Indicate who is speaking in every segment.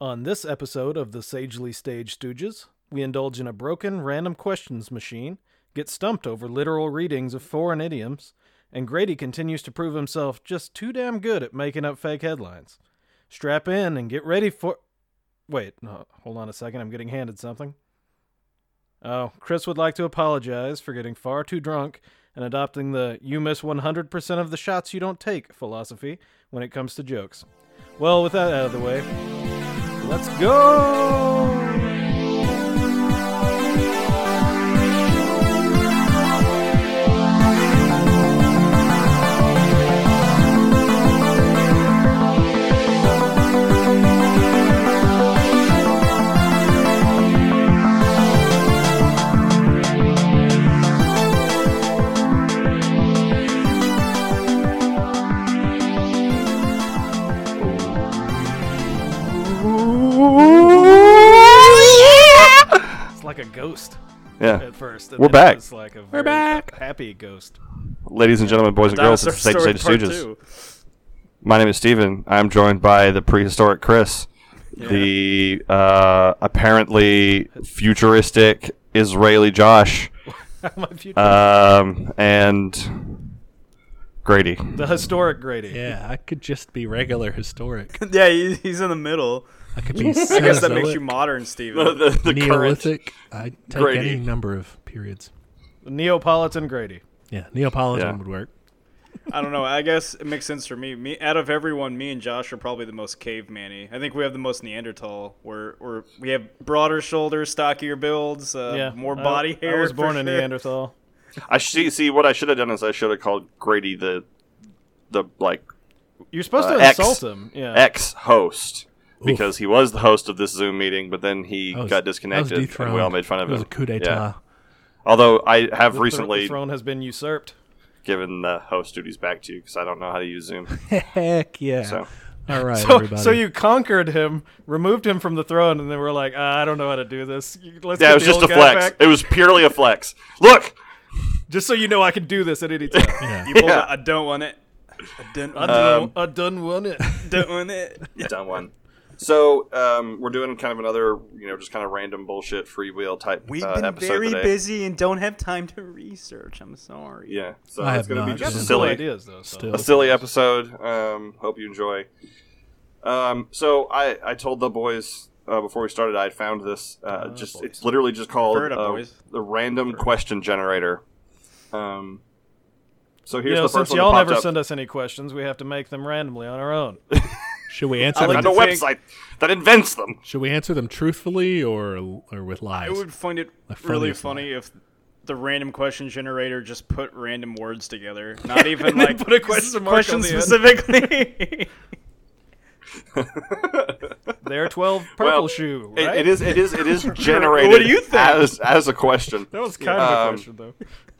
Speaker 1: On this episode of the Sagely Stage Stooges, we indulge in a broken random questions machine, get stumped over literal readings of foreign idioms, and Grady continues to prove himself just too damn good at making up fake headlines. Strap in and get ready for. Wait, no, hold on a second. I'm getting handed something. Oh, Chris would like to apologize for getting far too drunk and adopting the you miss 100% of the shots you don't take philosophy when it comes to jokes. Well, with that out of the way, let's go! It's like a ghost
Speaker 2: Yeah.
Speaker 1: at first. and
Speaker 2: We're
Speaker 1: then
Speaker 2: back.
Speaker 1: It's like a very
Speaker 3: We're back.
Speaker 1: happy ghost.
Speaker 2: Ladies and gentlemen, boys and girls,
Speaker 3: Dinosaur
Speaker 2: it's the Sage
Speaker 3: Story
Speaker 2: Sage
Speaker 3: Part
Speaker 2: Stooges.
Speaker 3: 2.
Speaker 2: My name is Steven. I'm joined by the prehistoric Chris, the uh, apparently futuristic Israeli Josh,
Speaker 1: My future-
Speaker 2: um, and Grady.
Speaker 1: the historic Grady.
Speaker 4: Yeah, I could just be regular historic.
Speaker 3: Yeah, he, he's in the middle.
Speaker 4: I could be
Speaker 3: I guess that makes you
Speaker 4: Cenozoic,
Speaker 3: modern, Steven.
Speaker 4: Neolithic. I take
Speaker 2: Grady.
Speaker 4: any number of periods.
Speaker 1: The Neapolitan Grady.
Speaker 4: Yeah, Neapolitan
Speaker 2: Yeah.
Speaker 4: would work.
Speaker 3: I don't know. I guess it makes sense for me. Me, out of everyone, me and Josh are probably the most caveman-y. I think we have the most Neanderthal. We're, we're we have broader shoulders, stockier builds, uh,
Speaker 1: Yeah.
Speaker 3: more
Speaker 1: I-
Speaker 3: body hair.
Speaker 1: I was
Speaker 3: for
Speaker 1: born a
Speaker 3: sure.
Speaker 1: Neanderthal.
Speaker 2: I see. See, what I should have done is I should have called Grady the, the like
Speaker 1: You're supposed
Speaker 2: Uh,
Speaker 1: to
Speaker 2: X.
Speaker 1: insult him. Yeah.
Speaker 2: ex-host
Speaker 4: Oof.
Speaker 2: because he was the host of this Zoom meeting, but then he
Speaker 4: I was- I
Speaker 2: got
Speaker 4: was
Speaker 2: disconnected, and we all
Speaker 4: dethroned.
Speaker 2: made fun of him.
Speaker 4: It was a coup d'état.
Speaker 2: Yeah. Although I have
Speaker 1: The thro-
Speaker 2: recently
Speaker 1: the throne has been usurped.
Speaker 2: given the host duties back to you because I don't know how to use Zoom.
Speaker 4: Heck yeah!
Speaker 2: So
Speaker 4: all right,
Speaker 1: So,
Speaker 4: everybody.
Speaker 1: so you conquered him, removed him from the throne, and then we're like, ah, I don't know how to do this. You- Let's
Speaker 2: yeah,
Speaker 1: get
Speaker 2: it was
Speaker 1: the
Speaker 2: just a
Speaker 1: old guy
Speaker 2: flex.
Speaker 1: back,
Speaker 2: It was purely a flex. Look,
Speaker 1: just so you know, I can do this at any time.
Speaker 4: Yeah.
Speaker 3: You pulled
Speaker 2: Yeah.
Speaker 3: a, I don't want it. I don't,
Speaker 1: I
Speaker 3: I
Speaker 1: done,
Speaker 2: Um,
Speaker 1: I done won it.
Speaker 3: don't want it.
Speaker 2: done one. So um, we're doing kind of another, you know, just kind of random bullshit freewheel type
Speaker 3: We've
Speaker 2: uh,
Speaker 3: been
Speaker 2: episode
Speaker 3: very
Speaker 2: today.
Speaker 3: busy and don't have time to research. I'm sorry.
Speaker 2: Yeah, so
Speaker 4: I
Speaker 2: it's
Speaker 4: have
Speaker 2: going to be
Speaker 4: not
Speaker 2: just a
Speaker 4: been-
Speaker 2: silly,
Speaker 1: ideas, though. so.
Speaker 4: Still.
Speaker 2: a silly episode. Um, hope you enjoy. Um, so I, I told the boys uh, before we started, I found this. Uh,
Speaker 1: Ah,
Speaker 2: just it's literally just called
Speaker 3: Heard 'em,
Speaker 2: uh,
Speaker 3: boys.
Speaker 2: the random question generator. Um, so
Speaker 1: You
Speaker 2: here's
Speaker 1: know,
Speaker 2: the
Speaker 1: since
Speaker 2: first one.
Speaker 1: y'all
Speaker 2: that popped
Speaker 1: never
Speaker 2: up.
Speaker 1: send us any questions, we have to make them randomly on our own.
Speaker 4: should we answer
Speaker 3: I like
Speaker 4: them?
Speaker 2: Found
Speaker 3: to
Speaker 2: a
Speaker 3: think-
Speaker 2: website that invents them.
Speaker 4: Should we answer them truthfully or or with lies?
Speaker 3: I would find it
Speaker 4: The funniest
Speaker 3: really
Speaker 4: one.
Speaker 3: funny if the random question generator just put random words together, not even like
Speaker 1: put a question mark
Speaker 3: question
Speaker 1: on the end.
Speaker 3: specifically.
Speaker 1: They're twelve purple
Speaker 2: Well,
Speaker 1: shoe.
Speaker 2: It-
Speaker 1: right?
Speaker 2: it is. It is. It is generated.
Speaker 3: What do you think?
Speaker 2: As, as a question.
Speaker 1: That was kind of a
Speaker 2: Um,
Speaker 1: question, though.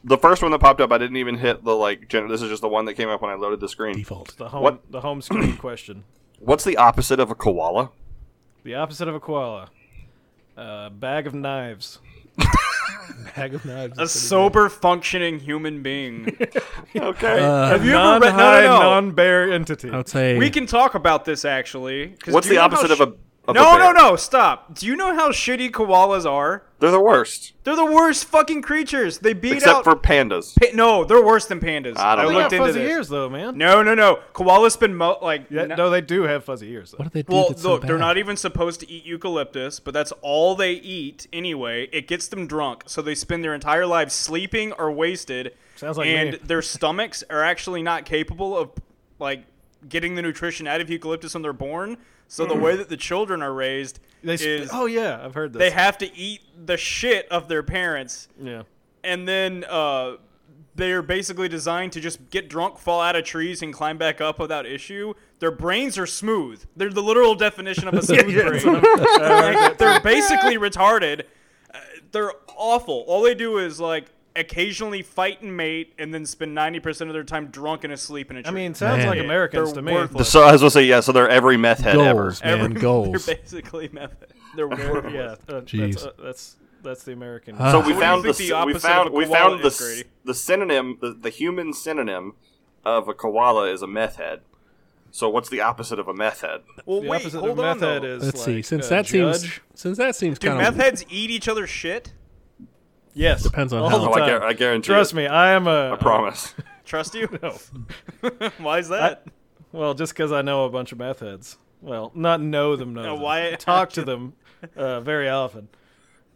Speaker 2: The first one that popped up, I didn't even hit the like. Gen- this is just the one that came up when I loaded the screen.
Speaker 4: default.
Speaker 1: The home,
Speaker 2: what-
Speaker 1: the home screen question.
Speaker 2: What's the opposite of a koala?
Speaker 1: The opposite of a koala. A bag of knives.
Speaker 4: Bag of knives.
Speaker 3: a sober functioning human being.
Speaker 2: Okay.
Speaker 4: Uh,
Speaker 3: you ever read- no,
Speaker 1: Non-high,
Speaker 3: no, no.
Speaker 1: non-bear entity.
Speaker 4: I would say
Speaker 3: we can talk about this actually. 'cause
Speaker 2: What's
Speaker 3: do you
Speaker 2: the
Speaker 3: know how
Speaker 2: opposite of
Speaker 3: sh-
Speaker 2: a? Of
Speaker 3: No,
Speaker 2: a
Speaker 3: no,
Speaker 2: bear?
Speaker 3: no! Stop. Do you know how shitty koalas are?
Speaker 2: They're the worst,
Speaker 3: They're the worst fucking creatures. They beat
Speaker 2: except
Speaker 3: out.
Speaker 2: for pandas.
Speaker 3: pa- no, they're worse than pandas.
Speaker 2: I don't
Speaker 1: They
Speaker 2: know.
Speaker 1: got
Speaker 3: looked into
Speaker 1: fuzzy
Speaker 3: this.
Speaker 1: ears, though, man.
Speaker 3: No, no, no. Koalas spend mo- like
Speaker 1: Yeah,
Speaker 3: no-
Speaker 1: no. they do have fuzzy ears. Though.
Speaker 4: What do they do?
Speaker 3: Well,
Speaker 4: that's so
Speaker 3: look, they're
Speaker 4: bad?
Speaker 3: not even supposed to eat eucalyptus, but that's all they eat anyway. It gets them drunk, so they spend their entire lives sleeping or wasted.
Speaker 1: Sounds like
Speaker 3: and
Speaker 1: me.
Speaker 3: their stomachs are actually not capable of like getting the nutrition out of eucalyptus when they're born. So the way that the children are raised
Speaker 1: Mm. They sp-
Speaker 3: is
Speaker 1: oh yeah, I've heard this.
Speaker 3: they have to eat the shit of their parents,
Speaker 1: yeah.
Speaker 3: and then uh, they're basically designed to just get drunk, fall out of trees, and climb back up without issue. Their brains are smooth. They're the literal definition of a smooth brain. Like, they're basically retarded. Uh, they're awful. All they do is like occasionally fight and mate, and then spend ninety percent of their time drunk and asleep in a tree.
Speaker 1: I mean, sounds
Speaker 4: Man.
Speaker 1: like Americans
Speaker 3: They're
Speaker 1: to me.
Speaker 3: worthless.
Speaker 2: So I was gonna say yeah. So they're every meth head ever.
Speaker 4: goals,
Speaker 3: Every-
Speaker 4: man, goals.
Speaker 3: They're basically method. They're worthless.
Speaker 1: Yeah, uh, that's,
Speaker 4: Jeez.
Speaker 1: uh, that's that's the American.
Speaker 4: Uh,
Speaker 2: So we
Speaker 3: What do you
Speaker 2: found the,
Speaker 3: think the
Speaker 2: s- we
Speaker 3: opposite
Speaker 2: found
Speaker 3: of a
Speaker 2: we
Speaker 3: koala
Speaker 2: found the
Speaker 3: is,
Speaker 2: s-
Speaker 3: Grady?
Speaker 2: the synonym the, the human synonym of a koala is a meth head. So what's the opposite of a meth head?
Speaker 3: Well,
Speaker 1: The
Speaker 3: wait,
Speaker 1: opposite
Speaker 3: hold
Speaker 1: of
Speaker 3: on.
Speaker 1: meth head
Speaker 3: though.
Speaker 1: is
Speaker 4: Let's
Speaker 1: like
Speaker 4: see. Since
Speaker 1: a
Speaker 4: that
Speaker 1: judge.
Speaker 4: seems since that seems
Speaker 3: Do
Speaker 4: kind
Speaker 3: meth
Speaker 4: of
Speaker 3: heads eat each other's shit?
Speaker 1: yes
Speaker 4: Depends on
Speaker 1: all
Speaker 4: how-
Speaker 1: the
Speaker 2: Oh, I,
Speaker 1: time.
Speaker 2: gar- I guarantee.
Speaker 1: Trust
Speaker 2: it.
Speaker 1: me, I am a
Speaker 2: I promise.
Speaker 3: Trust you?
Speaker 1: No.
Speaker 3: Why is that?
Speaker 1: Well, just because I know a bunch of meth heads. Well, not know them, know
Speaker 3: Now,
Speaker 1: them.
Speaker 3: why-
Speaker 1: talk to them uh, very often.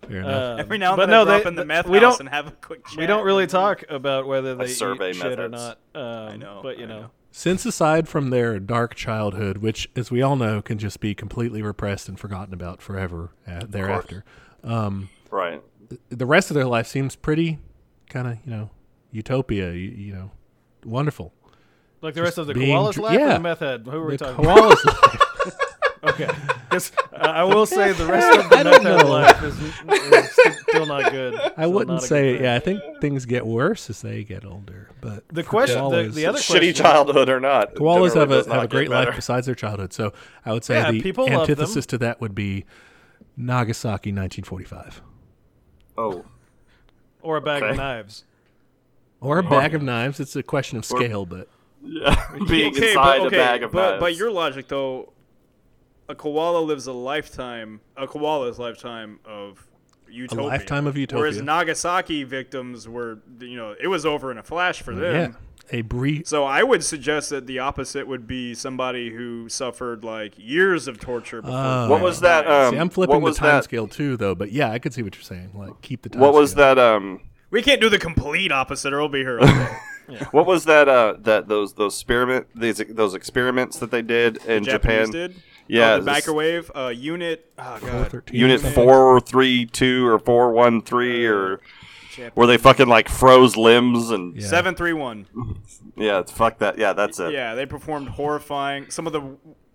Speaker 4: fair enough.
Speaker 1: Um,
Speaker 3: Every now and
Speaker 1: but
Speaker 3: then
Speaker 1: no,
Speaker 3: I drop
Speaker 1: they-
Speaker 3: in the
Speaker 1: th-
Speaker 3: meth
Speaker 1: we
Speaker 3: house
Speaker 1: don't,
Speaker 3: and have a quick chat.
Speaker 1: We don't really talk about whether they
Speaker 2: survey
Speaker 1: eat shit or
Speaker 2: methods.
Speaker 1: not. Um, I
Speaker 3: know,
Speaker 1: but you
Speaker 3: I
Speaker 1: know,
Speaker 3: know.
Speaker 4: Since aside from their dark childhood, which, as we all know, can just be completely repressed and forgotten about forever uh, thereafter,
Speaker 2: Right.
Speaker 4: the rest of their life seems pretty kind of, you know, utopia, you, you know, wonderful.
Speaker 1: like the rest of the
Speaker 4: being
Speaker 1: koalas
Speaker 4: dr-
Speaker 1: laugh or
Speaker 4: yeah.
Speaker 1: the meth head. Who are we
Speaker 4: The
Speaker 1: talking
Speaker 4: koalas life.
Speaker 1: about? Okay, 'Cause, uh, I will say the rest of the meth head
Speaker 4: know.
Speaker 1: laugh is, is still not good.
Speaker 4: I
Speaker 1: Still
Speaker 4: wouldn't
Speaker 1: not a
Speaker 4: say,
Speaker 1: good thing.
Speaker 4: yeah, I think things get worse as they get older. But
Speaker 1: The
Speaker 4: for
Speaker 1: question, the,
Speaker 4: koalas-
Speaker 1: the other
Speaker 2: Shitty
Speaker 1: question,
Speaker 2: childhood or not.
Speaker 4: koalas have
Speaker 2: generally
Speaker 4: a,
Speaker 2: does not
Speaker 4: have a
Speaker 2: get
Speaker 4: great
Speaker 2: better.
Speaker 4: life besides their childhood. So I would say
Speaker 1: Yeah, people
Speaker 4: the
Speaker 1: love them.
Speaker 4: antithesis to that would be Nagasaki 1945
Speaker 2: Oh,
Speaker 1: or a bag
Speaker 2: Okay.
Speaker 1: of knives.
Speaker 4: or a bag of knives. It's a question of scale, but
Speaker 2: yeah. Being
Speaker 3: okay,
Speaker 2: inside
Speaker 3: but, okay,
Speaker 2: a bag of
Speaker 3: but,
Speaker 2: knives.
Speaker 3: But your logic, though, a koala lives a lifetime, a koala's lifetime of utopia.
Speaker 4: lifetime of
Speaker 3: Whereas
Speaker 4: utopia.
Speaker 3: Nagasaki victims were, you know, it was over in a flash for them.
Speaker 4: yeah, a brief.
Speaker 3: So I would suggest that the opposite would be somebody who suffered like years of torture.
Speaker 4: Oh,
Speaker 3: Before
Speaker 2: what was that? Um,
Speaker 4: See, I'm
Speaker 2: what
Speaker 4: flipping the
Speaker 2: was
Speaker 4: time
Speaker 2: that?
Speaker 4: scale too, though. But yeah, I could see what you're saying. Like keep the time.
Speaker 2: What was
Speaker 4: scale.
Speaker 2: that? Um,
Speaker 3: we can't do the complete opposite, or we'll be here. All day.
Speaker 2: what was that? Uh, that those those experiment these those experiments that they did in
Speaker 3: Japanese
Speaker 2: Japan.
Speaker 3: did.
Speaker 2: Yeah,
Speaker 3: Oh, the
Speaker 2: this-
Speaker 3: microwave uh, unit. Oh god,
Speaker 4: 13.
Speaker 2: Unit four three two or four one three
Speaker 3: Uh,
Speaker 2: or where they fucking like froze limbs and yeah,
Speaker 4: Yeah.
Speaker 3: seven three one.
Speaker 2: it's fuck that yeah that's it
Speaker 3: Yeah, they performed horrifying. Some of the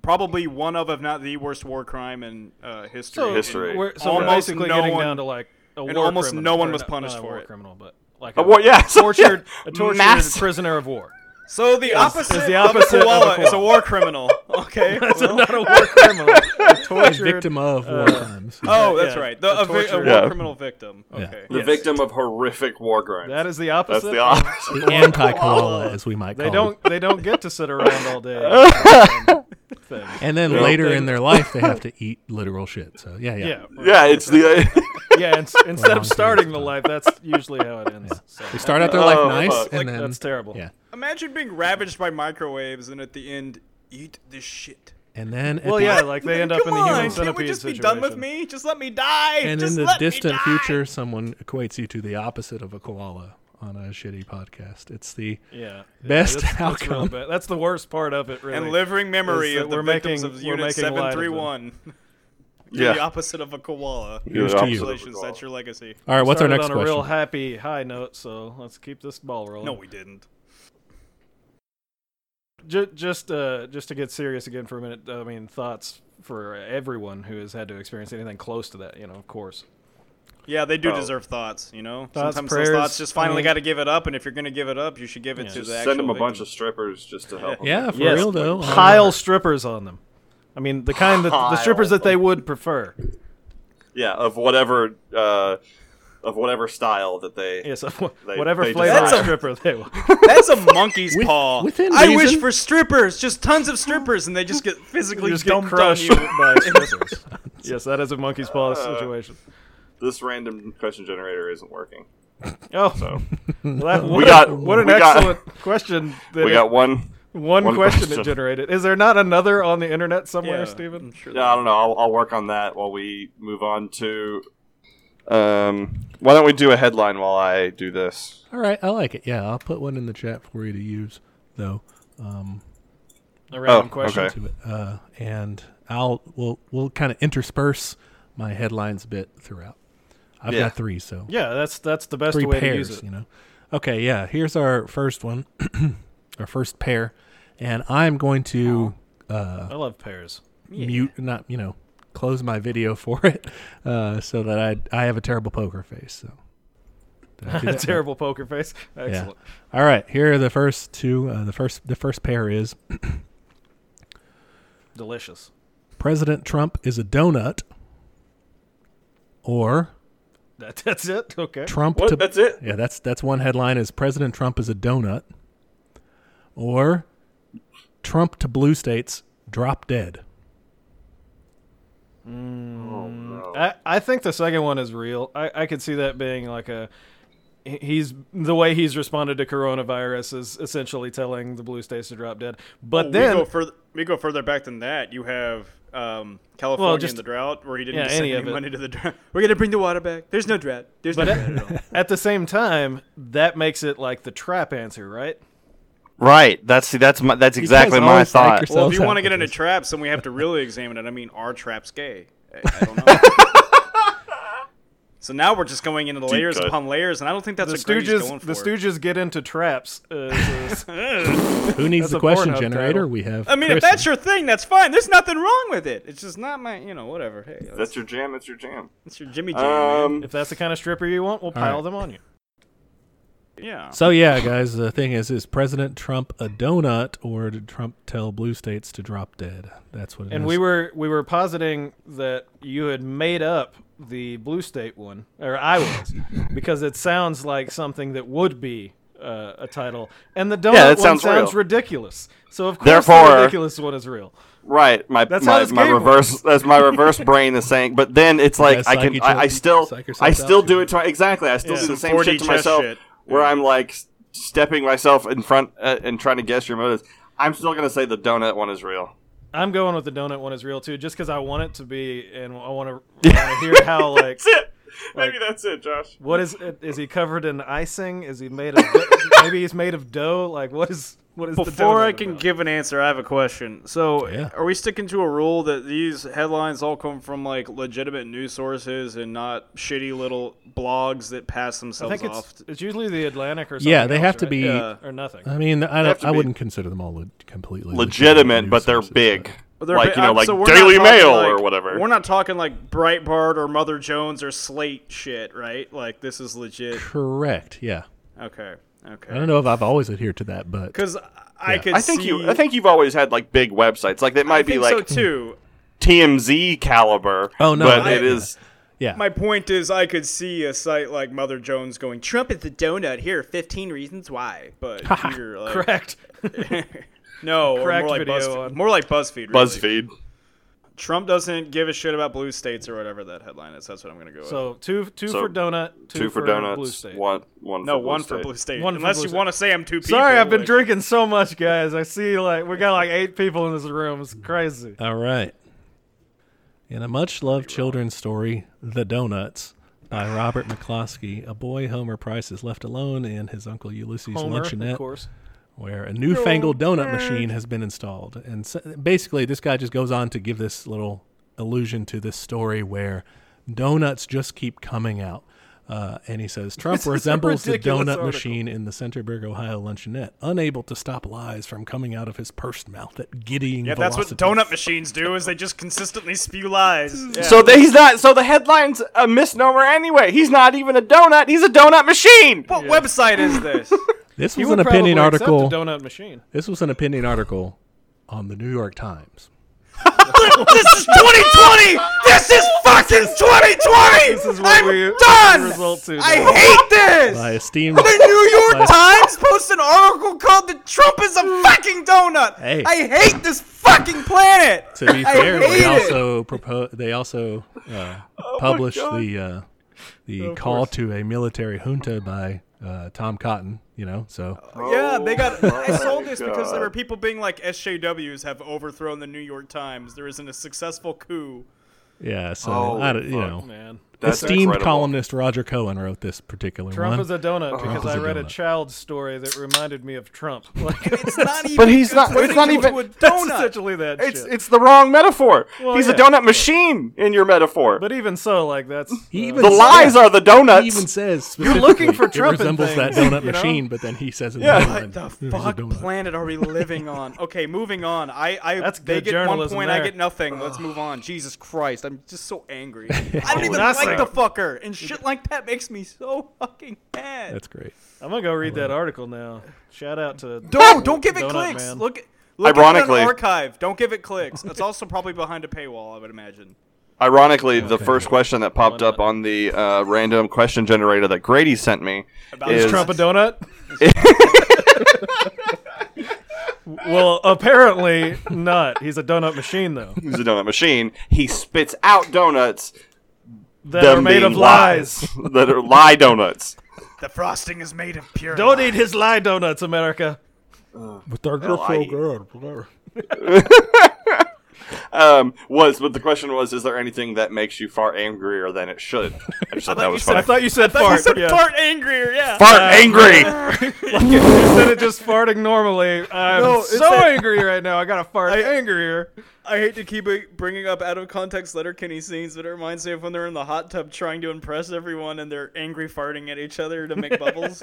Speaker 3: probably one of, if not the worst, war crime in uh, history.
Speaker 1: So,
Speaker 2: History.
Speaker 1: We're, so we're
Speaker 3: Almost
Speaker 1: basically
Speaker 3: no
Speaker 1: getting
Speaker 3: one-
Speaker 1: down to like a
Speaker 3: and
Speaker 1: war
Speaker 3: almost
Speaker 1: criminal,
Speaker 3: no one
Speaker 1: or
Speaker 3: was
Speaker 1: not-
Speaker 3: punished
Speaker 1: not a
Speaker 3: for
Speaker 1: war
Speaker 3: it.
Speaker 1: Criminal, but like
Speaker 2: A war- yeah, so-
Speaker 1: tortured, a
Speaker 2: yeah.
Speaker 1: tortured
Speaker 2: Mass-
Speaker 1: prisoner of war.
Speaker 3: So the opposite,
Speaker 1: is the opposite
Speaker 3: of
Speaker 1: of a
Speaker 3: a koala is a
Speaker 1: koala.
Speaker 3: war criminal. Okay. well-
Speaker 1: not a war criminal. A
Speaker 4: A
Speaker 1: tortured
Speaker 4: victim of
Speaker 1: Uh,
Speaker 4: war crimes.
Speaker 3: oh, that's
Speaker 1: yeah,
Speaker 3: right. The,
Speaker 1: a
Speaker 3: a, vi- a war
Speaker 1: torture-
Speaker 2: Yeah.
Speaker 3: criminal victim. Okay.
Speaker 2: the victim of horrific war crimes
Speaker 1: That is the
Speaker 2: that's
Speaker 1: opposite.
Speaker 2: the opposite
Speaker 4: The anti-koala, as we might call
Speaker 1: oh, They don't.
Speaker 4: it.
Speaker 1: They don't get to sit around all day. Um, thing.
Speaker 4: And then later in their life, they have to eat literal shit. So yeah, yeah.
Speaker 1: Yeah. right.
Speaker 2: yeah it's the
Speaker 1: Yeah. ins- instead
Speaker 4: long
Speaker 1: of starting
Speaker 4: periods of
Speaker 1: the
Speaker 4: time.
Speaker 1: life, that's usually how it ends. So,
Speaker 4: They start out their life
Speaker 2: Oh,
Speaker 4: nice,
Speaker 2: fuck.
Speaker 4: and
Speaker 1: like,
Speaker 4: then
Speaker 1: that's terrible.
Speaker 4: yeah,
Speaker 3: Imagine being ravaged by microwaves and at the end eat this shit.
Speaker 4: and then at
Speaker 1: Well,
Speaker 4: the-
Speaker 1: yeah. Like they end up
Speaker 3: Come
Speaker 1: in the
Speaker 3: on,
Speaker 1: human
Speaker 3: can't
Speaker 1: centipede
Speaker 3: we just
Speaker 1: situation.
Speaker 3: be done with me? Just let me die.
Speaker 4: and
Speaker 3: just
Speaker 4: in the
Speaker 3: let me
Speaker 4: distant
Speaker 3: die.
Speaker 4: future, someone equates you to the opposite of a koala on a shitty podcast. It's the
Speaker 1: Yeah. yeah,
Speaker 4: Best
Speaker 1: that's, That's, real
Speaker 4: outcome.
Speaker 1: bad. that's the worst part of it. Really.
Speaker 3: And living memory
Speaker 1: Is that
Speaker 3: of the
Speaker 1: we're
Speaker 3: victims
Speaker 1: making-
Speaker 3: of
Speaker 1: we're
Speaker 3: Unit
Speaker 1: making light of them.
Speaker 3: 731. You're the
Speaker 2: yeah
Speaker 3: opposite of a koala.
Speaker 4: Here's to you.
Speaker 3: Congratulations, that's your legacy.
Speaker 4: all right. What's our
Speaker 1: started
Speaker 4: next
Speaker 1: on a
Speaker 4: question?
Speaker 1: real happy high note, so let's keep this ball rolling.
Speaker 3: No, we didn't.
Speaker 1: Ju- just uh, just to get serious again for a minute. I mean, thoughts for everyone who has had to experience anything close to that. You know, of course.
Speaker 3: Yeah, they do
Speaker 2: Oh.
Speaker 3: deserve thoughts, you know?
Speaker 1: Thoughts,
Speaker 3: Sometimes
Speaker 1: prayers,
Speaker 3: those thoughts just
Speaker 1: I
Speaker 3: finally
Speaker 1: mean-
Speaker 3: got to give it up, and if you're going to give it up, you should give it to the actual
Speaker 2: send them a bunch of
Speaker 3: victim.
Speaker 2: strippers just to help 'em.
Speaker 4: yeah, for
Speaker 1: Yes,
Speaker 4: real though.
Speaker 1: Pile strippers on them. I mean, the kind that the strippers that they would prefer.
Speaker 2: yeah of whatever uh of whatever style that they
Speaker 1: Yes, wh-
Speaker 2: They-
Speaker 1: whatever
Speaker 2: they
Speaker 1: flavor
Speaker 2: desire.
Speaker 1: of stripper they want.
Speaker 3: That's a monkey's
Speaker 4: With-
Speaker 3: paw.
Speaker 4: within
Speaker 3: I wish
Speaker 4: reason.
Speaker 3: for strippers, just tons of strippers, and they just get physically
Speaker 1: just get
Speaker 3: dumped
Speaker 1: crushed
Speaker 3: on you.
Speaker 1: by strippers. yes, that is a monkey's paw
Speaker 2: Uh,
Speaker 1: situation.
Speaker 2: this random question generator isn't working
Speaker 1: Oh,
Speaker 2: so
Speaker 1: well, that, what, a-
Speaker 2: got-
Speaker 1: what an
Speaker 2: we got-
Speaker 1: excellent question. That
Speaker 2: we got one
Speaker 1: one,
Speaker 2: one
Speaker 1: question, it
Speaker 2: question.
Speaker 1: generated. Is there not another on the internet somewhere,
Speaker 3: Yeah,
Speaker 1: Steven?
Speaker 3: I'm sure
Speaker 2: Yeah, I don't know. I'll, I'll work on that while we move on to. Um, why don't we do a headline while I do this?
Speaker 4: All right, I like it. Yeah, I'll put one in the chat for you to use though.
Speaker 1: A random
Speaker 2: Oh,
Speaker 1: question.
Speaker 2: okay.
Speaker 4: to it. Uh, and I'll we'll we'll kind of intersperse my headlines a bit throughout. I've
Speaker 2: Yeah.
Speaker 4: got three, so
Speaker 1: Yeah, that's that's the best
Speaker 4: three
Speaker 1: way to
Speaker 4: pairs,
Speaker 1: use it.
Speaker 4: you know. Okay, yeah. Here's our first one, our first pair, and I'm going to
Speaker 1: I love pairs.
Speaker 4: mute, not you know, close my video for it, uh, so that I I have a terrible poker face. So Did I do that?
Speaker 1: Terrible poker face. Excellent.
Speaker 4: All right, here are the first two. Uh, the first the first pair is
Speaker 1: Delicious.
Speaker 4: President Trump is a donut, or
Speaker 1: That, that's it. Okay.
Speaker 4: Trump.
Speaker 2: What?
Speaker 4: To,
Speaker 2: That's it?
Speaker 4: Yeah, that's that's one headline. Is President Trump is a donut, or Trump to blue states drop dead.
Speaker 1: I, I think the second one is real. I, I could see that being like a he- he's the way he's responded to coronavirus is essentially telling the blue states to drop dead. But
Speaker 3: Well,
Speaker 1: then
Speaker 3: Oh, we go further. We go further back than that. You have um, California
Speaker 1: Well,
Speaker 3: and
Speaker 1: just-
Speaker 3: the drought, where he didn't
Speaker 1: yeah,
Speaker 3: send
Speaker 1: any
Speaker 3: any,
Speaker 1: of it.
Speaker 3: money to the drought. We're gonna bring the water back. There's no drought. There's
Speaker 1: But
Speaker 3: no
Speaker 1: it-
Speaker 3: drought at all.
Speaker 1: at the same time, that makes it like the trap answer, right?
Speaker 2: Right. That's see, that's my, that's
Speaker 4: guys
Speaker 2: exactly my
Speaker 4: always like
Speaker 2: thought.
Speaker 4: yourself.
Speaker 3: Well,
Speaker 4: Sounds
Speaker 3: if you want to
Speaker 4: like
Speaker 3: get
Speaker 4: it
Speaker 3: into
Speaker 4: is.
Speaker 3: traps, then we have to really examine it. I mean, are traps gay? I, I don't know. so now we're just going into the layers
Speaker 2: cut.
Speaker 3: upon layers, and I don't think that's
Speaker 1: The
Speaker 3: what Grady's going
Speaker 1: Stooges
Speaker 3: for.
Speaker 1: the Stooges get into traps. Uh, is-
Speaker 4: Who
Speaker 1: That's
Speaker 4: needs the
Speaker 1: a
Speaker 4: question
Speaker 1: Pornhub
Speaker 4: generator?
Speaker 1: title.
Speaker 4: We have.
Speaker 3: I mean, if
Speaker 4: Chris.
Speaker 3: that's your thing, that's fine. There's nothing wrong with it. It's just not my, you know, whatever. Hey, that's,
Speaker 2: That's your jam. That's your jam.
Speaker 3: that's your Jimmy Jam, man.
Speaker 2: Um,
Speaker 1: if that's the kind of stripper you want, we'll pile
Speaker 4: right.
Speaker 1: them on you.
Speaker 3: Yeah.
Speaker 4: So yeah, guys, the thing is, is President Trump a donut, or did Trump tell blue states to drop dead? That's what. it is.
Speaker 1: And we were we were positing that you had made up the blue state one, or I was, because it sounds like something that would be uh, a title, and the donut
Speaker 2: that
Speaker 1: one
Speaker 2: sounds
Speaker 1: sounds,
Speaker 2: real.
Speaker 1: ridiculous. So of course,
Speaker 2: Therefore-
Speaker 1: the ridiculous one is real.
Speaker 2: right. My
Speaker 1: That's how
Speaker 2: my,
Speaker 1: this
Speaker 2: my
Speaker 1: game
Speaker 2: reverse that's my reverse brain is saying. But then it's
Speaker 4: Yeah,
Speaker 2: like I
Speaker 4: psych
Speaker 2: can
Speaker 4: each
Speaker 2: I,
Speaker 4: other-
Speaker 2: I still
Speaker 4: psych yourself
Speaker 2: I still
Speaker 4: out.
Speaker 2: do it to my, exactly. I still
Speaker 1: Yeah.
Speaker 2: do the
Speaker 1: Some
Speaker 2: same
Speaker 3: 4D
Speaker 2: shit to
Speaker 3: chess
Speaker 2: myself
Speaker 3: shit.
Speaker 2: where I'm like s- stepping myself in front uh, and trying to guess your motives. I'm still gonna say the donut one is real.
Speaker 1: I'm going with the donut one is real too, just because I want it to be, and I want to hear how like
Speaker 2: Maybe that's it, Josh.
Speaker 1: what is it? Is he covered in icing? Is he made of maybe he's made of dough? Like what is what is the
Speaker 3: Before
Speaker 1: donut
Speaker 3: I can
Speaker 1: about?
Speaker 3: give an answer, I have a question. So,
Speaker 4: Yeah.
Speaker 3: are we sticking to a rule that these headlines all come from like legitimate news sources and not shitty little blogs that pass
Speaker 1: I
Speaker 3: themselves
Speaker 1: think
Speaker 3: off?
Speaker 1: it's, it's usually the Atlantic or something.
Speaker 4: Yeah, they
Speaker 1: else,
Speaker 4: have to
Speaker 1: right?
Speaker 4: be-
Speaker 1: Yeah, or nothing.
Speaker 4: I mean, I,
Speaker 2: have
Speaker 4: don't,
Speaker 2: to
Speaker 4: I
Speaker 2: be-
Speaker 4: wouldn't consider them all le- completely
Speaker 2: Legitimate,
Speaker 4: news
Speaker 2: but they're
Speaker 4: sources,
Speaker 2: big.
Speaker 3: But they're
Speaker 2: like you
Speaker 3: ba-
Speaker 2: know,
Speaker 3: I'm-
Speaker 2: like
Speaker 3: so we're not
Speaker 2: Daily
Speaker 3: talking,
Speaker 2: Mail or
Speaker 3: like-
Speaker 2: whatever.
Speaker 3: We're not talking like Breitbart or Mother Jones or Slate shit, right? Like this is legit.
Speaker 4: but- Correct. Yeah.
Speaker 3: Okay,
Speaker 4: I
Speaker 3: okay.
Speaker 4: don't know if I've always adhered to that, but
Speaker 3: Because I could.
Speaker 2: I think you.
Speaker 3: see-
Speaker 2: I think you've always had like big websites. Like they might
Speaker 3: I
Speaker 2: be
Speaker 3: think
Speaker 2: like
Speaker 3: so too.
Speaker 2: TMZ caliber.
Speaker 4: Oh, no,
Speaker 2: but
Speaker 4: I-
Speaker 2: it is.
Speaker 4: yeah.
Speaker 3: My point is, I could see a site like Mother Jones going, "Trump is a donut." Here are 15 reasons why. But if you're like,
Speaker 1: Correct.
Speaker 3: No, or
Speaker 1: Cracked
Speaker 3: more like
Speaker 1: video
Speaker 3: BuzzFeed.
Speaker 1: on-
Speaker 3: More like BuzzFeed. Really.
Speaker 2: BuzzFeed.
Speaker 3: Trump doesn't give a shit about blue states or whatever that headline is. That's what I'm gonna go with.
Speaker 1: So two two
Speaker 2: So,
Speaker 1: for donut, two,
Speaker 2: Two for
Speaker 1: Blue
Speaker 2: donuts.
Speaker 1: State.
Speaker 2: One. One.
Speaker 3: no,
Speaker 2: for
Speaker 3: one
Speaker 2: State.
Speaker 3: for blue state.
Speaker 1: One for
Speaker 3: Unless
Speaker 1: blue
Speaker 3: you
Speaker 1: state.
Speaker 3: want to say I'm two people.
Speaker 1: Sorry, I've been
Speaker 3: like-
Speaker 1: drinking so much, guys. I see like we got like eight people in this room. It's crazy.
Speaker 4: all right. In a much-loved children's story, "The Donuts" by Robert McCloskey, a boy Homer Price is left alone in his uncle Ulysses'
Speaker 1: Homer, of
Speaker 4: luncheonette.
Speaker 1: course.
Speaker 4: where a newfangled
Speaker 1: Oh,
Speaker 4: donut machine has been installed. And so, basically, this guy just goes on to give this little allusion to this story where donuts just keep coming out. Uh, and he says Trump
Speaker 1: is a
Speaker 4: resembles the donut
Speaker 1: ridiculous article.
Speaker 4: machine in the Centerburg, Ohio luncheonette, unable to stop lies from coming out of his pursed mouth at giddying
Speaker 3: Yeah, that's what
Speaker 4: velocities.
Speaker 3: donut machines do. Is they just consistently spew lies. Yeah.
Speaker 2: So the, he's not. So the headline's a misnomer anyway. He's not even a donut. He's a donut machine.
Speaker 3: What website is this?
Speaker 4: This
Speaker 1: You
Speaker 4: was
Speaker 1: would
Speaker 4: an opinion
Speaker 1: probably accept
Speaker 4: article.
Speaker 1: A donut machine.
Speaker 4: This was an opinion article on the New York Times.
Speaker 3: this is 2020. This is fucking 2020.
Speaker 1: This is what
Speaker 3: I'm
Speaker 1: we
Speaker 3: done!
Speaker 1: result to.
Speaker 3: I
Speaker 1: now.
Speaker 3: hate this.
Speaker 4: By esteemed
Speaker 3: The New York Times posts an article called "The Trump is a fucking donut."
Speaker 4: Hey.
Speaker 3: I hate this fucking planet.
Speaker 4: to be
Speaker 3: I
Speaker 4: fair,
Speaker 3: hate
Speaker 4: they
Speaker 3: it.
Speaker 4: also propose. They also uh, published the uh, the call to a military junta by uh, Tom Cotton. You know, so
Speaker 3: Yeah, they got. I sold this because there
Speaker 2: God.
Speaker 3: were people being like, "SJWs have overthrown the New York Times. There isn't a successful coup."
Speaker 4: yeah, so
Speaker 2: Holy
Speaker 4: I don't, you
Speaker 2: fuck.
Speaker 4: know,
Speaker 1: Man,
Speaker 2: That's
Speaker 4: esteemed
Speaker 2: incredible.
Speaker 4: columnist Roger Cohen wrote this particular
Speaker 1: Trump
Speaker 4: one.
Speaker 1: is a donut because
Speaker 4: is
Speaker 1: I
Speaker 4: a
Speaker 1: read a
Speaker 4: donut.
Speaker 1: child's story that reminded me of Trump. Like
Speaker 3: It's not even.
Speaker 2: But he's not-
Speaker 3: converted
Speaker 2: it's not
Speaker 3: into
Speaker 2: even-
Speaker 3: a
Speaker 1: that's
Speaker 3: donut.
Speaker 1: essentially that
Speaker 2: It's
Speaker 1: shit.
Speaker 2: it's the wrong metaphor. he's
Speaker 1: yeah.
Speaker 2: a donut machine in your metaphor.
Speaker 1: but even so, like that's uh,
Speaker 4: he even
Speaker 2: the
Speaker 4: says-
Speaker 2: lies are the
Speaker 4: He even
Speaker 2: donuts.
Speaker 4: says
Speaker 1: You're looking for
Speaker 4: specifically,
Speaker 1: Trump
Speaker 4: It
Speaker 1: in
Speaker 4: resembles that
Speaker 1: things,
Speaker 4: donut
Speaker 1: you know?
Speaker 4: machine, but then he says, in
Speaker 2: Yeah.
Speaker 4: the
Speaker 3: What
Speaker 4: headline,
Speaker 3: the
Speaker 4: "Here's a
Speaker 3: fuck
Speaker 4: donut."
Speaker 3: planet are we living on? Okay, moving on. I, I
Speaker 1: That's
Speaker 3: they
Speaker 1: good
Speaker 3: get one
Speaker 1: journalism
Speaker 3: point, I
Speaker 1: there.
Speaker 3: get nothing. Let's move on. Jesus Christ, I'm just so angry. I
Speaker 1: Oh,
Speaker 3: don't even
Speaker 1: that's right.
Speaker 3: like the fucker, and shit like that makes me so fucking mad.
Speaker 4: That's great.
Speaker 1: I'm gonna go read that article now. Shout out to
Speaker 3: No, don't give it
Speaker 1: Donut
Speaker 3: clicks.
Speaker 1: Man.
Speaker 3: Look, look
Speaker 2: Ironically-
Speaker 3: at the archive. Don't give it clicks. It's also probably behind a paywall, I would imagine.
Speaker 2: Ironically, the first question that popped up on the uh, random question generator that Grady sent me
Speaker 3: About
Speaker 2: is
Speaker 1: Trump a donut. Well, apparently not. He's a donut machine, though.
Speaker 2: He's a donut machine. He spits out donuts
Speaker 1: That
Speaker 2: them
Speaker 1: are made
Speaker 2: being
Speaker 1: of lies.
Speaker 2: that are lie donuts.
Speaker 3: The frosting is made of pure.
Speaker 1: Don't eat his lie donuts, America.
Speaker 5: But they're
Speaker 2: Hell,
Speaker 5: just
Speaker 2: I-
Speaker 5: so good. Whatever.
Speaker 2: Um, was but the question was, is there anything that makes you far angrier than it should? I just thought that was funny.
Speaker 1: I thought you said
Speaker 3: But he
Speaker 1: fart.
Speaker 3: said
Speaker 1: yeah.
Speaker 3: fart angrier. Yeah.
Speaker 2: fart angry.
Speaker 1: Instead of just farting normally, I'm
Speaker 3: No, it's
Speaker 1: so
Speaker 3: that-
Speaker 1: angry right now. I gotta fart angrier.
Speaker 3: I hate to keep uh, bringing up out of context Letterkenny scenes, but it reminds me of when they're in the hot tub trying to impress everyone and they're angry farting at each other to make bubbles.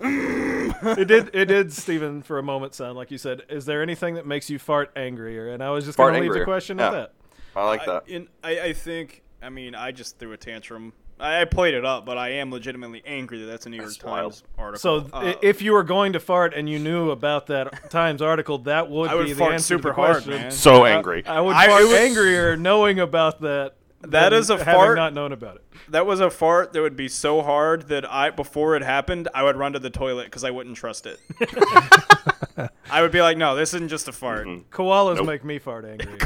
Speaker 1: It did. It did, Stephen, for a moment sound like you said, "Is there anything that makes you fart angrier?" And I was just
Speaker 2: Fart
Speaker 1: gonna leave
Speaker 2: angrier.
Speaker 1: the question
Speaker 2: Yeah.
Speaker 1: at that.
Speaker 2: I like
Speaker 3: I,
Speaker 2: that.
Speaker 3: in, I, I think. I mean, I just threw a tantrum. I, I played it up, but I am legitimately angry that that's a New York
Speaker 2: That's wild.
Speaker 3: Times article.
Speaker 1: So,
Speaker 3: Uh,
Speaker 1: i if you were going to fart and you knew about that Times article, that would,
Speaker 3: I would
Speaker 1: be the
Speaker 3: fart
Speaker 1: answer to
Speaker 3: super
Speaker 1: the
Speaker 3: hard,
Speaker 1: question.
Speaker 3: man.
Speaker 2: So angry.
Speaker 1: I would
Speaker 3: I-
Speaker 1: fart
Speaker 3: it was-
Speaker 1: angrier knowing about that.
Speaker 3: That
Speaker 1: than
Speaker 3: is a
Speaker 1: having
Speaker 3: fart-
Speaker 1: Not known about it.
Speaker 3: that was a fart that would be so hard that I before it happened, I would run to the toilet because I wouldn't trust it. I would be like, no, this isn't just a fart.
Speaker 2: Mm-hmm.
Speaker 1: Koalas make me fart angry.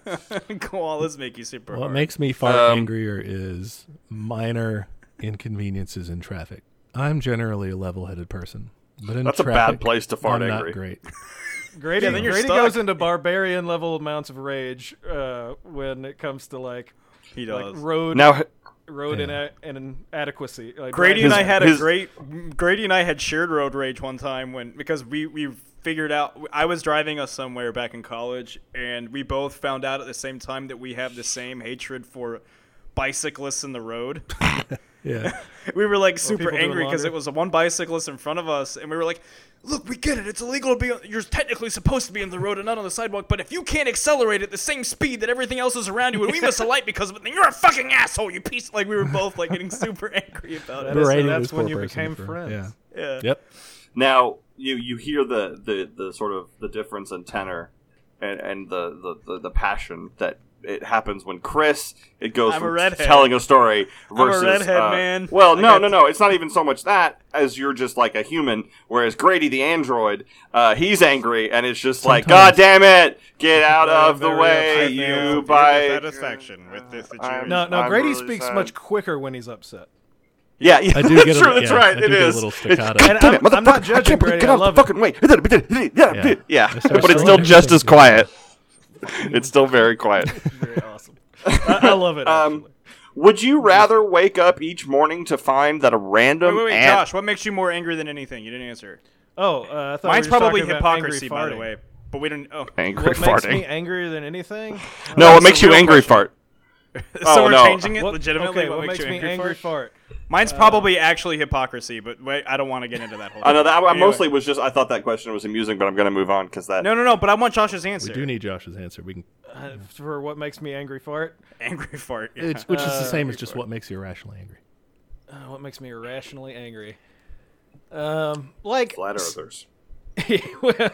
Speaker 3: Koalas make you super
Speaker 4: What
Speaker 3: hard.
Speaker 4: makes me far
Speaker 2: Um,
Speaker 4: angrier is minor inconveniences in traffic. I'm generally a level-headed person, but in
Speaker 2: That's a bad
Speaker 4: traffic,
Speaker 2: place to fart
Speaker 4: I'm
Speaker 2: angry.
Speaker 4: Not great.
Speaker 1: Grady,
Speaker 3: Yeah, then you're
Speaker 1: Grady
Speaker 3: stuck.
Speaker 1: goes into barbarian level amounts of rage uh, when it comes to like
Speaker 3: he
Speaker 1: like
Speaker 3: does.
Speaker 1: road
Speaker 2: Now,
Speaker 1: road
Speaker 4: Yeah.
Speaker 1: ina- inadequacy. Like
Speaker 3: Grady
Speaker 1: driving-
Speaker 3: and I had
Speaker 2: his-
Speaker 3: a great Grady and I had shared road rage one time when because we we figured out I was driving us somewhere back in college and we both found out at the same time that we have the same hatred for bicyclists in the road.
Speaker 4: Yeah,
Speaker 3: we were like super
Speaker 1: people doing
Speaker 3: angry because
Speaker 1: laundry.
Speaker 3: it was a one bicyclist in front of us, and we were like, "Look, we get it. It's illegal to be. On, you're technically supposed to be on the road and not on the sidewalk. But if you can't accelerate at the same speed that everything else is around you, and we miss a light because of it, then you're a fucking asshole. You piece. Like we were both like getting super angry about it.
Speaker 1: That is-
Speaker 4: Berating
Speaker 1: that's
Speaker 4: this
Speaker 1: when
Speaker 4: poor
Speaker 1: you
Speaker 4: person
Speaker 1: became
Speaker 4: for-
Speaker 1: friends.
Speaker 4: Yeah.
Speaker 3: Yeah.
Speaker 4: Yep.
Speaker 2: now you you hear the, the, the sort of the difference in tenor and, and the, the, the, the passion that it happens when Chris it goes
Speaker 3: I'm a
Speaker 2: from
Speaker 3: redhead.
Speaker 2: telling a story
Speaker 3: a
Speaker 2: versus
Speaker 3: redhead,
Speaker 2: uh,
Speaker 3: man.
Speaker 2: Well,
Speaker 3: I
Speaker 2: no,
Speaker 3: got-
Speaker 2: no, no. It's not even so much that as you're just like a human. Whereas Grady the android, uh, he's angry and it's just like, God
Speaker 4: Sometimes.
Speaker 2: damn it, get out of the
Speaker 1: very
Speaker 2: way,
Speaker 1: upset now.
Speaker 2: you by
Speaker 3: satisfaction with this
Speaker 2: situation.
Speaker 1: No, no.
Speaker 2: I'm
Speaker 1: Grady
Speaker 2: really
Speaker 1: speaks
Speaker 2: sad.
Speaker 1: much quicker when he's upset.
Speaker 2: Yeah, yeah.
Speaker 4: I do
Speaker 2: that's
Speaker 4: get a-
Speaker 2: true, that's
Speaker 4: yeah,
Speaker 2: right. It
Speaker 4: I do get a
Speaker 2: is.
Speaker 4: little
Speaker 2: It's-
Speaker 4: staccato.
Speaker 2: God
Speaker 1: And
Speaker 2: damn
Speaker 1: I'm- I'm not
Speaker 2: motherfucker, I
Speaker 1: judging
Speaker 2: can't believe-
Speaker 1: Brady,
Speaker 2: Get
Speaker 1: I
Speaker 2: out the
Speaker 1: love it.
Speaker 2: fucking way. Yeah,
Speaker 4: Yeah.
Speaker 2: yeah. but it's still just as quiet. It's still very quiet.
Speaker 1: Very awesome. I, I love it.
Speaker 2: Um,
Speaker 1: actually.
Speaker 2: would you rather wake up each morning to find that a random
Speaker 3: Wait, wait, wait,
Speaker 2: ant-
Speaker 3: Josh. What makes you more angry than anything? You didn't answer.
Speaker 1: Oh, uh, I thought
Speaker 3: Mine's
Speaker 1: we were
Speaker 3: probably
Speaker 1: talking about angry
Speaker 3: hypocrisy, by the
Speaker 1: farting.
Speaker 3: way. But we didn't. Oh,
Speaker 2: angry
Speaker 1: What makes
Speaker 2: farting?
Speaker 1: me angrier than anything?
Speaker 2: no,
Speaker 3: That's
Speaker 2: what
Speaker 3: a
Speaker 2: makes you
Speaker 3: real
Speaker 2: angry
Speaker 3: question.
Speaker 2: fart?
Speaker 3: so
Speaker 2: Oh,
Speaker 3: we're
Speaker 2: no.
Speaker 3: changing it
Speaker 1: What-
Speaker 3: legitimately.
Speaker 1: okay, what, makes,
Speaker 3: you
Speaker 1: me angry, Uh,
Speaker 3: fart?
Speaker 1: fart?
Speaker 3: Mine's probably actually hypocrisy, but wait, I don't want to get into that whole.
Speaker 2: I know that I, I
Speaker 3: Anyway.
Speaker 2: mostly was just I thought that question was amusing, but I'm gonna move on because that
Speaker 3: No, no, no. But I want Josh's answer.
Speaker 4: We do need Josh's answer. We can,
Speaker 1: Uh, for what makes me angry fart?
Speaker 3: angry fart. yeah.
Speaker 4: it's, which is the same as just what makes you irrationally angry.
Speaker 1: Uh, what makes me irrationally angry? Um, like
Speaker 2: flat earthers.
Speaker 1: well,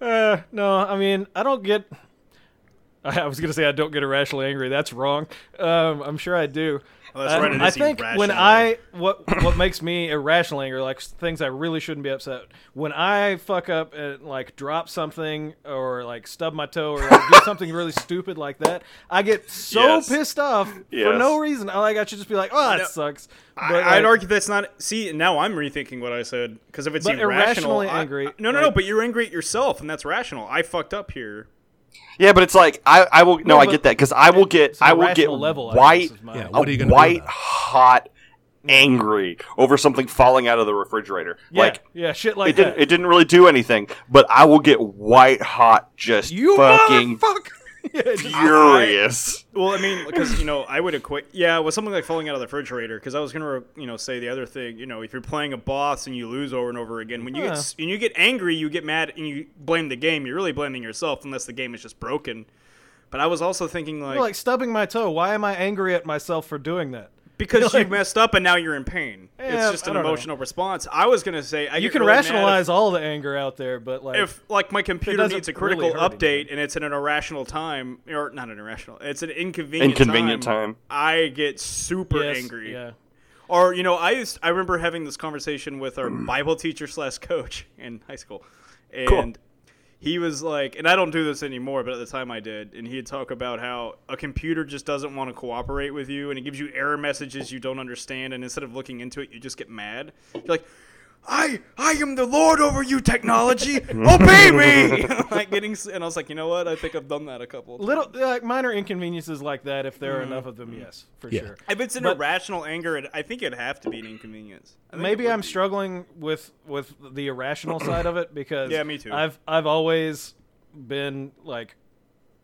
Speaker 1: uh, no, I mean, I don't get. I I was gonna say I don't get irrationally angry. That's wrong. Um, I'm sure I do.
Speaker 3: Well,
Speaker 1: I,
Speaker 3: that's right, it
Speaker 1: I
Speaker 3: is
Speaker 1: think when
Speaker 3: irrationally.
Speaker 1: I what what makes me irrational angry, like s- things I really shouldn't be upset. When I fuck up and like drop something or like stub my toe or like, do something really stupid like that, I get so
Speaker 2: Yes.
Speaker 1: pissed off for
Speaker 2: Yes.
Speaker 1: no reason. I like I should just be like, oh, that
Speaker 3: No,
Speaker 1: sucks.
Speaker 3: I,
Speaker 1: But,
Speaker 3: I'd
Speaker 1: like,
Speaker 3: argue that's not. See, now I'm rethinking what I said because if it's
Speaker 1: But
Speaker 3: irrational,
Speaker 1: irrationally
Speaker 3: I-
Speaker 1: angry,
Speaker 3: no, no, no.
Speaker 1: like-
Speaker 3: But you're angry at yourself, and that's rational. I fucked up here.
Speaker 2: Yeah, but it's like I, I will no,
Speaker 1: No,
Speaker 2: I
Speaker 1: but
Speaker 2: get that because I will get
Speaker 1: it's an
Speaker 2: I will get
Speaker 1: irrational level, I guess,
Speaker 2: white
Speaker 1: is my-
Speaker 4: Yeah.
Speaker 2: a
Speaker 4: What are you gonna do
Speaker 2: white
Speaker 4: about it?
Speaker 2: hot angry over something falling out of the refrigerator.
Speaker 1: yeah,
Speaker 2: like
Speaker 1: yeah, shit
Speaker 2: it
Speaker 1: like
Speaker 2: didn't
Speaker 1: that.
Speaker 2: it didn't really do anything, but I will get white hot just
Speaker 1: You
Speaker 2: fucking
Speaker 1: motherfucker! Yeah, just-
Speaker 2: furious.
Speaker 3: Well, I mean, because you know, I would equate. Yeah, with something like falling out of the refrigerator. Because I was gonna, you know, say the other thing. You know, if you're playing a boss and you lose over and over again, when you
Speaker 1: Yeah.
Speaker 3: get get when you get angry, you get mad and you blame the game. You're really blaming yourself, unless the game is just broken. But I was also thinking like,
Speaker 1: Well, like stubbing my toe. Why am I angry at myself for doing that?
Speaker 3: because
Speaker 1: like-
Speaker 3: you messed up and now you're in pain.
Speaker 1: Yeah,
Speaker 3: it's just
Speaker 1: I
Speaker 3: an
Speaker 1: don't know.
Speaker 3: emotional response. I was gonna say I
Speaker 1: You
Speaker 3: get
Speaker 1: can
Speaker 3: really mad if-
Speaker 1: rationalize all the anger out there, but like,
Speaker 3: if like my computer
Speaker 1: doesn't
Speaker 3: needs a
Speaker 1: really
Speaker 3: critical
Speaker 1: hurt
Speaker 3: update and it's at an irrational time or not an irrational it's an inconvenient
Speaker 2: Inconvenient time.
Speaker 3: i get super
Speaker 1: yes,
Speaker 3: angry
Speaker 1: Yeah.
Speaker 3: or you know i used i remember having this conversation with our bible teacher slash coach in high school and he was like, and I don't do this anymore, but at the time I did, and he'd talk about how a computer just doesn't want to cooperate with you, and it gives you error messages you don't understand, and instead of looking into it, you just get mad. You're like. I I am the lord over you, technology. Obey me. like getting, s- and I was like, you know what? I think I've done that a couple. Of times.
Speaker 1: Little like minor inconveniences like that, if there are enough of them, yes, for
Speaker 4: Yeah.
Speaker 1: sure.
Speaker 3: If it's an
Speaker 1: But-
Speaker 3: irrational anger, it, I think it'd have to be an inconvenience. I think it
Speaker 1: Maybe
Speaker 3: would
Speaker 1: I'm
Speaker 3: be.
Speaker 1: struggling with with the irrational side of it because
Speaker 3: Yeah, me too.
Speaker 1: I've I've always been like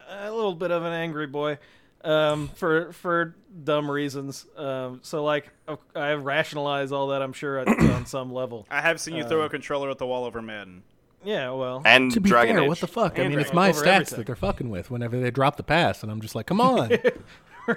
Speaker 1: a little bit of an angry boy um, for for dumb reasons. Um, so like I rationalize all that. I'm sure at, on some level.
Speaker 3: I have seen you throw a controller at the wall over Madden.
Speaker 1: Yeah, well,
Speaker 2: And
Speaker 4: To be
Speaker 2: Dragon
Speaker 4: fair,
Speaker 2: Age.
Speaker 4: what the fuck? I
Speaker 3: And
Speaker 4: mean, it's
Speaker 3: Dragon
Speaker 4: my
Speaker 1: Over
Speaker 4: stats
Speaker 1: everything.
Speaker 4: that they're fucking with whenever they drop the pass, and I'm just like, come on.
Speaker 2: oh,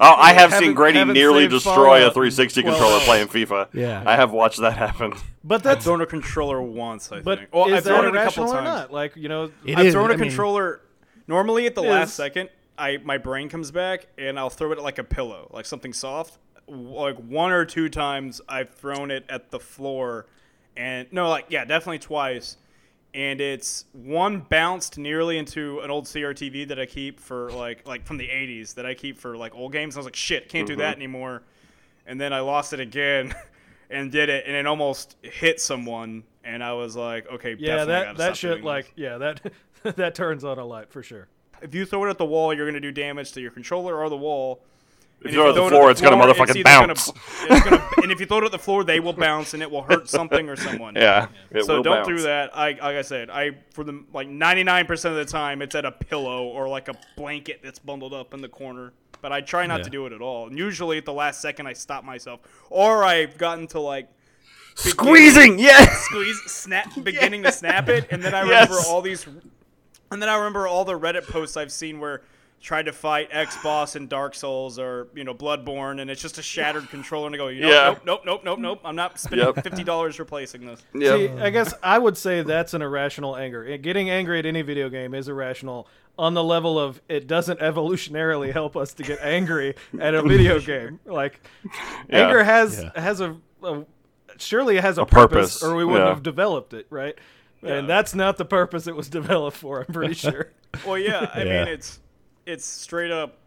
Speaker 2: I have
Speaker 1: Haven't-
Speaker 2: seen Grady
Speaker 1: haven't
Speaker 2: nearly
Speaker 1: saved
Speaker 2: destroy
Speaker 1: Fallout
Speaker 2: a
Speaker 1: in
Speaker 2: 360
Speaker 1: twelve
Speaker 2: controller
Speaker 1: hours.
Speaker 2: playing FIFA.
Speaker 4: Yeah.
Speaker 2: I have watched that happen.
Speaker 1: but that's
Speaker 3: Thrown a controller once, I
Speaker 1: but
Speaker 3: think. Well,
Speaker 1: is
Speaker 3: I've
Speaker 1: that
Speaker 3: thrown it a couple
Speaker 1: irrational or
Speaker 3: times.
Speaker 1: not? Like you know,
Speaker 4: It
Speaker 3: I've
Speaker 4: is,
Speaker 3: thrown a
Speaker 4: I mean,
Speaker 3: controller. normally at the
Speaker 1: is-
Speaker 3: last second, I my brain comes back and I'll throw it at like a pillow, like something soft. Like one or two times, I've thrown it at the floor, and no, like yeah, definitely twice. And it's one bounced nearly into an old CRTV that I keep for like like from the '80s that I keep for like old games. I was like, shit, can't do
Speaker 1: Mm-hmm.
Speaker 3: that anymore. And then I lost it again, and did it, and it almost hit someone. And I was like, okay,
Speaker 1: yeah,
Speaker 3: definitely
Speaker 1: that
Speaker 3: gotta
Speaker 1: that
Speaker 3: stop doing
Speaker 1: shit
Speaker 3: this.
Speaker 1: like yeah that that turns on a light for sure.
Speaker 3: If you throw it at the wall, you're going to do damage to your controller or the wall. And If
Speaker 2: throw it at the floor, it's gonna motherfucking
Speaker 3: either gonna-
Speaker 2: bounce.
Speaker 3: it's gonna- and if you throw it at the floor, they will bounce and it will hurt something or someone.
Speaker 2: Yeah. it
Speaker 3: So
Speaker 2: will
Speaker 3: don't
Speaker 2: bounce.
Speaker 3: do that. I like I said, I for the like 99% of the time, it's at a pillow or like a blanket that's bundled up in the corner. But I try not to do it at all. And usually at the last second, I stop myself, or I've gotten to like
Speaker 2: Squeezing, yes.
Speaker 3: squeeze snap beginning to snap it and then i
Speaker 2: Yes.
Speaker 3: remember all these and then i remember all the reddit posts i've seen where tried to fight x boss in dark souls or you know bloodborne and it's just a shattered controller and i go you know
Speaker 2: Yeah.
Speaker 3: nope nope nope nope nope i'm not spending
Speaker 2: Yep.
Speaker 3: $50 replacing this
Speaker 2: Yep.
Speaker 1: See, I guess I would say that's an irrational anger. It- Getting angry at any video game is irrational on the level of it doesn't evolutionarily help us to get angry at a video game. Like
Speaker 2: Yeah.
Speaker 1: anger has
Speaker 4: Yeah.
Speaker 1: has a, a- surely it has a,
Speaker 2: purpose,
Speaker 1: or we wouldn't
Speaker 2: yeah.
Speaker 1: have developed it, right? And that's not the purpose it was developed for. I'm pretty sure.
Speaker 3: well yeah i
Speaker 4: Yeah.
Speaker 3: mean it's it's straight up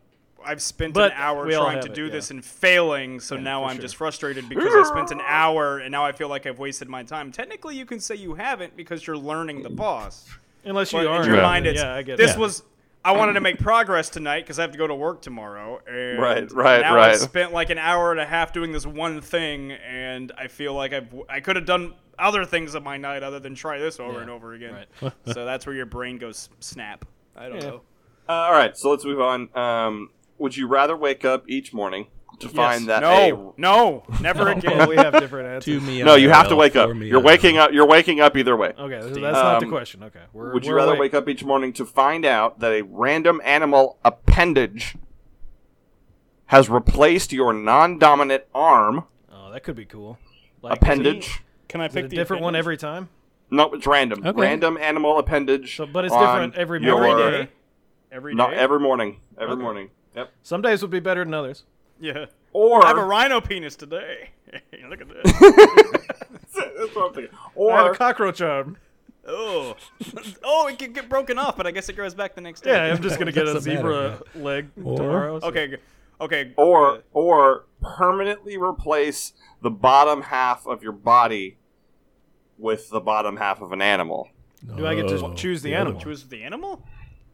Speaker 3: I've spent
Speaker 1: But
Speaker 3: an hour
Speaker 1: we all
Speaker 3: trying
Speaker 1: have
Speaker 3: to
Speaker 1: it,
Speaker 3: do
Speaker 1: yeah.
Speaker 3: this and failing, so now I'm just frustrated because I spent an hour and now I feel like I've wasted my time. Technically, you can say you haven't because you're learning the boss.
Speaker 1: Unless you
Speaker 3: But
Speaker 1: are
Speaker 3: in your
Speaker 2: Yeah.
Speaker 3: mind, it's
Speaker 1: yeah, I get
Speaker 3: this
Speaker 1: that.
Speaker 3: was. I wanted to make progress tonight because I have to go to work tomorrow. And
Speaker 2: Right, right,
Speaker 3: now I
Speaker 2: right.
Speaker 3: spent like an hour and a half doing this one thing, and I feel like I've I could have done other things of my night other than try this over and over again. so that's where your brain goes snap. I don't
Speaker 1: Yeah.
Speaker 3: know.
Speaker 2: Uh, all right, so let's move on. Um, would you rather wake up each morning to find that
Speaker 3: No,
Speaker 2: a
Speaker 3: no, never
Speaker 1: Well,
Speaker 3: again.
Speaker 1: we have different answers.
Speaker 4: To me,
Speaker 2: no, you have to
Speaker 4: IRL,
Speaker 2: wake up.
Speaker 4: for me,
Speaker 2: You're
Speaker 4: IRL.
Speaker 2: waking up. You're waking up either way.
Speaker 1: Okay, so that's not the
Speaker 2: Um,
Speaker 1: question. Okay, we're,
Speaker 2: Would you
Speaker 1: we're
Speaker 2: rather
Speaker 1: awake.
Speaker 2: wake up each morning to find out that a random animal appendage has replaced your non-dominant arm
Speaker 1: Oh, that could be cool. Like,
Speaker 2: appendage?
Speaker 3: Can I
Speaker 1: is it a different one every time.
Speaker 2: No, it's random.
Speaker 4: Okay.
Speaker 2: Random animal appendage.
Speaker 1: So, but it's
Speaker 2: on
Speaker 1: different every
Speaker 2: your-
Speaker 1: morning. Every day?
Speaker 3: every day?
Speaker 2: No, every morning. Every
Speaker 1: Okay.
Speaker 2: morning. Yep.
Speaker 1: Some days would be better than others.
Speaker 3: yeah.
Speaker 2: Or
Speaker 3: I have a rhino penis today. Look at this.
Speaker 2: That's what I'm
Speaker 1: I
Speaker 2: thinking.
Speaker 1: have a
Speaker 2: Or
Speaker 1: cockroach arm.
Speaker 3: oh, oh, it can get broken off, but I guess it grows back the next day.
Speaker 1: Yeah, I'm just gonna get a
Speaker 4: Doesn't matter,
Speaker 1: zebra leg
Speaker 4: Or-
Speaker 1: tomorrow. so-
Speaker 3: Okay, g- okay.
Speaker 2: or or permanently replace the bottom half of your body with the bottom half of an animal.
Speaker 1: do I get to
Speaker 4: No,
Speaker 1: choose the
Speaker 4: other
Speaker 1: animal?
Speaker 4: one.
Speaker 3: Choose the animal.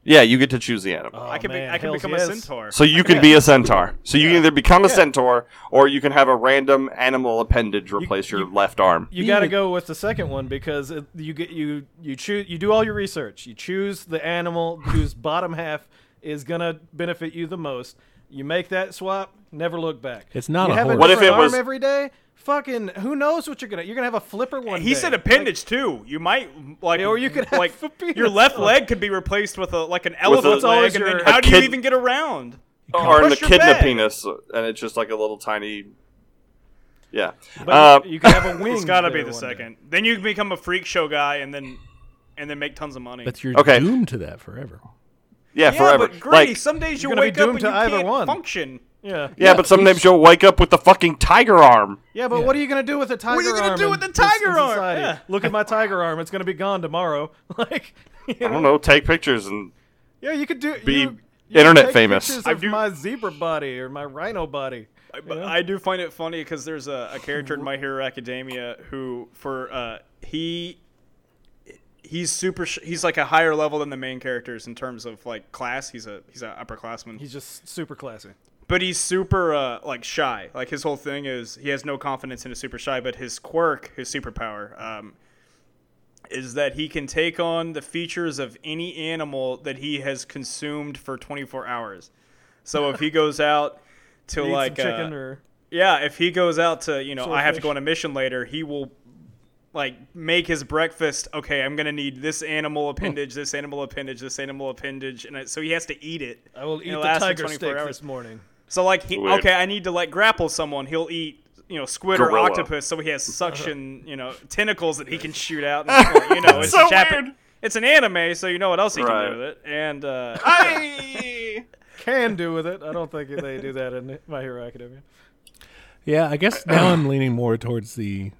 Speaker 2: Yeah, you get to choose the animal.
Speaker 1: Oh,
Speaker 3: I can be,
Speaker 1: man,
Speaker 3: I can
Speaker 1: hells
Speaker 3: become
Speaker 1: yes.
Speaker 3: a centaur.
Speaker 2: So you can be a centaur. So you can either become a centaur or you can have a random animal appendage replace your left arm.
Speaker 1: You got to go with the second one because it, you get you you choose you do all your research. You choose the animal whose bottom half is gonna benefit you the most. You make that swap. Never look back.
Speaker 4: It's not
Speaker 1: you
Speaker 4: a
Speaker 1: have
Speaker 4: horse.
Speaker 1: a
Speaker 4: What
Speaker 2: if
Speaker 1: different
Speaker 2: it was-
Speaker 1: arm every day. Fucking who knows what you're gonna you're gonna have a flipper one.
Speaker 3: he
Speaker 1: day.
Speaker 3: said appendage too. You might like,
Speaker 1: Or you could have
Speaker 3: like
Speaker 1: a penis.
Speaker 3: your left leg could be replaced with a like an
Speaker 2: With a-
Speaker 3: elephant
Speaker 2: It's
Speaker 3: leg,
Speaker 1: always
Speaker 3: and then
Speaker 1: your-
Speaker 3: how
Speaker 2: a
Speaker 3: do you
Speaker 2: kid-
Speaker 3: even get around?
Speaker 2: Or in the
Speaker 3: crush your
Speaker 2: kidney
Speaker 3: bed.
Speaker 2: penis and it's just like a little tiny Yeah.
Speaker 1: But
Speaker 2: Uh,
Speaker 1: you could have a wing.
Speaker 3: It's gotta be
Speaker 1: there
Speaker 3: the
Speaker 1: one day.
Speaker 3: second. Then you become a freak show guy, and then and then make tons of money.
Speaker 4: But you're
Speaker 2: Okay.
Speaker 4: doomed to that forever.
Speaker 2: yeah,
Speaker 3: yeah,
Speaker 2: forever.
Speaker 3: but Grady,
Speaker 2: like
Speaker 3: some days you
Speaker 1: you're gonna be
Speaker 3: wake up
Speaker 1: doomed
Speaker 3: and you
Speaker 1: to either
Speaker 3: can't
Speaker 1: one.
Speaker 3: function.
Speaker 1: Yeah.
Speaker 2: Yeah, but sometimes you'll wake up with the fucking tiger arm.
Speaker 1: Yeah, but what are you going to do with a tiger arm?
Speaker 3: are you gonna do
Speaker 1: in
Speaker 3: with a
Speaker 1: this-
Speaker 3: tiger
Speaker 1: in
Speaker 3: arm?
Speaker 1: society?
Speaker 3: Yeah.
Speaker 1: Look at my tiger arm. It's going to be gone tomorrow. like, you
Speaker 2: I
Speaker 1: know,
Speaker 2: don't know. Take pictures and
Speaker 1: yeah, you could do.
Speaker 2: Be
Speaker 1: you, you
Speaker 2: internet
Speaker 1: take
Speaker 2: famous.
Speaker 1: pictures
Speaker 3: I
Speaker 1: Of
Speaker 3: do-
Speaker 1: my zebra body or my rhino body.
Speaker 3: I- but I do find it funny because there's a, a character in My Hero Academia who, for uh, he, he's super. Sh- he's like a higher level than the main characters in terms of like class. He's a he's an upperclassman,
Speaker 1: He's just super classy.
Speaker 3: but he's super uh, like shy. Like his whole thing is he has no confidence and is super shy. But his quirk, his superpower, um, is that he can take on the features of any animal that he has consumed for 24 hours. So if he goes out to
Speaker 1: Eat
Speaker 3: like
Speaker 1: some
Speaker 3: uh,
Speaker 1: chicken or
Speaker 3: yeah, if he goes out to, you know, I have to
Speaker 1: Swordfish.
Speaker 3: go on a mission later, he will like make his breakfast. Okay, I'm gonna need this animal
Speaker 1: Hmm.
Speaker 3: appendage, this animal appendage, this animal appendage, and it, so he has to eat it.
Speaker 1: I will
Speaker 3: And
Speaker 1: eat
Speaker 3: it
Speaker 1: the
Speaker 3: lasts for
Speaker 1: tiger
Speaker 3: 24
Speaker 1: steak
Speaker 3: hours.
Speaker 1: this morning.
Speaker 3: So like, he,
Speaker 2: Weird.
Speaker 3: okay, I need to like grapple someone. He'll eat, you know, squid
Speaker 2: Gorilla.
Speaker 3: or octopus, so he has suction, you know, tentacles that he can shoot out. And, it's like, you know, it's
Speaker 2: So
Speaker 3: Jap-
Speaker 2: weird.
Speaker 3: It's an anime, so you know what else he
Speaker 2: Right.
Speaker 3: can do with it. And uh,
Speaker 1: Can do with it. I don't think they do that in My Hero Academia.
Speaker 4: Yeah, I guess now I'm leaning more towards the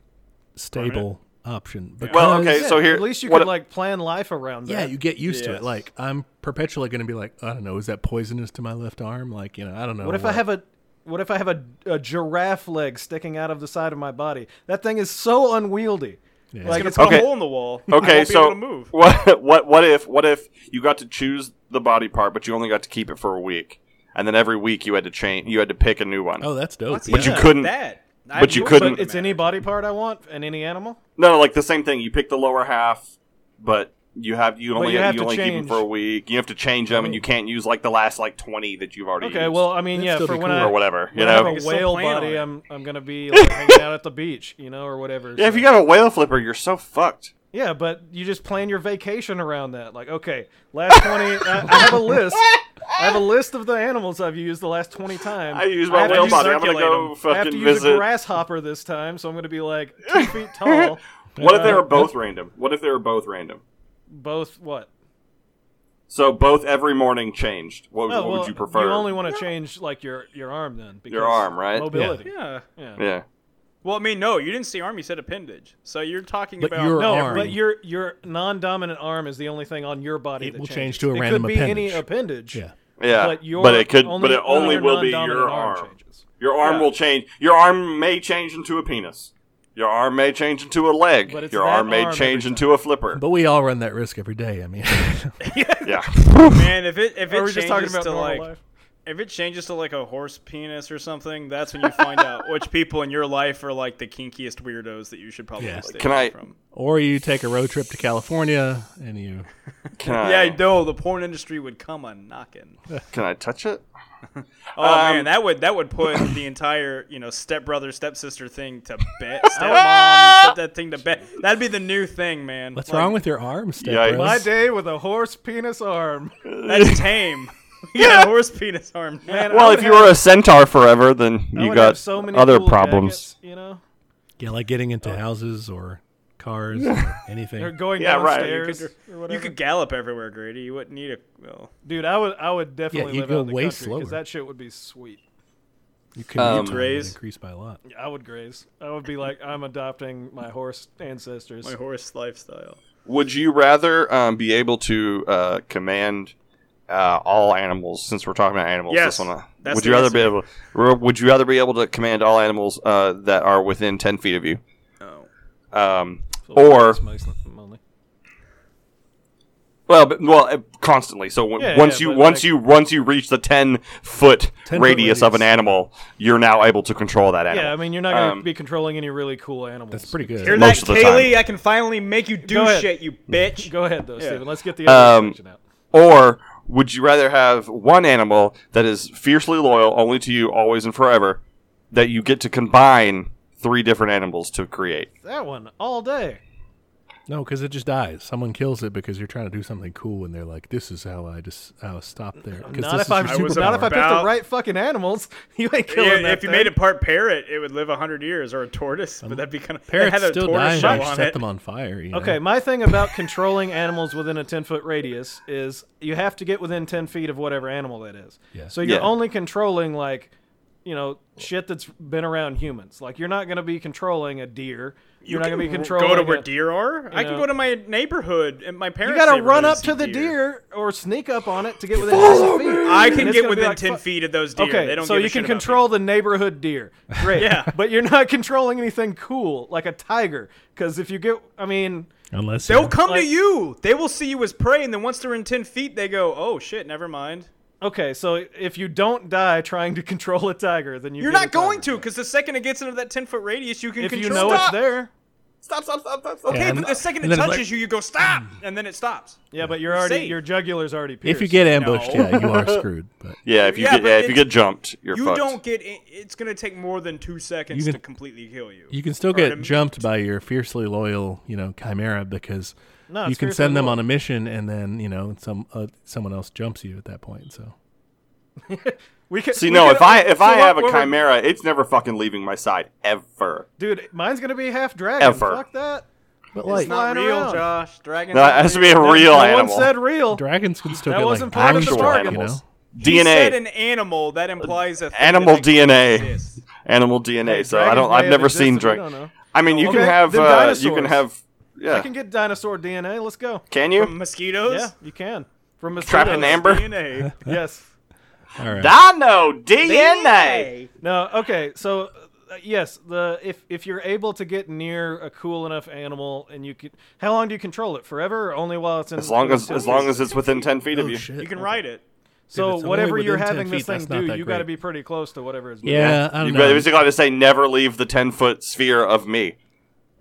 Speaker 4: stable option.
Speaker 2: well,
Speaker 4: because-
Speaker 2: okay. So
Speaker 1: Yeah,
Speaker 2: here,
Speaker 1: at least you
Speaker 2: what
Speaker 1: could
Speaker 2: a-
Speaker 1: like plan life around
Speaker 4: Yeah,
Speaker 1: that.
Speaker 4: you get used to
Speaker 3: Yes.
Speaker 4: it. Like I'm perpetually going to be like, I don't know, is that poisonous to my left arm? Like you know, I don't know.
Speaker 1: What if I have a what if I have a, a giraffe leg sticking out of the side of my body? That thing is so unwieldy. Like
Speaker 3: gonna
Speaker 1: it's
Speaker 3: put
Speaker 2: Okay.
Speaker 3: a hole in the wall. I
Speaker 2: Okay,
Speaker 3: won't be
Speaker 2: so
Speaker 3: able to move.
Speaker 2: what? What? What if? What if you got to choose the body part, but you only got to keep it for a week, and then every week you had to change, you had to pick a new one.
Speaker 4: Oh, that's dope.
Speaker 2: But you
Speaker 4: yeah.
Speaker 3: Yeah,
Speaker 2: couldn't-
Speaker 3: That. I
Speaker 2: but you
Speaker 3: enjoy
Speaker 2: couldn't-
Speaker 3: it,
Speaker 1: it's
Speaker 3: man.
Speaker 1: any body part I want and any animal.
Speaker 2: No, no, like the same thing. You pick the lower half, but you have you only
Speaker 1: you
Speaker 2: you,
Speaker 1: have to
Speaker 2: only keep them
Speaker 1: change. Oh.
Speaker 2: for a week. You have to change them, and you can't use like the last like twenty that you've already.
Speaker 1: Okay,
Speaker 2: used,
Speaker 1: well I mean
Speaker 4: That'd
Speaker 1: yeah,
Speaker 4: still
Speaker 1: for
Speaker 4: be
Speaker 1: when
Speaker 4: cool.
Speaker 1: I
Speaker 2: or whatever, you
Speaker 1: when I have
Speaker 2: know.
Speaker 1: a
Speaker 3: can still
Speaker 1: whale
Speaker 3: plan on
Speaker 1: body,
Speaker 3: it.
Speaker 1: I'm I'm gonna be like, hanging out at the beach, you know, or whatever.
Speaker 2: Yeah, if
Speaker 1: so-
Speaker 2: you got a whale flipper, you're so fucked.
Speaker 1: yeah, but you just plan your vacation around that. Like, okay, last twenty, I, I have a list. I have a list of the animals I've used the last twenty times.
Speaker 2: I use my
Speaker 1: have to
Speaker 2: whale
Speaker 1: use
Speaker 2: body. I'm gonna
Speaker 3: circulate
Speaker 2: go
Speaker 3: 'em.
Speaker 1: I have to
Speaker 2: fucking
Speaker 1: use a
Speaker 2: visit.
Speaker 1: grasshopper this time, so I'm going to be like two feet tall.
Speaker 2: What
Speaker 1: Uh,
Speaker 2: if they were both random? What if they were both random?
Speaker 1: Both what?
Speaker 2: So both every morning changed. What,
Speaker 1: Oh,
Speaker 2: what
Speaker 1: well,
Speaker 2: would you prefer?
Speaker 1: You only want to change like your your arm then. Because
Speaker 2: arm, right?
Speaker 1: Mobility.
Speaker 3: Yeah.
Speaker 1: Yeah.
Speaker 2: yeah.
Speaker 3: Well, I mean, no, you didn't see arm. You said appendage. So you're talking
Speaker 4: But
Speaker 3: about
Speaker 4: your
Speaker 1: No,
Speaker 4: arm.
Speaker 1: but your your non-dominant arm is the only thing on your body.
Speaker 4: It
Speaker 1: that
Speaker 4: will
Speaker 1: changes.
Speaker 4: change to a
Speaker 1: it
Speaker 4: random
Speaker 1: could be any appendage.
Speaker 4: appendage. Yeah.
Speaker 2: Yeah.
Speaker 1: But your
Speaker 2: but it could.
Speaker 1: only,
Speaker 2: but it only
Speaker 1: your
Speaker 2: will be your
Speaker 1: non-dominant
Speaker 2: arm.
Speaker 1: changes.
Speaker 2: Your arm
Speaker 3: Yeah.
Speaker 2: will change. Your arm may change into a penis. Your arm may change into a leg.
Speaker 1: But it's
Speaker 2: your
Speaker 1: that
Speaker 2: arm may
Speaker 1: arm every
Speaker 2: change
Speaker 1: time.
Speaker 2: into a flipper.
Speaker 4: But we all run that risk every day. I mean,
Speaker 2: yeah.
Speaker 3: man. If it if it
Speaker 1: Are we
Speaker 3: changes
Speaker 1: just talking about
Speaker 3: to
Speaker 1: normal
Speaker 3: like
Speaker 1: life?
Speaker 3: if it changes to like a horse penis or something, that's when you find out which people in your life are like the kinkiest weirdos that you should probably
Speaker 4: Yeah.
Speaker 3: stay
Speaker 2: Can
Speaker 3: away
Speaker 2: I-
Speaker 3: from.
Speaker 4: or you take a road trip to California and you.
Speaker 2: Can I?
Speaker 3: Yeah, I know the porn industry would come a knocking. Oh
Speaker 2: Can I touch it? Um,
Speaker 3: man, that would that would put the entire you know stepbrother stepsister thing to bed. Stepmom, put that thing to bed. That'd be the new thing, man.
Speaker 4: What's
Speaker 3: Like,
Speaker 4: wrong with your arm, Steph?
Speaker 2: Yikes.
Speaker 4: bros?
Speaker 1: My day with a horse penis arm.
Speaker 3: That's tame. You got a horse penis arm. Man,
Speaker 2: Well, if you were a centaur forever, then
Speaker 1: I
Speaker 2: you
Speaker 1: would
Speaker 2: got
Speaker 1: have so many
Speaker 2: other
Speaker 1: cool
Speaker 2: problems.
Speaker 1: jackets, you know,
Speaker 4: Yeah, like getting into houses or cars or anything.
Speaker 1: or going
Speaker 2: Yeah, right. You
Speaker 1: downstairs or whatever.
Speaker 3: You could gallop everywhere, Grady. You wouldn't need a well.
Speaker 1: Dude, I would, I would definitely
Speaker 4: you
Speaker 1: live
Speaker 4: go
Speaker 1: out in the
Speaker 4: way
Speaker 1: country
Speaker 4: slower.
Speaker 1: because that shit would be sweet.
Speaker 4: Your commute
Speaker 2: Um,
Speaker 4: time would
Speaker 3: Graze.
Speaker 4: increase by a lot.
Speaker 1: I would graze. I would be like, I'm adopting my horse ancestors.
Speaker 3: My horse lifestyle.
Speaker 2: Would you rather um, be able to uh, command uh, all animals? Since we're talking about animals,
Speaker 3: Yes.
Speaker 2: this one, uh,
Speaker 3: That's
Speaker 2: would
Speaker 3: the
Speaker 2: you rather
Speaker 3: answer.
Speaker 2: be able? r- Would you rather be able to command all animals uh, that are within ten feet of you,
Speaker 3: Oh.
Speaker 2: um, or
Speaker 1: It's mostly- only.
Speaker 2: well, but, well, uh, constantly? So w-
Speaker 1: Yeah,
Speaker 2: once
Speaker 1: yeah,
Speaker 2: you
Speaker 1: but,
Speaker 2: once
Speaker 1: like-
Speaker 2: you once you reach the ten foot
Speaker 4: 10 foot
Speaker 2: radius, of an
Speaker 4: radius.
Speaker 2: animal, you're now able to control that animal.
Speaker 1: Yeah, I mean, you're not going to
Speaker 2: Um,
Speaker 1: be controlling any really cool animals.
Speaker 4: That's pretty
Speaker 3: Hear
Speaker 4: good.
Speaker 2: Most
Speaker 3: that,
Speaker 2: of the
Speaker 3: Kaylee? I can finally make you do
Speaker 1: Go ahead.
Speaker 3: shit, you bitch.
Speaker 1: Go ahead though,
Speaker 3: Yeah.
Speaker 1: Steven. Let's get the other
Speaker 2: Um,
Speaker 1: section out.
Speaker 2: Or would you rather have one animal that is fiercely loyal only to you always and forever that you get to combine three different animals to create?
Speaker 1: That one all day.
Speaker 4: No, because it just dies. Someone kills it because you're trying to do something cool, and they're like, "This is how I just how I stop there." 'cause
Speaker 1: Not
Speaker 4: this
Speaker 1: if, I'm,
Speaker 4: is
Speaker 3: I
Speaker 4: your
Speaker 3: was
Speaker 1: not if I uh,
Speaker 4: superpower.
Speaker 1: pick the
Speaker 3: about-
Speaker 1: right fucking animals. You ain't
Speaker 3: Yeah,
Speaker 1: killing that.
Speaker 3: if you
Speaker 1: thing.
Speaker 3: made it part parrot, it would live hundred years, or a tortoise. But that'd be kind of
Speaker 4: Um, Parrots
Speaker 3: had a
Speaker 4: still die.
Speaker 3: tortoise
Speaker 4: and I
Speaker 3: shell
Speaker 4: just
Speaker 3: on
Speaker 4: set
Speaker 3: it.
Speaker 4: them on fire. you know?
Speaker 1: Okay, my thing about controlling animals within a 10 foot radius is you have to get within 10 feet of whatever animal that is.
Speaker 4: Yeah.
Speaker 1: So you're
Speaker 2: Yeah.
Speaker 1: only controlling like you know shit that's been around humans. Like you're not going to be controlling a deer.
Speaker 3: You
Speaker 1: You're not going to be
Speaker 3: can
Speaker 1: controlling.
Speaker 3: Go to where
Speaker 1: a-
Speaker 3: deer are. I can
Speaker 1: know.
Speaker 3: go to my neighborhood and my
Speaker 1: You
Speaker 3: parents.
Speaker 1: got to
Speaker 3: neighborhood
Speaker 1: run
Speaker 3: and
Speaker 1: up
Speaker 3: see
Speaker 1: to the deer or sneak up on it to get within
Speaker 2: Follow
Speaker 1: 10 feet.
Speaker 3: I
Speaker 1: And
Speaker 3: can
Speaker 1: it's
Speaker 3: get
Speaker 1: gonna be
Speaker 3: within
Speaker 1: like,
Speaker 3: ten
Speaker 1: "Fuck."
Speaker 3: feet of those deer.
Speaker 1: Okay,
Speaker 3: they don't
Speaker 1: so
Speaker 3: give a
Speaker 1: you
Speaker 3: shit
Speaker 1: can
Speaker 3: about me.
Speaker 1: control the neighborhood deer. Great.
Speaker 3: Yeah.
Speaker 1: but you're not controlling anything cool like a tiger because if you get, I mean,
Speaker 4: Unless
Speaker 3: They'll
Speaker 4: you
Speaker 3: come to
Speaker 1: Like-
Speaker 3: you. They will see you as prey, and then once they're in ten feet, they go, "Oh shit, never mind."
Speaker 1: okay, so if you don't die trying to control a tiger, then you
Speaker 3: You're
Speaker 1: get a
Speaker 3: not going
Speaker 1: tiger.
Speaker 3: to, because the second it gets into that ten foot radius, you can
Speaker 1: If you
Speaker 3: control.
Speaker 1: know
Speaker 3: stop.
Speaker 1: it's there,
Speaker 3: Stop! Stop! Stop! Stop! Okay,
Speaker 4: and-
Speaker 3: but the second
Speaker 4: and
Speaker 3: it
Speaker 4: then it's
Speaker 3: touches you, you go stop, and then it stops.
Speaker 1: yeah, but you're already
Speaker 3: safe.
Speaker 1: your jugular's already pierced.
Speaker 4: if you get ambushed,
Speaker 3: No.
Speaker 4: yeah, you are screwed. But
Speaker 2: Yeah, if you
Speaker 3: Yeah,
Speaker 2: get
Speaker 3: but
Speaker 2: yeah, if you
Speaker 3: it's-
Speaker 2: get jumped, you're
Speaker 3: You
Speaker 2: fucked.
Speaker 3: don't get. i- It's gonna take more than two seconds
Speaker 4: You can-
Speaker 3: to completely kill you.
Speaker 4: you can still
Speaker 3: Or
Speaker 4: get
Speaker 3: to-
Speaker 4: jumped by your fiercely loyal, you know, chimera because
Speaker 1: No,
Speaker 4: you
Speaker 1: it's
Speaker 4: can
Speaker 1: fiercely
Speaker 4: send them
Speaker 1: loyal.
Speaker 4: on a mission and then you know some uh, someone else jumps you at that point. So
Speaker 1: we can,
Speaker 2: See,
Speaker 1: we
Speaker 2: no,
Speaker 1: can-
Speaker 2: if I if
Speaker 1: so
Speaker 2: I
Speaker 1: what-
Speaker 2: have a
Speaker 1: what we're-
Speaker 2: chimera, it's never fucking leaving my side ever.
Speaker 1: dude, mine's gonna be half dragon.
Speaker 2: Ever.
Speaker 1: Fuck that.
Speaker 4: But
Speaker 3: It's
Speaker 4: like
Speaker 3: not
Speaker 1: flying
Speaker 3: real,
Speaker 1: around.
Speaker 3: Josh. Dragon.
Speaker 2: No, it has to be a real
Speaker 1: no
Speaker 2: animal.
Speaker 1: one said real.
Speaker 4: dragons can still
Speaker 1: That
Speaker 4: get
Speaker 1: wasn't
Speaker 4: like
Speaker 1: part of the
Speaker 4: actual,
Speaker 1: target.
Speaker 4: you know.
Speaker 3: He said
Speaker 2: DNA,
Speaker 3: an animal that implies a thing
Speaker 2: animal
Speaker 3: that doesn't
Speaker 2: DNA,
Speaker 3: exist.
Speaker 2: animal DNA. So I
Speaker 1: dragons
Speaker 2: don't.
Speaker 1: may
Speaker 2: I've
Speaker 1: have
Speaker 2: never seen
Speaker 1: existed, we
Speaker 2: drink.
Speaker 1: don't know.
Speaker 2: I mean, you can
Speaker 1: Okay,
Speaker 2: have.
Speaker 1: then
Speaker 2: Uh, you can
Speaker 1: dinosaurs.
Speaker 2: have. Yeah.
Speaker 1: I can get dinosaur DNA. Let's go.
Speaker 2: Can you?
Speaker 3: From mosquitoes.
Speaker 1: Yeah, you can. From a
Speaker 2: Trapped in amber?
Speaker 3: DNA.
Speaker 1: Yes.
Speaker 4: All right.
Speaker 2: Dino DNA.
Speaker 1: No, okay. So uh, yes, the if if you're able to get near a cool enough animal and you can how long do you control it? Forever or only while it's in
Speaker 2: As long as as long as it's within ten feet of
Speaker 4: Oh,
Speaker 2: you.
Speaker 4: shit.
Speaker 3: You can ride
Speaker 4: Dude,
Speaker 3: it.
Speaker 1: so
Speaker 4: it's only
Speaker 1: whatever you're
Speaker 4: within 10
Speaker 1: having this
Speaker 4: feet, that's
Speaker 1: thing
Speaker 4: not
Speaker 1: do,
Speaker 4: that
Speaker 1: you got to be
Speaker 4: great.
Speaker 1: pretty close to whatever is
Speaker 4: Yeah, I don't
Speaker 2: You
Speaker 4: know.
Speaker 2: basically got to say never leave the ten foot sphere of me,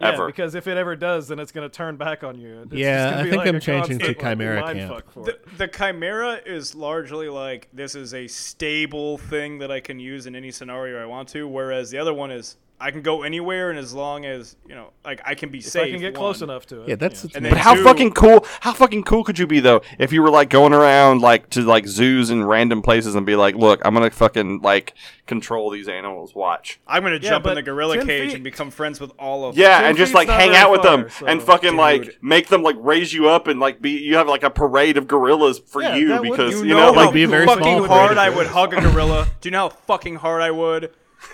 Speaker 1: Yeah,
Speaker 2: ever.
Speaker 1: because if it ever does, then it's going to turn back on you. It's
Speaker 4: Yeah,
Speaker 1: just gonna
Speaker 4: I
Speaker 1: be
Speaker 4: think
Speaker 1: like
Speaker 4: I'm
Speaker 1: a
Speaker 4: changing to
Speaker 1: constant, like,
Speaker 4: Chimera
Speaker 1: mindfuck
Speaker 4: Camp.
Speaker 1: for
Speaker 3: The,
Speaker 1: it.
Speaker 3: the chimera is largely like this is a stable thing that I can use in any scenario I want to, whereas the other one is I can go anywhere and as long as you know, like I can be
Speaker 1: If
Speaker 3: safe.
Speaker 1: I can get
Speaker 3: one.
Speaker 1: close enough to it.
Speaker 4: yeah, that's
Speaker 3: And
Speaker 2: But
Speaker 3: then
Speaker 2: how
Speaker 3: two-
Speaker 2: fucking cool? How fucking cool could you be though if you were like going around like to like zoos and random places and be like, look, I'm gonna fucking like control these animals. Watch.
Speaker 3: I'm gonna jump in
Speaker 1: but
Speaker 3: the gorilla
Speaker 1: 10
Speaker 3: cage
Speaker 1: feet-
Speaker 3: and become friends with all of them.
Speaker 2: Yeah,
Speaker 1: Ten
Speaker 2: and just
Speaker 1: feet's
Speaker 2: like
Speaker 1: not
Speaker 2: hang
Speaker 1: very
Speaker 2: out with
Speaker 1: far,
Speaker 2: them
Speaker 1: so-
Speaker 2: and fucking like make them like raise you up and like be you have like a parade of gorillas for
Speaker 1: Yeah,
Speaker 2: you
Speaker 1: that would-
Speaker 2: because
Speaker 1: you
Speaker 2: you,
Speaker 1: know
Speaker 2: know,
Speaker 4: how
Speaker 2: like
Speaker 4: be a very small
Speaker 3: fucking hard
Speaker 4: bird.
Speaker 3: I would hug a gorilla. Do you know how fucking hard I would?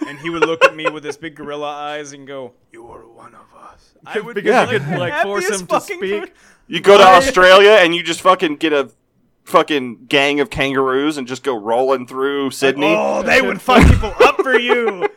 Speaker 3: And he would look at me with his big gorilla eyes and go, "You are one of us." I would
Speaker 1: Because
Speaker 2: you
Speaker 1: could, like,
Speaker 3: happy
Speaker 1: force
Speaker 3: as
Speaker 1: him to
Speaker 3: fucking
Speaker 1: speak.
Speaker 3: per-
Speaker 2: you go to Australia and you just fucking get a fucking gang of kangaroos and just go rolling through Sydney.
Speaker 3: Oh, they would fuck people up for you.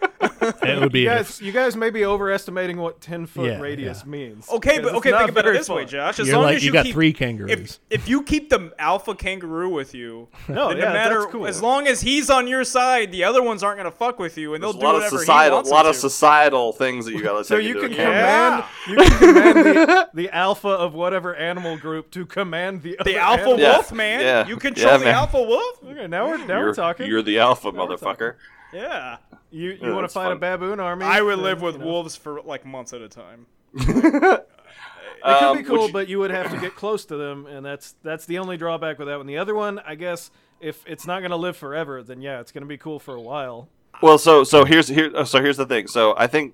Speaker 4: it would be
Speaker 1: You guys, you guys may be overestimating what 10 foot
Speaker 4: Yeah,
Speaker 1: radius
Speaker 4: yeah.
Speaker 1: means.
Speaker 3: Okay,
Speaker 1: because
Speaker 3: but
Speaker 1: it's
Speaker 3: okay,
Speaker 1: not
Speaker 3: think about it
Speaker 1: very
Speaker 3: this way,
Speaker 1: far.
Speaker 3: Josh. As
Speaker 4: you're
Speaker 3: long
Speaker 4: like
Speaker 3: as
Speaker 4: you,
Speaker 3: you
Speaker 4: got
Speaker 3: keep,
Speaker 4: three
Speaker 3: If,
Speaker 4: kangaroos.
Speaker 3: if you keep the alpha kangaroo with you,
Speaker 1: No,
Speaker 3: then
Speaker 1: yeah,
Speaker 3: no matter
Speaker 1: that's cool.
Speaker 3: as long as he's on your side, the other ones aren't gonna fuck with you, and they'll
Speaker 2: There's a
Speaker 3: do
Speaker 2: lot of
Speaker 3: whatever
Speaker 2: societal,
Speaker 3: he wants
Speaker 2: a lot
Speaker 3: them
Speaker 2: of
Speaker 3: to.
Speaker 2: societal things that you gotta take
Speaker 1: So you
Speaker 2: into
Speaker 1: can
Speaker 2: account.
Speaker 1: command, you can command the, the alpha of whatever animal group to command the other
Speaker 3: the alpha
Speaker 1: animal.
Speaker 2: Yeah.
Speaker 3: wolf, man.
Speaker 2: Yeah.
Speaker 3: You control
Speaker 2: Yeah,
Speaker 3: the
Speaker 2: man.
Speaker 3: alpha wolf.
Speaker 1: Okay, now we're now
Speaker 2: You're,
Speaker 1: we're talking.
Speaker 2: you're
Speaker 1: you
Speaker 2: the alpha, motherfucker.
Speaker 3: Yeah,
Speaker 1: you
Speaker 2: Yeah,
Speaker 1: want to
Speaker 2: that's
Speaker 1: fight a
Speaker 2: fun.
Speaker 1: baboon army?
Speaker 3: I would
Speaker 1: then,
Speaker 3: live with
Speaker 1: you know.
Speaker 3: wolves for like months at a time.
Speaker 1: It could
Speaker 2: Um,
Speaker 1: be
Speaker 2: would
Speaker 1: cool,
Speaker 2: you-
Speaker 1: but you would have to get close to them, and that's that's the only drawback with that one. The other one, I guess, if it's not going to live forever, then yeah, it's going to be cool for a while.
Speaker 2: Well, so so here's here uh, so here's the thing. So I think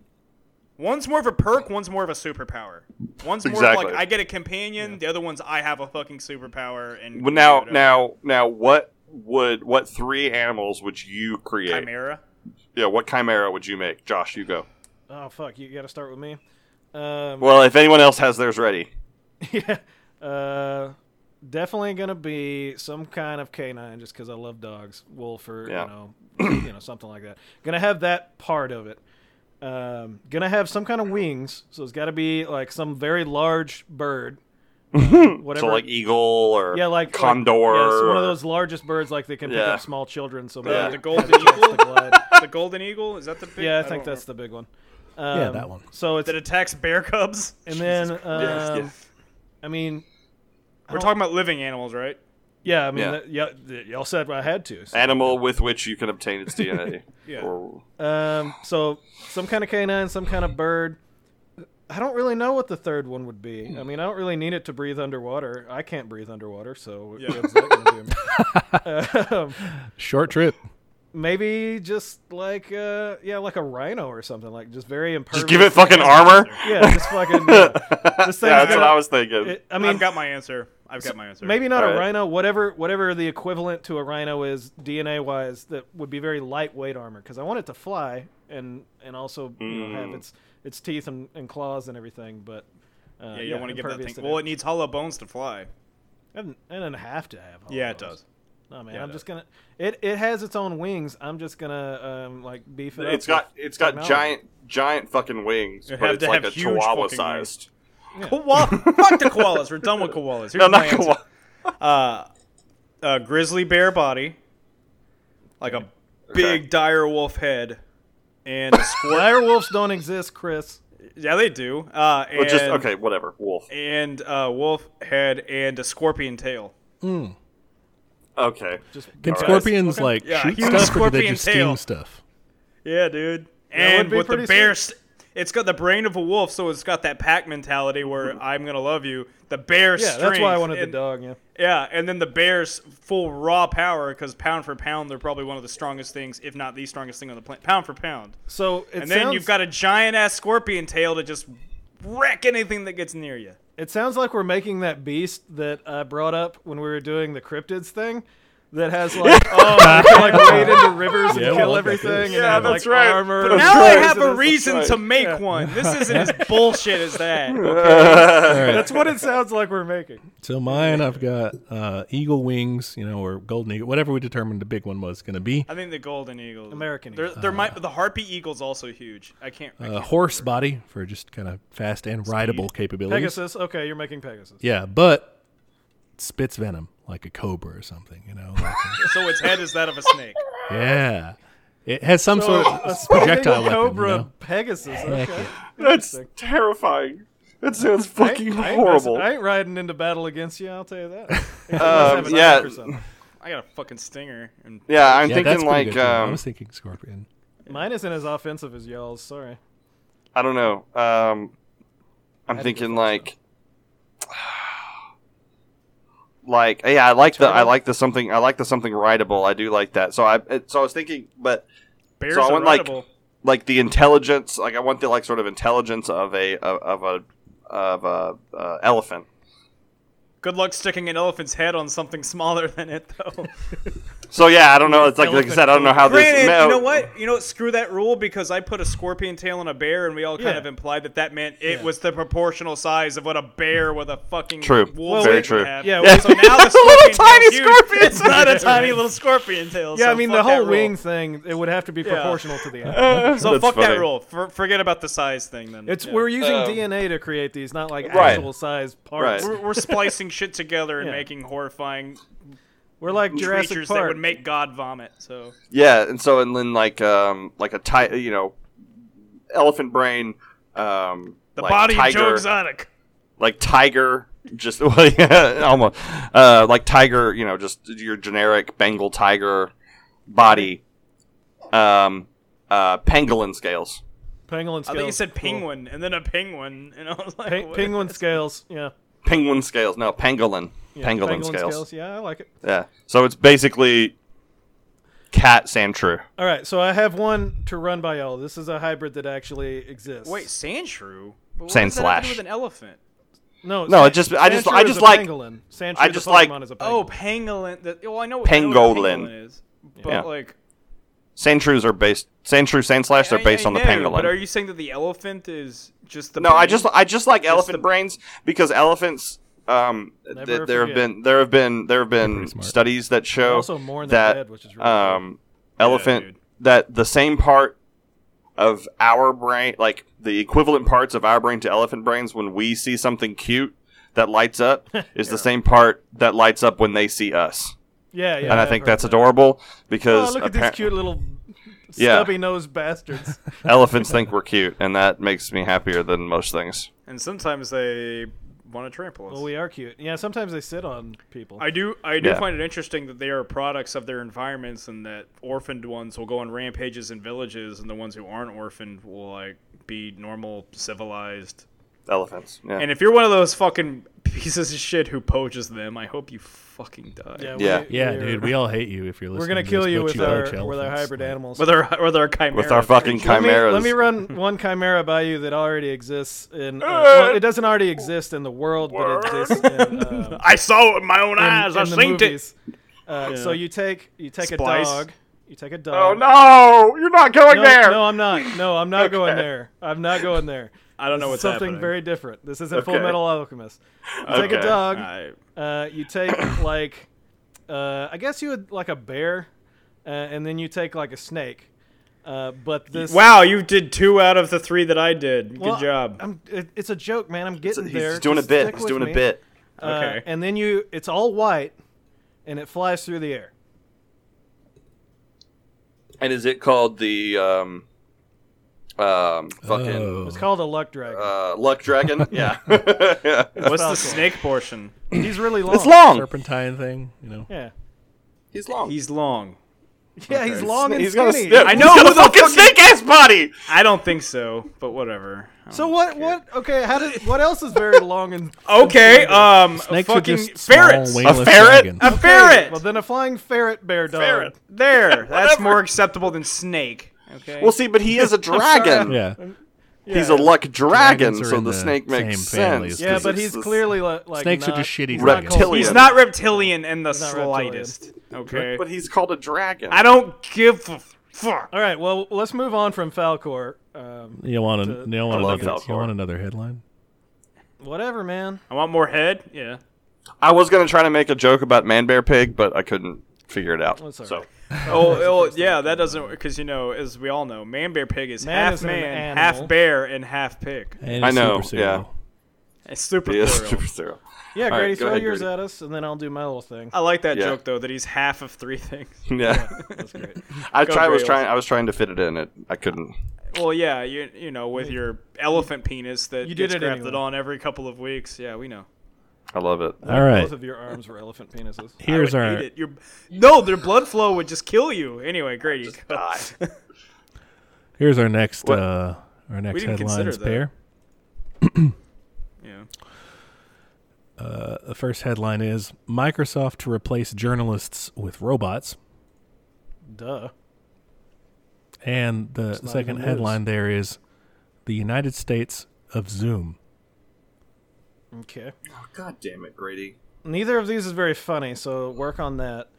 Speaker 3: One's more of a perk, one's more of a superpower. One's more of
Speaker 2: Exactly.
Speaker 3: like I get a companion, the other one's I have a fucking superpower and
Speaker 2: well, now
Speaker 3: whatever.
Speaker 2: now now what would what three animals would you create?
Speaker 3: chimera.
Speaker 2: Yeah, what chimera would you make, Josh? You go.
Speaker 1: Oh fuck, you got to start with me. Um,
Speaker 2: Well, if anyone else has theirs ready,
Speaker 1: yeah, uh, definitely going to be some kind of canine, just because I love dogs, wolf or
Speaker 2: Yeah.
Speaker 1: you know, you know something like that. Going to have that part of it. Um, gonna have some kind of wings, so it's got to be like some very large bird, um, whatever
Speaker 2: so like eagle or
Speaker 1: Yeah, like
Speaker 2: condor.
Speaker 1: Like, yes, one
Speaker 2: or-
Speaker 1: of those largest birds, like they can pick
Speaker 2: Yeah.
Speaker 1: up small children. So maybe
Speaker 2: Yeah.
Speaker 3: The
Speaker 1: the
Speaker 3: golden eagle.
Speaker 1: glide.
Speaker 3: the golden eagle is that the big
Speaker 1: Yeah, I
Speaker 3: don't
Speaker 1: think that's
Speaker 3: remember.
Speaker 1: the big one.
Speaker 4: Yeah,
Speaker 1: Um,
Speaker 4: that one.
Speaker 1: So it's
Speaker 3: that attacks bear cubs.
Speaker 1: and then um,
Speaker 2: yeah.
Speaker 1: I mean,
Speaker 3: We're talking about living animals, right?
Speaker 1: yeah, I mean,
Speaker 2: Yeah.
Speaker 1: that- yeah, th- y'all said I had to. So,
Speaker 2: animal with which you can obtain its DNA.
Speaker 3: Yeah.
Speaker 2: Or,
Speaker 1: um, so some kind of canine, some kind of bird. I don't really know what the third one would be. I mean, I don't really need it to breathe underwater. I can't breathe underwater, so what
Speaker 3: Yeah.
Speaker 1: good's that gonna do me? um,
Speaker 4: Short trip.
Speaker 1: maybe just like uh yeah, like a rhino or something, like just very impervious.
Speaker 2: Just give it fucking armor.
Speaker 1: Yeah, just fucking. Yeah. This thing's
Speaker 2: Yeah, that's
Speaker 1: got-
Speaker 2: what I was thinking.
Speaker 1: it- uh, I
Speaker 3: I
Speaker 1: mean,
Speaker 3: have got my answer. I've got my answer.
Speaker 1: maybe not a
Speaker 2: Alright.
Speaker 1: rhino. Whatever, whatever the equivalent to a rhino is DNA wise, that would be very lightweight armor because I want it to fly and and also you
Speaker 3: Mm.
Speaker 1: know, have its its teeth and, and claws and everything. But uh,
Speaker 3: Yeah, you don't want to give that
Speaker 1: impervious
Speaker 3: thing.
Speaker 1: to
Speaker 3: Well, it
Speaker 1: damage.
Speaker 3: needs hollow bones to fly.
Speaker 1: it, doesn't- it doesn't have to have. all
Speaker 3: Yeah, it
Speaker 1: those.
Speaker 3: does.
Speaker 1: No man,
Speaker 3: Yeah, it
Speaker 1: I'm
Speaker 3: does.
Speaker 1: just gonna. It it has its own wings. I'm just gonna um like beef it. up
Speaker 2: It's got it's got
Speaker 1: technology.
Speaker 2: giant giant fucking wings,
Speaker 3: It'd
Speaker 2: but
Speaker 3: have
Speaker 2: it's
Speaker 3: to
Speaker 2: like
Speaker 3: have
Speaker 2: a
Speaker 3: huge fucking
Speaker 2: chihuahua
Speaker 3: wings.
Speaker 2: sized.
Speaker 3: Koala. Fuck the koalas. We're done with koalas. Here's
Speaker 2: No,
Speaker 3: my
Speaker 2: not
Speaker 3: answer.
Speaker 2: koala.
Speaker 3: Uh, a grizzly bear body, like a big dire wolf head, and a squirt.
Speaker 1: Direwolves don't exist, Chris.
Speaker 3: yeah, they do. Uh, and,
Speaker 2: Well, just okay, whatever. Wolf.
Speaker 3: And uh, wolf head and a scorpion tail.
Speaker 2: Okay.
Speaker 1: Just
Speaker 4: Can
Speaker 2: Alright.
Speaker 4: scorpions like
Speaker 3: Yeah,
Speaker 4: shoot
Speaker 3: huge
Speaker 4: stuff or do they
Speaker 3: scorpion
Speaker 4: just
Speaker 3: tail.
Speaker 4: sting stuff?
Speaker 3: Yeah, dude.
Speaker 1: it would
Speaker 3: And
Speaker 1: be
Speaker 3: with the
Speaker 1: pretty
Speaker 3: bear, st- it's got the brain of a wolf, so it's got that pack mentality where I'm gonna love you. The bear
Speaker 1: yeah,
Speaker 3: strength.
Speaker 1: that's why I wanted
Speaker 3: and-
Speaker 1: the dog. Yeah.
Speaker 3: Yeah, and then the bear's full raw power because pound for pound, they're probably one of the strongest things, if not the strongest thing on the planet. Pound for pound.
Speaker 1: So it
Speaker 3: and
Speaker 1: sounds,
Speaker 3: then you've got a giant ass scorpion tail to just wreck anything that gets near you.
Speaker 1: It sounds like we're making that beast that I brought up when we were doing the cryptids thing. That has like oh it can, like wade into rivers and
Speaker 4: Yeah, well,
Speaker 1: kill
Speaker 4: like that
Speaker 1: everything.
Speaker 4: beast.
Speaker 1: And
Speaker 2: Yeah,
Speaker 1: have,
Speaker 2: that's
Speaker 1: like,
Speaker 2: right.
Speaker 1: Armor.
Speaker 2: But
Speaker 1: and
Speaker 3: now I
Speaker 1: toys
Speaker 3: have
Speaker 1: and
Speaker 3: a
Speaker 1: it's-
Speaker 3: reason
Speaker 2: right.
Speaker 3: to make one. This isn't as bullshit as that.
Speaker 1: That's what it sounds like we're making.
Speaker 4: So mine, I've got uh, eagle wings, you know, or golden eagle, whatever we determined the big one was going to be.
Speaker 3: I think the golden eagle,
Speaker 1: American
Speaker 3: There,
Speaker 1: eagle. Uh.
Speaker 3: there might the harpy eagle's also huge. I can't. I
Speaker 4: A
Speaker 3: can't-
Speaker 4: horse body for just kind of fast and rideable capabilities.
Speaker 1: Pegasus. Okay, you're making Pegasus.
Speaker 4: Yeah, but spits venom like a cobra or something, you know. like-
Speaker 3: so its head is that of a snake.
Speaker 4: yeah. It has some sort
Speaker 1: Oh, a
Speaker 4: of
Speaker 1: spinning
Speaker 4: projectile weapon.
Speaker 1: cobra
Speaker 4: you know?
Speaker 1: Pegasus. Okay.
Speaker 2: That's terrifying. That sounds fucking
Speaker 1: I ain't,
Speaker 2: horrible.
Speaker 1: I ain't riding into battle against you. I'll tell you that. Unless I
Speaker 2: Um,
Speaker 1: have an
Speaker 2: yeah.
Speaker 1: arc or something.
Speaker 3: I got a fucking stinger. And
Speaker 2: yeah, I'm
Speaker 4: Yeah, that's
Speaker 2: thinking
Speaker 4: pretty
Speaker 2: like
Speaker 4: good, too. I
Speaker 2: um,
Speaker 4: was thinking scorpion.
Speaker 1: Mine isn't as offensive as y'all's. Sorry.
Speaker 2: I don't know. Um, I'm thinking like like yeah, I like the I
Speaker 1: Turtle?
Speaker 2: like the something I like the something rideable. I do like that. So I it- so I was thinking, but
Speaker 3: bears
Speaker 2: so I
Speaker 3: are
Speaker 2: want like
Speaker 3: rideable.
Speaker 2: like the intelligence. Like I want the like sort of intelligence of a of, of a of a uh, elephant.
Speaker 3: Good luck sticking an elephant's head on something smaller than it, though.
Speaker 2: So yeah, I don't know. It's like like I said, I don't know how this.
Speaker 3: Granted,
Speaker 2: no,
Speaker 3: you know what? You know, what? screw that rule because I put a scorpion tail on a bear, and we all kind
Speaker 1: Yeah.
Speaker 3: of implied that that meant it was the proportional size of what a bear with a fucking
Speaker 2: True.
Speaker 3: Wolf
Speaker 2: Very
Speaker 3: would
Speaker 2: true.
Speaker 3: Have.
Speaker 1: Yeah,
Speaker 3: So now the
Speaker 2: Little
Speaker 3: scorpion
Speaker 2: tiny
Speaker 3: tail's huge.
Speaker 2: scorpion
Speaker 3: It's not a tiny little scorpion tail.
Speaker 1: Yeah,
Speaker 3: so
Speaker 1: I mean the
Speaker 3: fuck that
Speaker 1: whole
Speaker 3: rule.
Speaker 1: wing thing. It would have to be proportional to the animal.
Speaker 3: So
Speaker 2: That's
Speaker 3: fuck
Speaker 2: funny.
Speaker 3: that rule. For, forget about the size thing then.
Speaker 1: It's
Speaker 3: Yeah.
Speaker 1: we're using DNA to create these, not like
Speaker 2: Right.
Speaker 1: actual size parts.
Speaker 2: Right.
Speaker 3: we're, we're splicing shit together and
Speaker 1: Yeah.
Speaker 3: making horrifying
Speaker 1: We're like Jurassic
Speaker 3: creatures that
Speaker 1: Park.
Speaker 3: would make God vomit. So
Speaker 2: Yeah, and so and then like um like a ti- you know elephant brain um
Speaker 3: the
Speaker 2: like
Speaker 3: body of Joe
Speaker 2: tiger
Speaker 3: Exotic.
Speaker 2: like tiger just well, yeah, almost uh like tiger you know just your generic Bengal tiger body um uh pangolin scales
Speaker 1: Penguin
Speaker 3: I
Speaker 1: scales.
Speaker 3: think you said
Speaker 1: cool.
Speaker 3: penguin and then a penguin, and I was like,
Speaker 1: Pe-
Speaker 3: what?
Speaker 1: penguin scales. Yeah.
Speaker 2: penguin scales no pangolin
Speaker 1: yeah.
Speaker 2: pangolin, scales.
Speaker 1: Yeah, I like it.
Speaker 2: yeah so it's basically cat sandshrew
Speaker 1: All right, so I have one to run by y'all. This is a hybrid that actually exists.
Speaker 3: Wait, sand shrew? But what
Speaker 2: Sand
Speaker 3: does that have to do
Speaker 2: slash.
Speaker 3: With an elephant.
Speaker 1: no,
Speaker 2: No,
Speaker 1: San-
Speaker 2: it just- I just-
Speaker 1: Sandshrew
Speaker 2: I
Speaker 1: is
Speaker 2: just
Speaker 1: a
Speaker 2: like-
Speaker 1: pangolin. Sandshrew
Speaker 2: I
Speaker 1: the
Speaker 2: just like-
Speaker 1: Pokemon is a
Speaker 3: Oh,
Speaker 1: pangolin.
Speaker 3: pangolin. The, well, I know what I know what a
Speaker 2: Pangolin.
Speaker 3: pangolin is, but
Speaker 2: Yeah.
Speaker 3: like
Speaker 2: sandshrews are based sandshrew sandslash they're
Speaker 3: I-
Speaker 2: based
Speaker 3: I
Speaker 2: on the
Speaker 3: know,
Speaker 2: pangolin
Speaker 3: But are you saying that the elephant is just the?
Speaker 2: No, I
Speaker 3: brain?
Speaker 2: just I just like elephant
Speaker 3: the-
Speaker 2: brains because elephants. Um, th-
Speaker 1: Never
Speaker 2: there have
Speaker 1: forget.
Speaker 2: been there have been there have been
Speaker 4: smart.
Speaker 2: studies that show
Speaker 1: also mourn their
Speaker 2: that
Speaker 1: dead, which is really
Speaker 2: um, elephant
Speaker 3: dude.
Speaker 2: that the same part of our brain, like the equivalent parts of our brain to elephant brains, when we see something cute that lights up, is the same part that lights up when they see us,
Speaker 1: yeah, yeah.
Speaker 2: and I
Speaker 1: I've
Speaker 2: think
Speaker 1: heard
Speaker 2: that's
Speaker 1: that.
Speaker 2: adorable
Speaker 1: Oh,
Speaker 2: because
Speaker 1: look at these
Speaker 2: appar-
Speaker 1: cute little
Speaker 2: Yeah.
Speaker 1: stubby-nosed bastards.
Speaker 2: elephants think we're cute, and that makes me happier than most things.
Speaker 3: And sometimes they want to trample us.
Speaker 1: well, we are cute. Yeah, sometimes they sit on people.
Speaker 3: I do. I do
Speaker 2: Yeah.
Speaker 3: find it interesting that they are products of their environments, and that orphaned ones will go on rampages in villages, and the ones who aren't orphaned will like be normal, civilized
Speaker 2: elephants. Yeah.
Speaker 3: And if you're one of those fucking pieces of shit who poaches them, I hope you fucking die.
Speaker 2: Yeah.
Speaker 4: Yeah,
Speaker 1: we're-
Speaker 4: dude, we all hate you if you're listening.
Speaker 1: We're gonna
Speaker 4: to
Speaker 1: kill
Speaker 4: this,
Speaker 1: you
Speaker 4: but
Speaker 1: with
Speaker 4: poach
Speaker 1: our
Speaker 4: elephants.
Speaker 1: with our hybrid animals.
Speaker 3: With our with our chimera.
Speaker 2: With our fucking
Speaker 1: Let me,
Speaker 2: chimeras.
Speaker 1: let me run one chimera by you that already exists in. Uh, well, it doesn't already exist in the world, but it exists in, um,
Speaker 3: I saw it with my own
Speaker 1: in,
Speaker 3: eyes. Ah, I
Speaker 1: in the
Speaker 3: seen it.
Speaker 1: movies. Uh, So you take you take
Speaker 3: Splice.
Speaker 1: a dog. You take a dog.
Speaker 2: Oh no! You're not going
Speaker 1: No,
Speaker 2: there.
Speaker 1: no, I'm not. No, I'm not going there. I'm not going there.
Speaker 3: I don't know what's
Speaker 1: Something
Speaker 3: happening.
Speaker 1: very different. This isn't Full
Speaker 2: Okay.
Speaker 1: Metal Alchemist. You take a
Speaker 2: Okay.
Speaker 1: dog.
Speaker 3: I-
Speaker 1: Uh, you take like, uh, I guess you would like a bear, uh, and then you take like a snake. Uh, but this
Speaker 3: wow, you did two out of the three that I did.
Speaker 1: Well,
Speaker 3: Good job.
Speaker 1: I'm, it, it's a joke, man. I'm getting
Speaker 2: He's
Speaker 1: there.
Speaker 2: doing a
Speaker 1: Just
Speaker 2: bit.
Speaker 1: stick
Speaker 2: He's
Speaker 1: with
Speaker 2: doing
Speaker 1: me.
Speaker 2: a bit.
Speaker 1: Uh,
Speaker 3: Okay.
Speaker 1: And then you, it's all white, and it flies through the air.
Speaker 2: And is it called the um, um, fucking
Speaker 1: It's called a luck dragon.
Speaker 2: uh, luck dragon? yeah. yeah.
Speaker 3: What's
Speaker 1: Falcor.
Speaker 3: the snake portion?
Speaker 1: He's really long.
Speaker 2: It's long.
Speaker 4: serpentine thing, you know.
Speaker 1: Yeah.
Speaker 2: He's long.
Speaker 3: He's long.
Speaker 1: Yeah, he's long and
Speaker 2: He's got a
Speaker 1: skinny.
Speaker 2: snake.
Speaker 3: I
Speaker 2: He's
Speaker 3: know,
Speaker 2: got a
Speaker 3: with a
Speaker 2: fucking
Speaker 3: fucking-
Speaker 2: snake ass body.
Speaker 3: I don't think so, but whatever. I
Speaker 1: So
Speaker 3: don't
Speaker 1: what? What? Okay. How did? What else is very long and?
Speaker 3: Okay, um,
Speaker 4: Snakes are
Speaker 3: fucking
Speaker 4: just
Speaker 3: ferrets.
Speaker 4: small, wingless
Speaker 2: A ferret?
Speaker 4: dragons.
Speaker 3: A ferret.
Speaker 1: Well, then uh, a flying ferret bear dog.
Speaker 2: Ferret.
Speaker 3: there, that's
Speaker 2: Whatever.
Speaker 3: more acceptable than snake. Okay.
Speaker 2: Well, see, but he is a dragon.
Speaker 4: yeah,
Speaker 2: He's a luck dragon,
Speaker 4: Dragons are
Speaker 2: so
Speaker 4: in
Speaker 2: the
Speaker 4: the
Speaker 2: snake makes
Speaker 4: same family
Speaker 2: sense.
Speaker 4: as
Speaker 1: Yeah,
Speaker 2: 'cause
Speaker 1: but
Speaker 2: it's
Speaker 1: he's
Speaker 2: this-
Speaker 1: clearly li- like
Speaker 4: Snakes are
Speaker 1: not-
Speaker 4: just shitty
Speaker 1: he's not called-
Speaker 2: reptilian.
Speaker 3: he's not reptilian in the
Speaker 1: not
Speaker 3: slightest. Okay.
Speaker 2: But he's called a dragon.
Speaker 3: I don't give a fuck.
Speaker 1: All right. Well, let's move on from Falcor. Um,
Speaker 4: you want, an, you, want
Speaker 2: love
Speaker 4: another,
Speaker 2: Falcor.
Speaker 4: you want another headline?
Speaker 1: whatever, man.
Speaker 3: I want more head. Yeah.
Speaker 2: I was gonna try to make a joke about man bear pig, but I couldn't figure it out.
Speaker 1: That's all
Speaker 2: So
Speaker 1: right.
Speaker 3: Oh, oh, yeah, that doesn't because you know, as we all know, man bear pig is
Speaker 1: Man
Speaker 3: half
Speaker 1: is an
Speaker 3: man,
Speaker 1: animal.
Speaker 3: half bear, and half pig.
Speaker 4: And
Speaker 2: I
Speaker 4: it's
Speaker 2: know,
Speaker 4: super serial.
Speaker 3: It's super
Speaker 2: he is
Speaker 3: plural.
Speaker 2: super serial.
Speaker 1: Yeah,
Speaker 2: right,
Speaker 1: Grady,
Speaker 2: go
Speaker 1: throw
Speaker 2: ahead,
Speaker 1: yours
Speaker 2: Grady.
Speaker 1: at us, and then I'll do my little thing.
Speaker 3: I like that
Speaker 2: Yeah.
Speaker 3: joke though that he's half of three things.
Speaker 2: Yeah,
Speaker 1: That's great.
Speaker 2: I tried. I was
Speaker 3: Grails.
Speaker 2: trying. I was trying to fit it in. It. I couldn't.
Speaker 3: Well, yeah, you you know, with your elephant penis that
Speaker 1: You did
Speaker 3: gets
Speaker 1: it
Speaker 3: grafted
Speaker 1: anyway.
Speaker 3: on every couple of weeks. Yeah, we know.
Speaker 2: I love it.
Speaker 4: All right,
Speaker 1: Both of your arms were elephant penises.
Speaker 4: here's
Speaker 3: I would
Speaker 4: our
Speaker 3: hate it. Your, no, their blood flow would just kill you. Anyway, Grady,
Speaker 4: here's our next uh, our next
Speaker 3: didn't
Speaker 4: headline
Speaker 3: consider
Speaker 4: is pair.
Speaker 3: that. yeah.
Speaker 4: The first headline is Microsoft to replace journalists with robots,
Speaker 1: Duh.
Speaker 4: and the
Speaker 1: not
Speaker 4: second
Speaker 1: even news.
Speaker 4: headline there is the United States of Zoom.
Speaker 1: Okay.
Speaker 2: oh, God damn it, Grady.
Speaker 1: Neither of these is very funny, so work on that.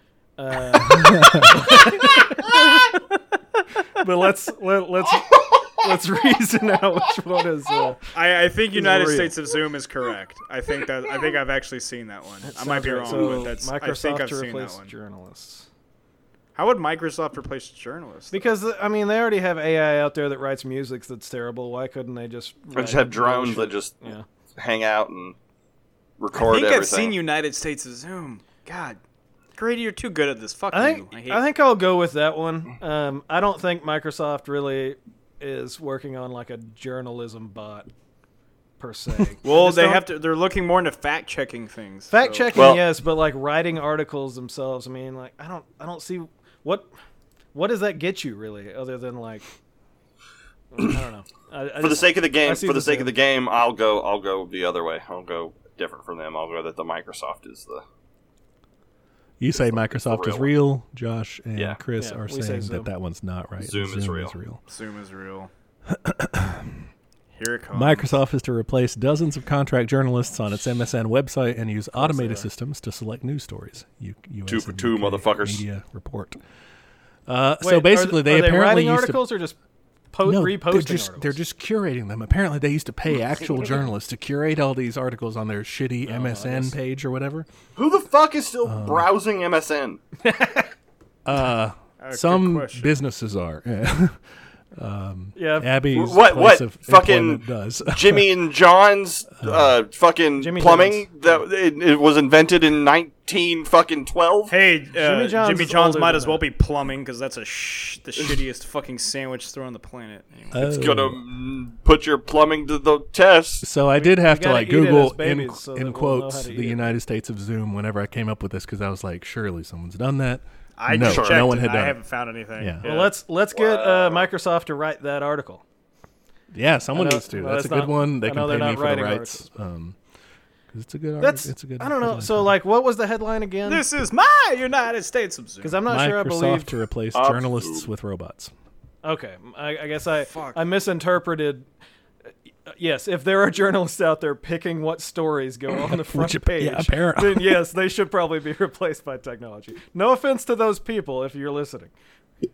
Speaker 1: Uh, but let's let, let's let's reason out which one is. Uh,
Speaker 3: I, I think United
Speaker 1: real.
Speaker 3: States of Zoom is correct. I think that I think I've actually seen that one. I might be wrong,
Speaker 1: so
Speaker 3: but that's
Speaker 1: Microsoft
Speaker 3: I think I've
Speaker 1: to
Speaker 3: seen that
Speaker 1: replace
Speaker 3: one.
Speaker 1: journalists
Speaker 3: How would Microsoft replace journalists?
Speaker 1: because uh, I mean they already have AI out there that writes music that's terrible. Why couldn't they just?
Speaker 2: I
Speaker 1: write
Speaker 2: just have drones that
Speaker 1: bullshit?
Speaker 2: just
Speaker 1: Yeah.
Speaker 2: hang out and record
Speaker 3: I think
Speaker 2: everything.
Speaker 3: I've seen United States of Zoom. God, Grady, you're too good at this. Fuck
Speaker 1: I
Speaker 3: you.
Speaker 1: think
Speaker 3: I hate
Speaker 1: I, think I'll go with that one. Um, I don't think Microsoft really is working on like a journalism bot per se.
Speaker 3: you. Well, they have to. They're looking more into fact checking things.
Speaker 1: fact
Speaker 3: so-
Speaker 1: checking,
Speaker 2: Well-
Speaker 1: yes, but like writing articles themselves. I mean, like I don't I don't see what what does that get you really, other than like I don't know. I, I
Speaker 2: for the
Speaker 1: just-
Speaker 2: sake of the
Speaker 1: I
Speaker 2: game.
Speaker 1: see
Speaker 2: For
Speaker 1: the
Speaker 2: the sake
Speaker 1: same.
Speaker 2: of the game, I'll go. I'll go the other way. I'll go different from them. I'll go that the Microsoft is the.
Speaker 4: You say Microsoft is
Speaker 2: real
Speaker 4: real, Josh and
Speaker 2: Yeah.
Speaker 4: Chris
Speaker 1: Yeah,
Speaker 4: are
Speaker 1: we say
Speaker 4: saying
Speaker 1: Zoom.
Speaker 4: that that one's not right.
Speaker 2: Zoom is real.
Speaker 3: Zoom is real. Here it comes.
Speaker 4: Microsoft is to replace dozens of contract journalists on its MSN website and use automated systems to select news stories. U- US
Speaker 2: Two for
Speaker 4: and
Speaker 2: two,
Speaker 4: UK
Speaker 2: motherfuckers.
Speaker 4: Media report. Uh,
Speaker 1: Wait,
Speaker 4: so
Speaker 1: are-
Speaker 4: basically, they
Speaker 1: are they
Speaker 4: apparently
Speaker 1: writing
Speaker 4: used
Speaker 1: articles or just po-
Speaker 4: to no,
Speaker 1: reposting
Speaker 4: they're just
Speaker 1: articles?
Speaker 4: they're just curating them. Apparently, they used to pay actual journalists to curate all these articles on their
Speaker 1: Oh,
Speaker 4: shitty MSN page or whatever.
Speaker 2: Who the fuck is still
Speaker 4: Um,
Speaker 2: browsing MSN?
Speaker 4: Some
Speaker 3: question.
Speaker 4: businesses are.
Speaker 1: yeah.
Speaker 4: Abby's
Speaker 2: What-
Speaker 4: place
Speaker 2: what
Speaker 4: of
Speaker 2: fucking-
Speaker 4: employment does.
Speaker 2: Jimmy and John's uh, fucking
Speaker 1: Jimmy
Speaker 2: plumbing that it, it was invented in nineteen fucking twelve.
Speaker 3: Hey, uh, Jimmy
Speaker 1: John's
Speaker 3: John's,
Speaker 1: is older
Speaker 3: might
Speaker 1: than
Speaker 3: as well
Speaker 1: that.
Speaker 3: be plumbing because that's a sh- the shittiest fucking sandwich thrown on the planet. Anyway.
Speaker 2: It's
Speaker 4: Oh.
Speaker 2: gonna mm, put your plumbing to the test.
Speaker 4: So I did have to
Speaker 1: gotta
Speaker 4: like
Speaker 1: eat it
Speaker 4: Google
Speaker 1: as babies
Speaker 4: in,
Speaker 1: so that we'll
Speaker 4: in
Speaker 1: know how
Speaker 4: quotes
Speaker 1: to
Speaker 4: the
Speaker 1: eat it."
Speaker 4: United States of Zoom whenever I came up with this because I was like, surely someone's done that.
Speaker 3: I
Speaker 4: no,
Speaker 3: just checked
Speaker 4: no one
Speaker 3: and
Speaker 4: had
Speaker 3: I
Speaker 4: done. it.
Speaker 3: haven't found anything.
Speaker 4: Yeah.
Speaker 1: Well, let's let's get uh, Microsoft to write that article.
Speaker 4: Yeah, someone
Speaker 1: I know-
Speaker 4: needs to.
Speaker 1: well,
Speaker 4: That's a
Speaker 1: that's
Speaker 4: good
Speaker 1: not-
Speaker 4: one. They
Speaker 1: I
Speaker 4: can
Speaker 1: know
Speaker 4: pay
Speaker 1: they're
Speaker 4: me
Speaker 1: not
Speaker 4: for the
Speaker 1: writing
Speaker 4: rights. Um 'cause it's a good.
Speaker 1: That's
Speaker 4: Artist. It's a good.
Speaker 1: I don't
Speaker 4: good
Speaker 1: know.
Speaker 4: line
Speaker 1: So
Speaker 4: title.
Speaker 1: like, what was the headline again?
Speaker 3: This is my United States of Zoom.
Speaker 1: because I'm not sure I
Speaker 4: Microsoft
Speaker 1: believe.
Speaker 4: to replace
Speaker 2: Absolute.
Speaker 4: journalists with robots.
Speaker 1: Okay, I, I guess I
Speaker 3: Fuck.
Speaker 1: I misinterpreted. uh, Yes, if there are journalists out there picking what stories go on the front
Speaker 4: Which ap-
Speaker 1: page,
Speaker 4: yeah, apparently.
Speaker 1: then yes, they should probably be replaced by technology. No offense to those people if you're listening.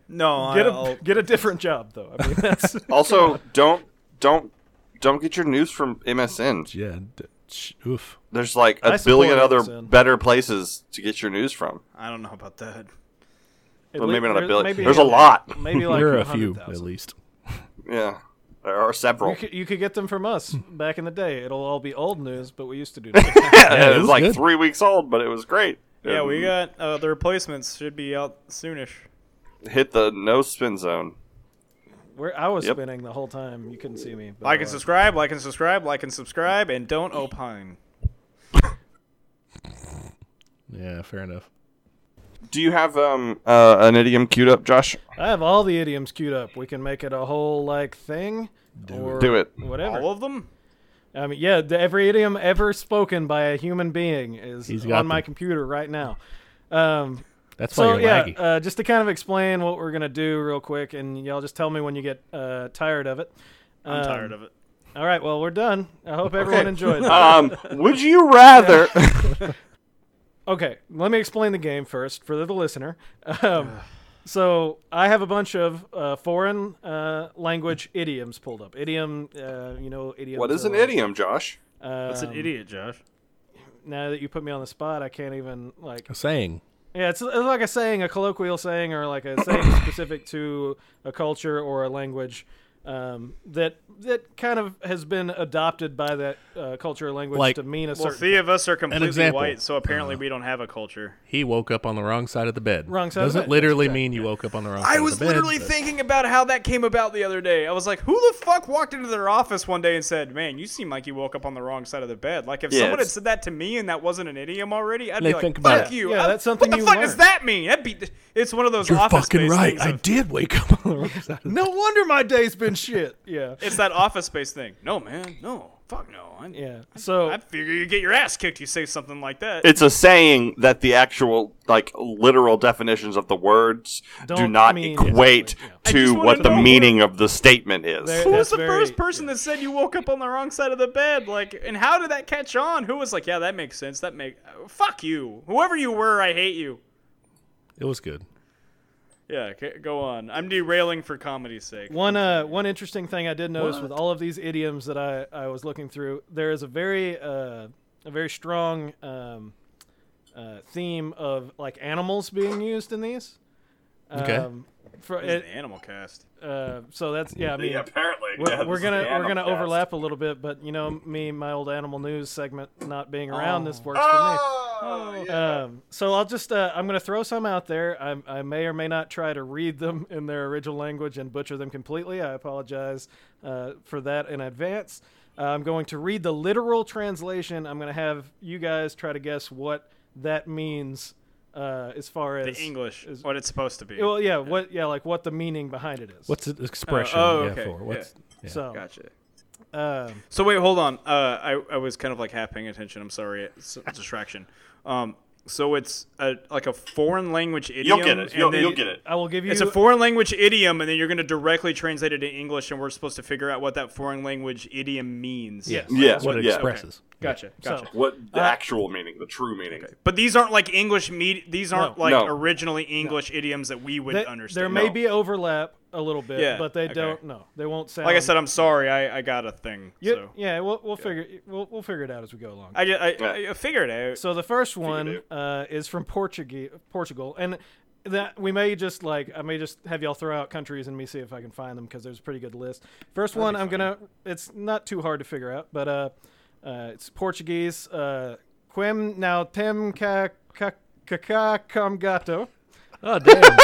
Speaker 3: No,
Speaker 1: Get
Speaker 3: I'll-
Speaker 1: a get a different job though. I mean, that's
Speaker 2: Also, don't don't don't get your news from MSN.
Speaker 4: Yeah. d- sh- Oof.
Speaker 2: There's like
Speaker 1: I
Speaker 2: a
Speaker 1: support
Speaker 2: billion other
Speaker 1: MSN.
Speaker 2: better places to get your news from.
Speaker 3: I don't know about that.
Speaker 1: at
Speaker 2: Well,
Speaker 1: lea-
Speaker 2: maybe not a
Speaker 1: there-
Speaker 2: billion.
Speaker 1: maybe-
Speaker 2: There's a lot.
Speaker 1: Maybe like
Speaker 4: there are a few
Speaker 1: 100,000.
Speaker 4: at least.
Speaker 2: Yeah, there are several.
Speaker 1: You could, you could get them from us
Speaker 4: Hmm.
Speaker 1: back in the day. It'll all be old news, but we used to do that.
Speaker 2: yeah,
Speaker 4: it
Speaker 2: it was
Speaker 4: was
Speaker 2: like
Speaker 4: good.
Speaker 2: three weeks old, but it was great.
Speaker 3: Yeah, we
Speaker 2: And
Speaker 3: got uh, the replacements should be out soonish.
Speaker 2: hit the no spin zone.
Speaker 1: Where I was
Speaker 2: Yep.
Speaker 1: spinning the whole time. You couldn't see me. by
Speaker 3: Like
Speaker 1: the
Speaker 3: and
Speaker 1: way.
Speaker 3: subscribe, like and subscribe, like and subscribe, and don't opine.
Speaker 4: Yeah. Fair enough.
Speaker 2: Do you have um uh, an idiom queued up, Josh?
Speaker 1: I have all the idioms queued up. We can make it a whole like thing. or
Speaker 2: Do it.
Speaker 1: Whatever.
Speaker 3: All of them?
Speaker 1: I mean, yeah, the, every idiom ever spoken by a human being is
Speaker 4: He's
Speaker 1: on
Speaker 4: got
Speaker 1: my
Speaker 4: them.
Speaker 1: computer right now. Um,
Speaker 4: That's why
Speaker 1: so
Speaker 4: you're
Speaker 1: yeah,
Speaker 4: laggy.
Speaker 1: uh, just to kind of explain what we're gonna do real quick, and y'all just tell me when you get uh, tired of it. Um,
Speaker 3: I'm tired of it.
Speaker 1: All right, well we're done. I hope everyone enjoyed. that.
Speaker 2: Um, would you rather?
Speaker 1: Okay, let me explain the game first for the listener. Um, so I have a bunch of uh, foreign uh, language idioms pulled up. Idiom, uh, you know, idiom. um,
Speaker 2: what is an idiom, Josh?
Speaker 3: That's an idiot, Josh.
Speaker 1: Now that you put me on the spot, I can't even like.
Speaker 4: A saying.
Speaker 1: Yeah, it's, it's like a saying, a colloquial saying, or like a saying specific to a culture or a language um, that that kind of has been adopted by that uh, culture or language
Speaker 4: Like-
Speaker 1: to mean a
Speaker 3: Well,
Speaker 1: certain
Speaker 3: three of us are completely
Speaker 4: example. Uh-huh.
Speaker 3: white, so apparently we don't have a culture.
Speaker 4: He woke up on the wrong side of the bed.
Speaker 1: Wrong side of
Speaker 4: Doesn't
Speaker 1: the bed,
Speaker 4: literally mean you woke up on the wrong. side
Speaker 3: I
Speaker 4: of
Speaker 3: was
Speaker 4: the bed,
Speaker 3: literally
Speaker 4: but-
Speaker 3: thinking about how that came about the other day. I was like, who the fuck walked into their office one day and said, man, you seem like you woke up on the wrong side of the bed? Like, if
Speaker 2: Yeah,
Speaker 3: someone had
Speaker 2: it's-
Speaker 3: said that to me and that wasn't an idiom already, I'd
Speaker 4: They
Speaker 3: be like,
Speaker 4: think about
Speaker 3: fuck
Speaker 4: it.
Speaker 3: you.
Speaker 1: Yeah,
Speaker 3: I-
Speaker 1: that's something
Speaker 3: What the
Speaker 1: you
Speaker 3: fuck does
Speaker 1: learn.
Speaker 3: that mean? That'd be, it's one of those
Speaker 4: You're
Speaker 3: office
Speaker 4: fucking
Speaker 3: space
Speaker 4: right.
Speaker 3: things.
Speaker 4: I
Speaker 3: of-
Speaker 4: did wake up on the wrong side. Of the
Speaker 1: No wonder my day's been shit. Yeah,
Speaker 3: It's that office space thing. No, man. No. Fuck no. I,
Speaker 1: yeah. So
Speaker 3: I figure you get your ass kicked. You say something like that.
Speaker 2: It's a saying that the actual like literal definitions of the words do
Speaker 1: Don't
Speaker 2: not
Speaker 1: mean-
Speaker 2: equate
Speaker 1: Exactly,
Speaker 3: yeah. I just
Speaker 2: to
Speaker 3: wanna
Speaker 2: what the
Speaker 3: know-
Speaker 2: meaning of the statement is.
Speaker 1: There-
Speaker 3: Who was
Speaker 1: That's
Speaker 3: the
Speaker 1: very-
Speaker 3: first person that said you woke up on the wrong side of the bed? Like, and how did that catch on? Who was like, yeah, that makes sense. That make uh, fuck you. Whoever you were, I hate you.
Speaker 4: It was good.
Speaker 3: Yeah, c- go on. I'm derailing for comedy's sake.
Speaker 1: One uh, one interesting thing I did notice with all of these idioms that I, I was looking through, there is a very uh, a very strong um, uh, theme of like animals being used in these.
Speaker 4: Okay.
Speaker 1: Um, for
Speaker 3: This is
Speaker 1: it,
Speaker 3: the Animal Cast.
Speaker 1: uh, so that's yeah. I mean,
Speaker 2: apparently,
Speaker 1: we're, we're gonna we're gonna overlap a little bit, but you know me, my old animal news segment not being around, this
Speaker 3: Oh.
Speaker 1: works for me. Um, so I'll just uh, I'm gonna throw some out there. I, I may or may not try to read them in their original language and butcher them completely. I apologize uh, for that in advance. Uh, I'm going to read the literal translation. I'm gonna have you guys try to guess what that means uh, as far
Speaker 3: The
Speaker 1: as
Speaker 3: English
Speaker 1: is-
Speaker 3: is what it's supposed to be.
Speaker 1: Well, yeah, what yeah, like what the meaning behind it is.
Speaker 4: What's the expression?
Speaker 3: oh,
Speaker 4: yeah,
Speaker 3: okay,
Speaker 4: for? What's yeah.
Speaker 1: so?
Speaker 3: gotcha.
Speaker 1: Um,
Speaker 3: So wait, hold on. Uh, I I was kind of like half paying attention. I'm sorry, it's a distraction. Um, so it's a, like a foreign language idiom.
Speaker 2: You'll get it.
Speaker 3: and
Speaker 2: You'll,
Speaker 3: then-
Speaker 2: you'll get it.
Speaker 1: I will give you.
Speaker 3: It's a foreign language idiom, and then you're going to directly translate it in English, and we're supposed to figure out what that foreign language idiom means.
Speaker 1: Yes.
Speaker 2: Yeah,
Speaker 4: What it
Speaker 2: yeah.
Speaker 4: expresses.
Speaker 3: Gotcha. Gotcha.
Speaker 1: So-
Speaker 2: What the actual meaning, the true meaning.
Speaker 3: But these aren't like English med- These aren't
Speaker 1: No.
Speaker 3: like
Speaker 2: No.
Speaker 3: originally English idioms that we would
Speaker 1: They-
Speaker 3: understand.
Speaker 1: There may
Speaker 2: No.
Speaker 1: be overlap a little bit,
Speaker 3: Yeah,
Speaker 1: but they
Speaker 3: okay.
Speaker 1: don't. No, they won't sound.
Speaker 3: Like I said, I'm sorry. I, I got a thing.
Speaker 1: You-
Speaker 3: So
Speaker 1: yeah, we'll, we'll figure we'll, we'll figure it out as we go along.
Speaker 3: I, ju- I, I figured it out.
Speaker 1: so the first one
Speaker 2: it
Speaker 1: uh, is from Portuguese, Portugal, and that we may just like I may just have y'all throw out countries and me see if I can find them because there's a pretty good list. 1st one I'm gonna. It's not too hard to figure out, but uh, uh it's Portuguese. Uh, Quem now tem ca ca ca ca cum gato. Uh,
Speaker 4: Oh damn!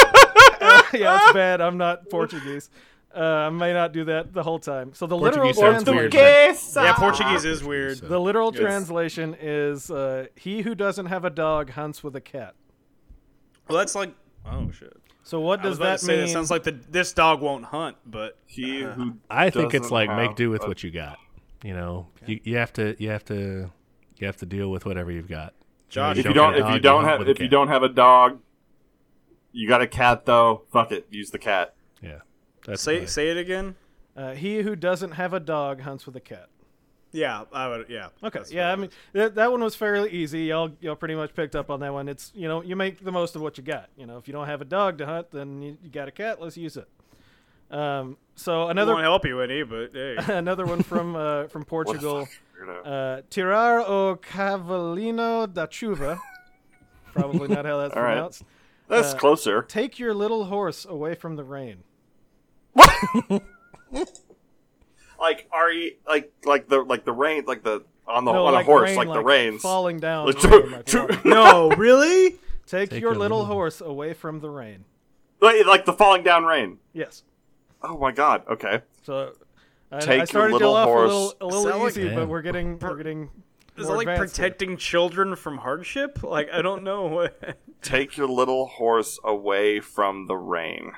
Speaker 1: yeah, it's bad. I'm not Portuguese. Uh, I may not do that the whole time. So the
Speaker 4: Portuguese
Speaker 1: literal
Speaker 4: sounds
Speaker 1: transla-
Speaker 4: weird.
Speaker 3: yeah, Portuguese is weird.
Speaker 1: the literal translation is uh, "He who doesn't have a dog hunts with a cat."
Speaker 3: Well, that's like oh shit.
Speaker 1: So what
Speaker 3: I was
Speaker 1: does
Speaker 3: about
Speaker 1: that
Speaker 3: to say
Speaker 1: mean?
Speaker 3: that sounds like the this dog won't hunt, but
Speaker 2: He who
Speaker 4: I think it's
Speaker 2: doesn't
Speaker 4: like make
Speaker 2: have
Speaker 4: do with
Speaker 2: a-
Speaker 4: what you got. You know, you, you have to you have to you have to deal with whatever you've got.
Speaker 3: Josh,
Speaker 2: If you don't,
Speaker 4: don't have a
Speaker 2: if
Speaker 4: dog,
Speaker 2: you
Speaker 4: you
Speaker 2: don't
Speaker 4: hunt
Speaker 2: have,
Speaker 4: with a
Speaker 2: if you
Speaker 4: cat.
Speaker 2: don't have a dog, you got a cat though. Fuck it, use the cat.
Speaker 4: Yeah, that's
Speaker 3: say
Speaker 4: right.
Speaker 3: say it again.
Speaker 1: uh, he who doesn't have a dog hunts with a cat.
Speaker 3: Yeah, I would. Yeah.
Speaker 1: Okay.
Speaker 3: That's
Speaker 1: yeah,
Speaker 3: fine.
Speaker 1: I mean that, that one was fairly easy. Y'all y'all pretty much picked up on that one. It's you know you make the most of what you got. You know if you don't have a dog to hunt, then you, you got a cat. Let's use it. Um, so
Speaker 3: Another,
Speaker 1: another
Speaker 3: won't help you any, but hey.
Speaker 1: another one from uh, from Portugal.
Speaker 2: Weirdo.
Speaker 1: Uh, Tirar o Cavallino da Chuva. Probably not how that's
Speaker 2: All right.
Speaker 1: pronounced.
Speaker 2: That's closer.
Speaker 1: Take your little horse away from the rain.
Speaker 2: Like are you like like the like the rain like the on the
Speaker 1: No,
Speaker 2: on
Speaker 1: like
Speaker 2: a horse
Speaker 1: rain,
Speaker 2: like, the reins.
Speaker 1: falling down.
Speaker 2: Like,
Speaker 1: from
Speaker 2: tru-
Speaker 1: my
Speaker 2: tru-
Speaker 1: car.
Speaker 3: no, really?
Speaker 1: Take, your, little, horse away from the rain.
Speaker 2: like, like the falling down rain.
Speaker 1: Yes.
Speaker 2: Oh my god. Okay.
Speaker 1: So I, I
Speaker 2: Take your
Speaker 1: started
Speaker 2: little
Speaker 1: y'all off
Speaker 2: horse-
Speaker 1: a little, a
Speaker 3: Is that
Speaker 1: little
Speaker 3: like-
Speaker 1: easy,
Speaker 4: Yeah.
Speaker 1: but we're getting we're getting.
Speaker 3: Is it
Speaker 1: more
Speaker 3: like
Speaker 1: advanced here.
Speaker 3: protecting children from hardship? Like I don't know. what-
Speaker 2: Take your little horse away from the rain.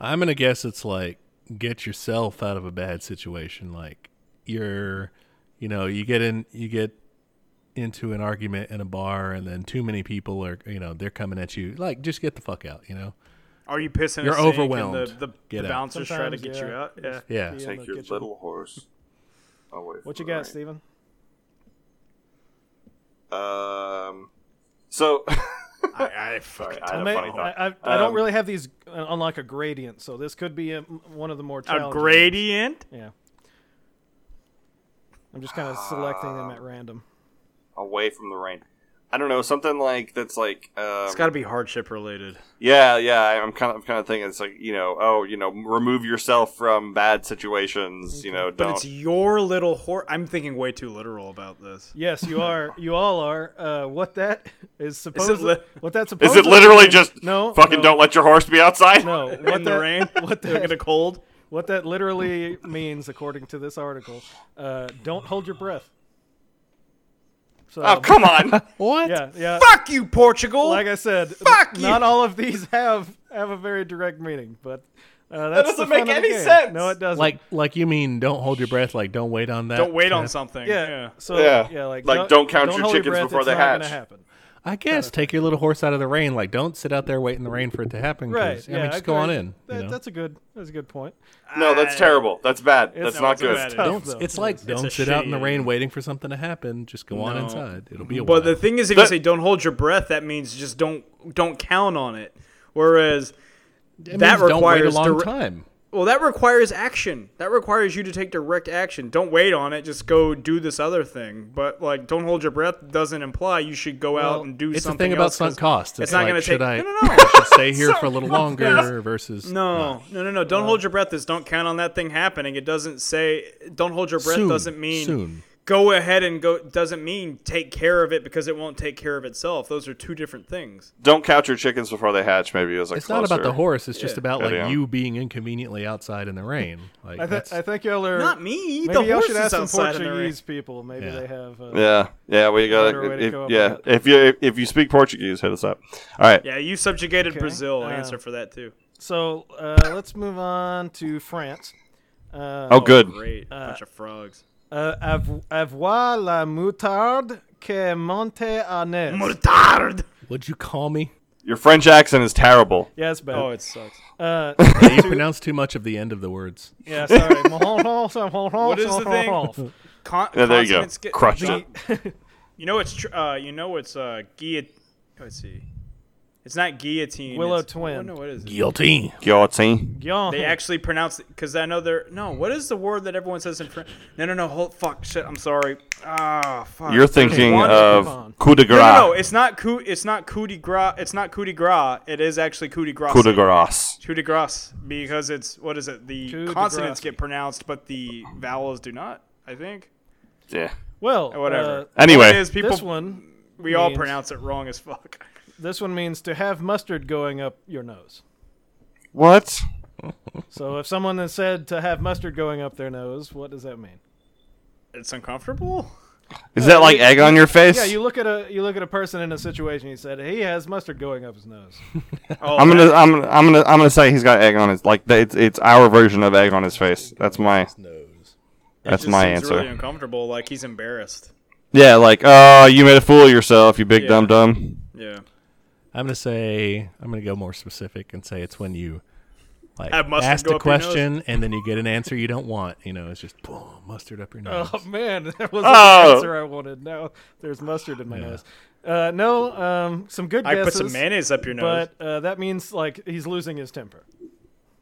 Speaker 4: I'm gonna guess it's like get yourself out of a bad situation. Like you're, you know, you get in, you get into an argument in a bar, and then too many people are, you know, they're coming at you. Like just get the fuck out, you know.
Speaker 3: Are you pissing?
Speaker 4: You're
Speaker 3: a sink
Speaker 4: overwhelmed.
Speaker 3: And the the,
Speaker 4: Get
Speaker 3: the
Speaker 4: out.
Speaker 3: bouncers try to
Speaker 1: Sometimes,
Speaker 3: get
Speaker 1: yeah.
Speaker 3: you out. Yeah.
Speaker 4: Yeah.
Speaker 1: Yeah. In
Speaker 2: Take
Speaker 1: the
Speaker 2: your
Speaker 1: kitchen.
Speaker 2: little horse away.
Speaker 1: What you
Speaker 2: from
Speaker 1: got,
Speaker 2: the rain.
Speaker 1: Steven?
Speaker 2: Um. So
Speaker 3: I, I fucking.
Speaker 2: I had
Speaker 1: may-
Speaker 2: a funny thought.
Speaker 1: I, I, I don't
Speaker 2: Um,
Speaker 1: really have these uh, on like a gradient, so this could be a, one of the more
Speaker 3: A
Speaker 1: challenging.
Speaker 3: gradient.
Speaker 1: Yeah. I'm just kind of selecting them at
Speaker 2: Ah.
Speaker 1: random.
Speaker 2: away from the rain. I don't know something like that's like um,
Speaker 3: It's got to be hardship related.
Speaker 2: yeah yeah I- I'm kind of I'm kind of thinking it's like you know oh you know remove yourself from bad situations you know
Speaker 3: But
Speaker 2: don't
Speaker 3: it's your little horse. I'm thinking way too literal about this.
Speaker 1: Yes, you are. You all are. Uh, what that is supposed?
Speaker 3: lit-
Speaker 1: what that's supposed?
Speaker 2: is it literally
Speaker 1: means-
Speaker 2: just
Speaker 1: no?
Speaker 2: fucking
Speaker 1: no,
Speaker 2: don't let your horse be outside
Speaker 1: No. What
Speaker 3: What in
Speaker 1: that-
Speaker 3: the rain?
Speaker 1: What
Speaker 3: They'll
Speaker 1: that?
Speaker 3: get a cold.
Speaker 1: What that literally means, according to this article, uh, don't hold your breath. So,
Speaker 2: oh come on
Speaker 4: What?
Speaker 1: yeah, yeah.
Speaker 3: Fuck you, Portugal.
Speaker 1: Like I said,
Speaker 3: Fuck you!
Speaker 1: not all of these have have a very direct meaning, but uh, that's
Speaker 2: doesn't
Speaker 1: the fun
Speaker 2: make
Speaker 1: of the
Speaker 2: any
Speaker 1: game.
Speaker 2: sense!
Speaker 1: No, it doesn't.
Speaker 4: Like, like you mean don't hold your breath. Like don't wait on that.
Speaker 3: don't wait on
Speaker 4: Yeah.
Speaker 3: something.
Speaker 1: yeah,
Speaker 3: yeah.
Speaker 1: so
Speaker 2: Yeah.
Speaker 1: yeah, like don't,
Speaker 2: Like, don't count your
Speaker 1: hold
Speaker 2: chickens
Speaker 1: breath,
Speaker 2: before
Speaker 1: it's
Speaker 2: they
Speaker 1: not gonna
Speaker 2: hatch.
Speaker 1: happen.
Speaker 4: I guess take your little horse out of the rain. Like don't sit out there waiting the rain for it to happen. 'cause,
Speaker 1: Right?
Speaker 4: I
Speaker 1: yeah,
Speaker 4: mean, just go on
Speaker 1: agree.
Speaker 4: in. you
Speaker 1: That-
Speaker 4: know?
Speaker 1: That's a good. That's a good point.
Speaker 2: no that's terrible that's bad that's
Speaker 1: no,
Speaker 2: not
Speaker 1: it's
Speaker 2: good
Speaker 3: bad.
Speaker 1: Tough,
Speaker 4: don't.
Speaker 1: though.
Speaker 4: It's like
Speaker 3: a
Speaker 4: don't sit out in the
Speaker 3: shitty
Speaker 4: rain
Speaker 3: idea.
Speaker 4: waiting for something to happen. Just go on
Speaker 3: No.
Speaker 4: inside. It'll be a
Speaker 3: Well,
Speaker 4: while.
Speaker 3: the thing is, if
Speaker 2: That-
Speaker 3: you say don't hold your breath, that means just don't don't count on it. Whereas
Speaker 4: It
Speaker 3: that
Speaker 4: means
Speaker 3: requires
Speaker 4: don't wait a long
Speaker 3: dire-
Speaker 4: time.
Speaker 3: Well, that requires action. That requires you to take direct action. Don't wait on it. Just go do this other thing. But like, don't hold your breath doesn't imply you should go out and do
Speaker 4: It's the
Speaker 3: something.
Speaker 4: thing about
Speaker 3: else 'cause
Speaker 4: sunk costs.
Speaker 3: It's, not
Speaker 4: like,
Speaker 3: going to
Speaker 4: should
Speaker 3: take.
Speaker 4: I,
Speaker 3: No, no, no.
Speaker 4: I should stay here for a little longer versus not?
Speaker 3: No, no, no, no! Don't hold your breath. This don't count on that thing happening. It doesn't say. Don't hold your breath.
Speaker 4: Soon,
Speaker 3: doesn't mean
Speaker 4: soon.
Speaker 3: go ahead and go. Doesn't mean take care of it because it won't take care of itself. Those are two different things.
Speaker 2: don't count your chickens before they hatch maybe it was like
Speaker 4: It's not about
Speaker 2: closer.
Speaker 4: the horse. It's just about like
Speaker 2: Yeah.
Speaker 4: you being inconveniently outside in the rain. Like
Speaker 1: I, th-
Speaker 4: that's,
Speaker 1: I think y'all are
Speaker 3: Not me.
Speaker 1: Maybe
Speaker 3: the
Speaker 1: y'all
Speaker 3: horse
Speaker 1: should ask
Speaker 3: is
Speaker 1: some
Speaker 3: outside in the rain.
Speaker 1: Portuguese people. Maybe
Speaker 4: Yeah.
Speaker 1: they have. Uh,
Speaker 2: yeah yeah we
Speaker 1: Better way
Speaker 2: gotta
Speaker 1: to
Speaker 2: if,
Speaker 1: go
Speaker 2: yeah
Speaker 1: about
Speaker 2: if you if you speak Portuguese hit us up all right
Speaker 3: Yeah, you subjugated
Speaker 1: Okay.
Speaker 3: Brazil.
Speaker 1: Uh,
Speaker 3: Answer for that too.
Speaker 1: So uh, let's move on to France. Uh,
Speaker 2: oh good
Speaker 3: Great, bunch of frogs.
Speaker 1: Uh, av- avoir la moutarde que monte à neige.
Speaker 3: Murtard.
Speaker 4: would you call me?
Speaker 2: your French accent is terrible
Speaker 1: yeah, it's bad.
Speaker 3: Oh, it sucks.
Speaker 1: Uh,
Speaker 4: You pronounce too much of the end of the words.
Speaker 1: yeah, sorry. what
Speaker 3: What is the thing? Con-
Speaker 2: yeah there you go
Speaker 3: consonants get-
Speaker 2: crushed
Speaker 3: no,
Speaker 2: it
Speaker 3: You know it's tr- uh, you know it's uh guillotine. Let's see, it's not guillotine.
Speaker 1: Willow
Speaker 3: it's-
Speaker 1: twin.
Speaker 3: Oh, no, what is it?
Speaker 4: Guilty.
Speaker 2: guillotine
Speaker 3: They actually pronounce it because I know they're no. What is the word that everyone says in French? No, no, no. Hold, fuck, shit. I'm sorry. Ah, fuck.
Speaker 2: You're thinking
Speaker 3: one-
Speaker 1: on.
Speaker 2: of coup de grace.
Speaker 3: No, no, no. It's not coup. It's not coup de grace. It's not coup de grace. It is actually coup de grace.
Speaker 2: coup de grace.
Speaker 3: Coup de grace because it's what is it? The
Speaker 1: Coup de
Speaker 3: consonants
Speaker 1: grace.
Speaker 3: get pronounced, but the vowels do not. I think.
Speaker 2: Yeah.
Speaker 1: well,
Speaker 3: Whatever.
Speaker 1: uh,
Speaker 3: Point
Speaker 2: Anyway,
Speaker 3: is, people
Speaker 1: this one,
Speaker 3: we all
Speaker 1: means-
Speaker 3: pronounce it wrong as fuck.
Speaker 1: this one means to have mustard going up your nose.
Speaker 2: what?
Speaker 1: So if someone has said to have mustard going up their nose, what does that mean?
Speaker 3: It's uncomfortable.
Speaker 2: Is that like egg on your face?
Speaker 1: Yeah, you look at a you look at a person in a situation. He said he has mustard going up his nose.
Speaker 3: Oh,
Speaker 2: I'm gonna, I'm, gonna- I'm gonna, I'm gonna say he's got egg on his like. It's, it's our version of egg on his face. That's my,
Speaker 5: Nose.
Speaker 2: that's
Speaker 3: just
Speaker 2: my
Speaker 3: seems
Speaker 2: answer.
Speaker 3: Really uncomfortable. Like he's embarrassed.
Speaker 2: Yeah, like, oh, you made a fool of yourself, you big
Speaker 3: Yeah.
Speaker 2: dumb dumb.
Speaker 3: Yeah.
Speaker 4: I'm gonna say I'm gonna go more specific and say it's when you like
Speaker 3: Have mustard
Speaker 4: ask
Speaker 3: go
Speaker 4: a
Speaker 3: up your nose?
Speaker 4: question and then you get an answer you don't want. You know, it's just boom, mustard up your nose.
Speaker 1: Oh man, that was
Speaker 2: Oh.
Speaker 1: the answer I wanted. Now there's mustard in my nose. Uh, no, um, some good
Speaker 3: I
Speaker 1: guesses.
Speaker 3: put some mayonnaise up your nose.
Speaker 1: but uh, that means like he's losing his temper.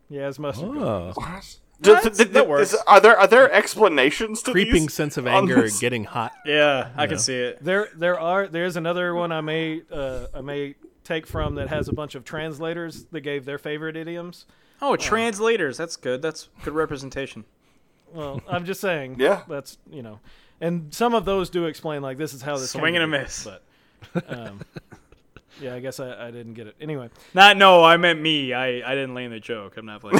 Speaker 1: He has mustard. going.
Speaker 4: Oh,
Speaker 2: Does-
Speaker 3: That's-
Speaker 2: th-
Speaker 3: that
Speaker 2: th-
Speaker 3: works.
Speaker 2: is- are there are there explanations to
Speaker 4: creeping
Speaker 2: these?
Speaker 4: sense of
Speaker 2: on
Speaker 4: anger,
Speaker 2: this-
Speaker 4: getting hot.
Speaker 3: yeah, I can see it.
Speaker 1: There, there are. There's another one I may, uh, I may take from that has a bunch of translators that gave their favorite idioms.
Speaker 3: Oh, translators. That's good. That's good representation.
Speaker 1: Well, I'm just saying.
Speaker 2: Yeah.
Speaker 1: That's you know, and some of those do explain like this is how this came
Speaker 3: Swing
Speaker 1: to
Speaker 3: and a
Speaker 1: be,
Speaker 3: miss.
Speaker 1: But, um, yeah, I guess I, I didn't get it. Anyway,
Speaker 3: Not no, I meant me. I I didn't land the joke. I'm not playing.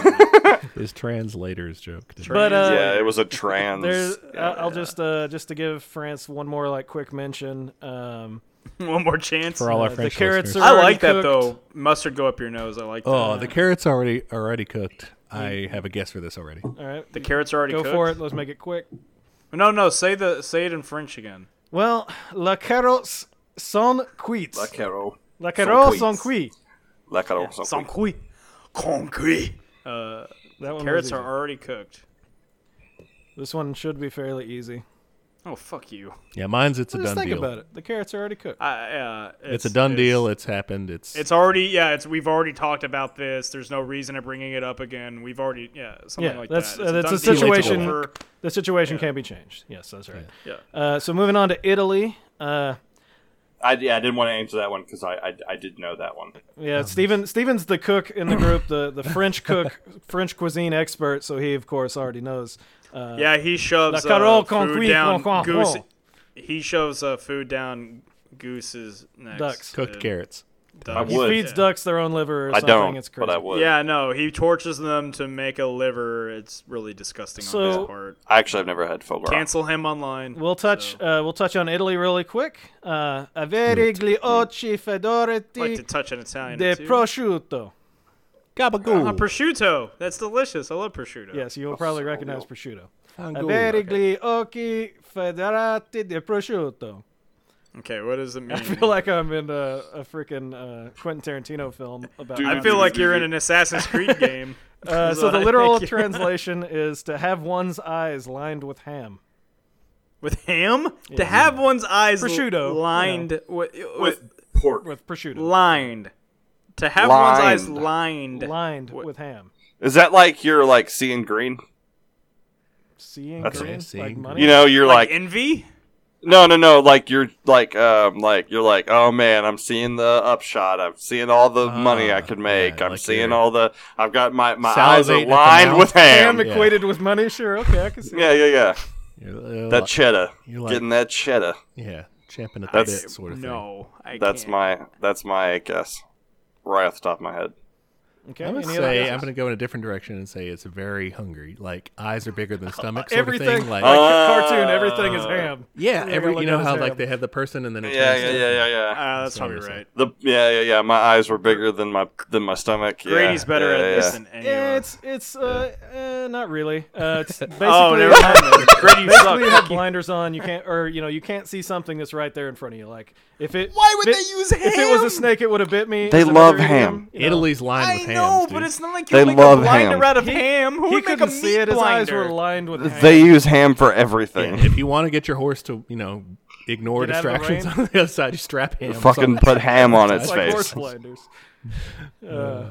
Speaker 4: His translators joke.
Speaker 1: but uh,
Speaker 2: Yeah, it was a trans.
Speaker 1: there's. I- I'll just uh, just to give France one more like quick mention. Um,
Speaker 3: One more chance.
Speaker 4: for all our
Speaker 1: the
Speaker 4: French
Speaker 1: carrots
Speaker 4: listeners.
Speaker 1: are-
Speaker 3: I like
Speaker 1: Already
Speaker 3: that though.
Speaker 1: cooked.
Speaker 3: Mustard go up your nose. I like that.
Speaker 4: oh, the carrots already already cooked. I have a guess for this already.
Speaker 1: all right,
Speaker 3: the carrots are already
Speaker 1: go
Speaker 3: cooked.
Speaker 1: for it. Let's make it quick.
Speaker 3: No, no, say the say it in French again.
Speaker 1: Well, la carrots sont cuites.
Speaker 2: La Caro.
Speaker 1: La carrots sont
Speaker 2: sont
Speaker 1: cuits.
Speaker 2: La Caro.
Speaker 3: Sans cuit. Concrete. Uh,
Speaker 1: That one
Speaker 3: carrots
Speaker 1: was
Speaker 3: are
Speaker 1: easy.
Speaker 3: already cooked.
Speaker 1: This one should be fairly easy.
Speaker 3: Oh fuck you.
Speaker 4: Yeah, mine's it's a
Speaker 1: Just
Speaker 4: done
Speaker 1: think
Speaker 4: deal.
Speaker 1: about it. The carrots are already cooked.
Speaker 3: I, uh,
Speaker 4: It's, a done
Speaker 3: it's-
Speaker 4: deal. It's happened. It's
Speaker 3: It's already yeah. It's we've already talked about this. There's no reason to bringing it up again. We've already yeah something
Speaker 1: Yeah,
Speaker 3: like
Speaker 1: that's-
Speaker 3: that. It's
Speaker 1: uh, that's
Speaker 3: done
Speaker 1: a
Speaker 3: deal. It's
Speaker 1: situation-
Speaker 3: over.
Speaker 1: The situation can be changed. Yes, that's right.
Speaker 3: Yeah.
Speaker 1: Uh, so moving on to Italy. Uh,
Speaker 2: I, yeah, I didn't want to answer that one because I, I I did know that one.
Speaker 1: yeah, Steven, Steven's the cook in the group, the, the French cook, French cuisine expert. So he, of course, already knows. Uh,
Speaker 3: Yeah, he shoves
Speaker 1: La
Speaker 3: uh,
Speaker 1: Carole
Speaker 3: food
Speaker 1: Conquis
Speaker 3: down
Speaker 1: Conquin.
Speaker 3: goose. He shoves uh, food down goose's neck.
Speaker 1: Ducks.
Speaker 3: uh,
Speaker 4: cooked carrots.
Speaker 2: I
Speaker 1: he
Speaker 2: would.
Speaker 1: feeds
Speaker 3: yeah.
Speaker 1: ducks their own liver or
Speaker 2: I
Speaker 1: something.
Speaker 2: don't,
Speaker 1: it's crazy.
Speaker 2: but I would.
Speaker 3: Yeah, no, he tortures them to make a liver. It's really disgusting on
Speaker 1: So-
Speaker 3: his part.
Speaker 2: Actually, I've never had foie gras.
Speaker 3: Cancel him online.
Speaker 1: We'll touch. Uh, we'll touch on Italy really quick. Uh, avere gli occhi
Speaker 3: like to
Speaker 1: fedorati
Speaker 3: touch an Italian.
Speaker 1: de
Speaker 3: too.
Speaker 1: prosciutto.
Speaker 3: Ah,
Speaker 4: Gabagool.
Speaker 3: prosciutto. That's delicious. I love prosciutto.
Speaker 1: Yes, you'll probably recognize prosciutto.
Speaker 4: Angola.
Speaker 1: Avere gli occhi federati di prosciutto.
Speaker 3: Okay, what does it mean?
Speaker 1: I
Speaker 2: Mm.
Speaker 1: feel like I'm in a, a freaking uh, Quentin Tarantino film about.
Speaker 2: Dude,
Speaker 3: I feel like you're in an Assassin's Creed game.
Speaker 1: uh,
Speaker 3: is
Speaker 1: so
Speaker 3: what
Speaker 1: the
Speaker 3: I
Speaker 1: literal
Speaker 3: think.
Speaker 1: translation is to have one's eyes lined with ham.
Speaker 3: with ham to have one's eyes
Speaker 1: Prosciutto,
Speaker 3: lined with, with
Speaker 2: pork.
Speaker 1: With prosciutto,
Speaker 3: lined to have one's eyes lined.
Speaker 1: lined
Speaker 3: What-
Speaker 1: with ham.
Speaker 2: Is that like you're like seeing green?
Speaker 1: Seeing
Speaker 2: That's
Speaker 1: green,
Speaker 4: it.
Speaker 1: like
Speaker 4: Seeing
Speaker 1: money.
Speaker 2: You know, you're
Speaker 3: like,
Speaker 2: like,
Speaker 3: envy.
Speaker 2: no, no, no. Like you're like um like you're like oh man, I'm seeing the upshot. I'm seeing all the money I
Speaker 4: Ah,
Speaker 2: could make.
Speaker 4: yeah,
Speaker 2: I'm
Speaker 4: like
Speaker 2: seeing
Speaker 4: you're-
Speaker 2: all the. I've got my my eyes are
Speaker 4: Salivating at the
Speaker 2: lined
Speaker 4: mouth.
Speaker 2: with ham.
Speaker 1: ham equated with money. Sure, okay, I can see.
Speaker 2: Yeah, yeah, yeah.
Speaker 4: You're, uh,
Speaker 2: That cheddar.
Speaker 4: you're like-
Speaker 2: Getting that cheddar.
Speaker 4: yeah, champing at the
Speaker 2: That's-
Speaker 4: bit sort of thing.
Speaker 3: No, I
Speaker 2: That's
Speaker 3: can't. Uh,
Speaker 2: my that's my guess. Right off the top of my head.
Speaker 1: Okay,
Speaker 4: I'm gonna
Speaker 1: any other
Speaker 4: say
Speaker 1: guesses?
Speaker 4: I'm gonna go in a different direction and say it's very hungry. Like eyes are bigger than stomach. Sort Of
Speaker 1: everything Oh.
Speaker 4: thing. Like
Speaker 1: like a cartoon. Everything is
Speaker 2: Uh,
Speaker 1: ham.
Speaker 4: yeah, every
Speaker 1: look
Speaker 4: you
Speaker 1: at
Speaker 4: know
Speaker 1: his
Speaker 4: how
Speaker 1: ham.
Speaker 4: like they have the person and then it
Speaker 2: Yeah,
Speaker 4: turns
Speaker 2: yeah,
Speaker 4: to-
Speaker 2: yeah, yeah, yeah.
Speaker 3: Uh, that's
Speaker 4: what I'm
Speaker 3: probably
Speaker 4: saying.
Speaker 3: right.
Speaker 2: The yeah, yeah, yeah. My eyes were bigger than my than my stomach. Yeah,
Speaker 3: Grady's better
Speaker 2: yeah,
Speaker 3: at
Speaker 2: yeah.
Speaker 3: this than anyone.
Speaker 1: Yeah, it's it's uh, uh not really. Uh, it's basically
Speaker 3: oh, never mind. then. Grady, you
Speaker 1: Basically, you
Speaker 3: suck.
Speaker 1: have blinders on. You can't, or you know, you can't see something that's right there in front of you. Like if it,
Speaker 3: Why would
Speaker 1: if-
Speaker 3: they use
Speaker 1: If it was
Speaker 3: ham?
Speaker 1: a snake, it would have bit me.
Speaker 2: They
Speaker 1: is another
Speaker 2: love ham.
Speaker 1: idiom, you know.
Speaker 4: Italy's lined
Speaker 3: I
Speaker 4: with
Speaker 3: know,
Speaker 4: hams,
Speaker 3: but
Speaker 4: dude.
Speaker 3: it's not like you
Speaker 2: They
Speaker 3: make
Speaker 2: love
Speaker 3: a blinder
Speaker 2: ham.
Speaker 3: out of ham. Who
Speaker 1: He
Speaker 3: would make a
Speaker 1: couldn't
Speaker 3: meat
Speaker 1: see it. His eyes
Speaker 3: blinder?
Speaker 1: were lined with ham.
Speaker 2: They use ham for everything.
Speaker 4: if you want to get your horse to you know ignore
Speaker 1: Get out of the
Speaker 4: distractions
Speaker 1: rain.
Speaker 4: on the other side, you strap him.
Speaker 2: Fucking put ham on its
Speaker 1: It's like horse
Speaker 2: face.
Speaker 1: blinders. Uh,
Speaker 2: That's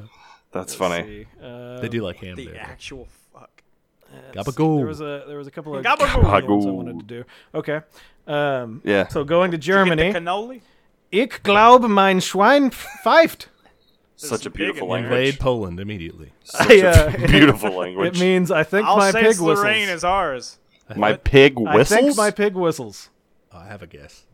Speaker 1: let's
Speaker 2: funny.
Speaker 1: see. Uh,
Speaker 4: They do like ham
Speaker 3: The
Speaker 4: there.
Speaker 3: actual fuck.
Speaker 1: There was
Speaker 4: Gabagool.
Speaker 1: a there was a couple of
Speaker 3: Gabagool.
Speaker 1: good ones I
Speaker 2: Gabagool.
Speaker 1: wanted to do. Okay. Um,
Speaker 2: Yeah.
Speaker 1: So going to
Speaker 3: Get
Speaker 1: Germany.
Speaker 3: the cannoli.
Speaker 1: Ich glaube, mein Schwein pfeift.
Speaker 2: Such a
Speaker 3: some pig
Speaker 2: beautiful
Speaker 3: in there.
Speaker 2: language.
Speaker 4: Invade Poland immediately.
Speaker 2: Such
Speaker 1: I, uh,
Speaker 2: a beautiful language.
Speaker 1: It means I think my pig
Speaker 3: Alsace
Speaker 1: whistles.
Speaker 3: Lorraine is ours.
Speaker 2: my pig
Speaker 1: I
Speaker 2: whistles.
Speaker 1: think my pig whistles.
Speaker 4: I have a guess.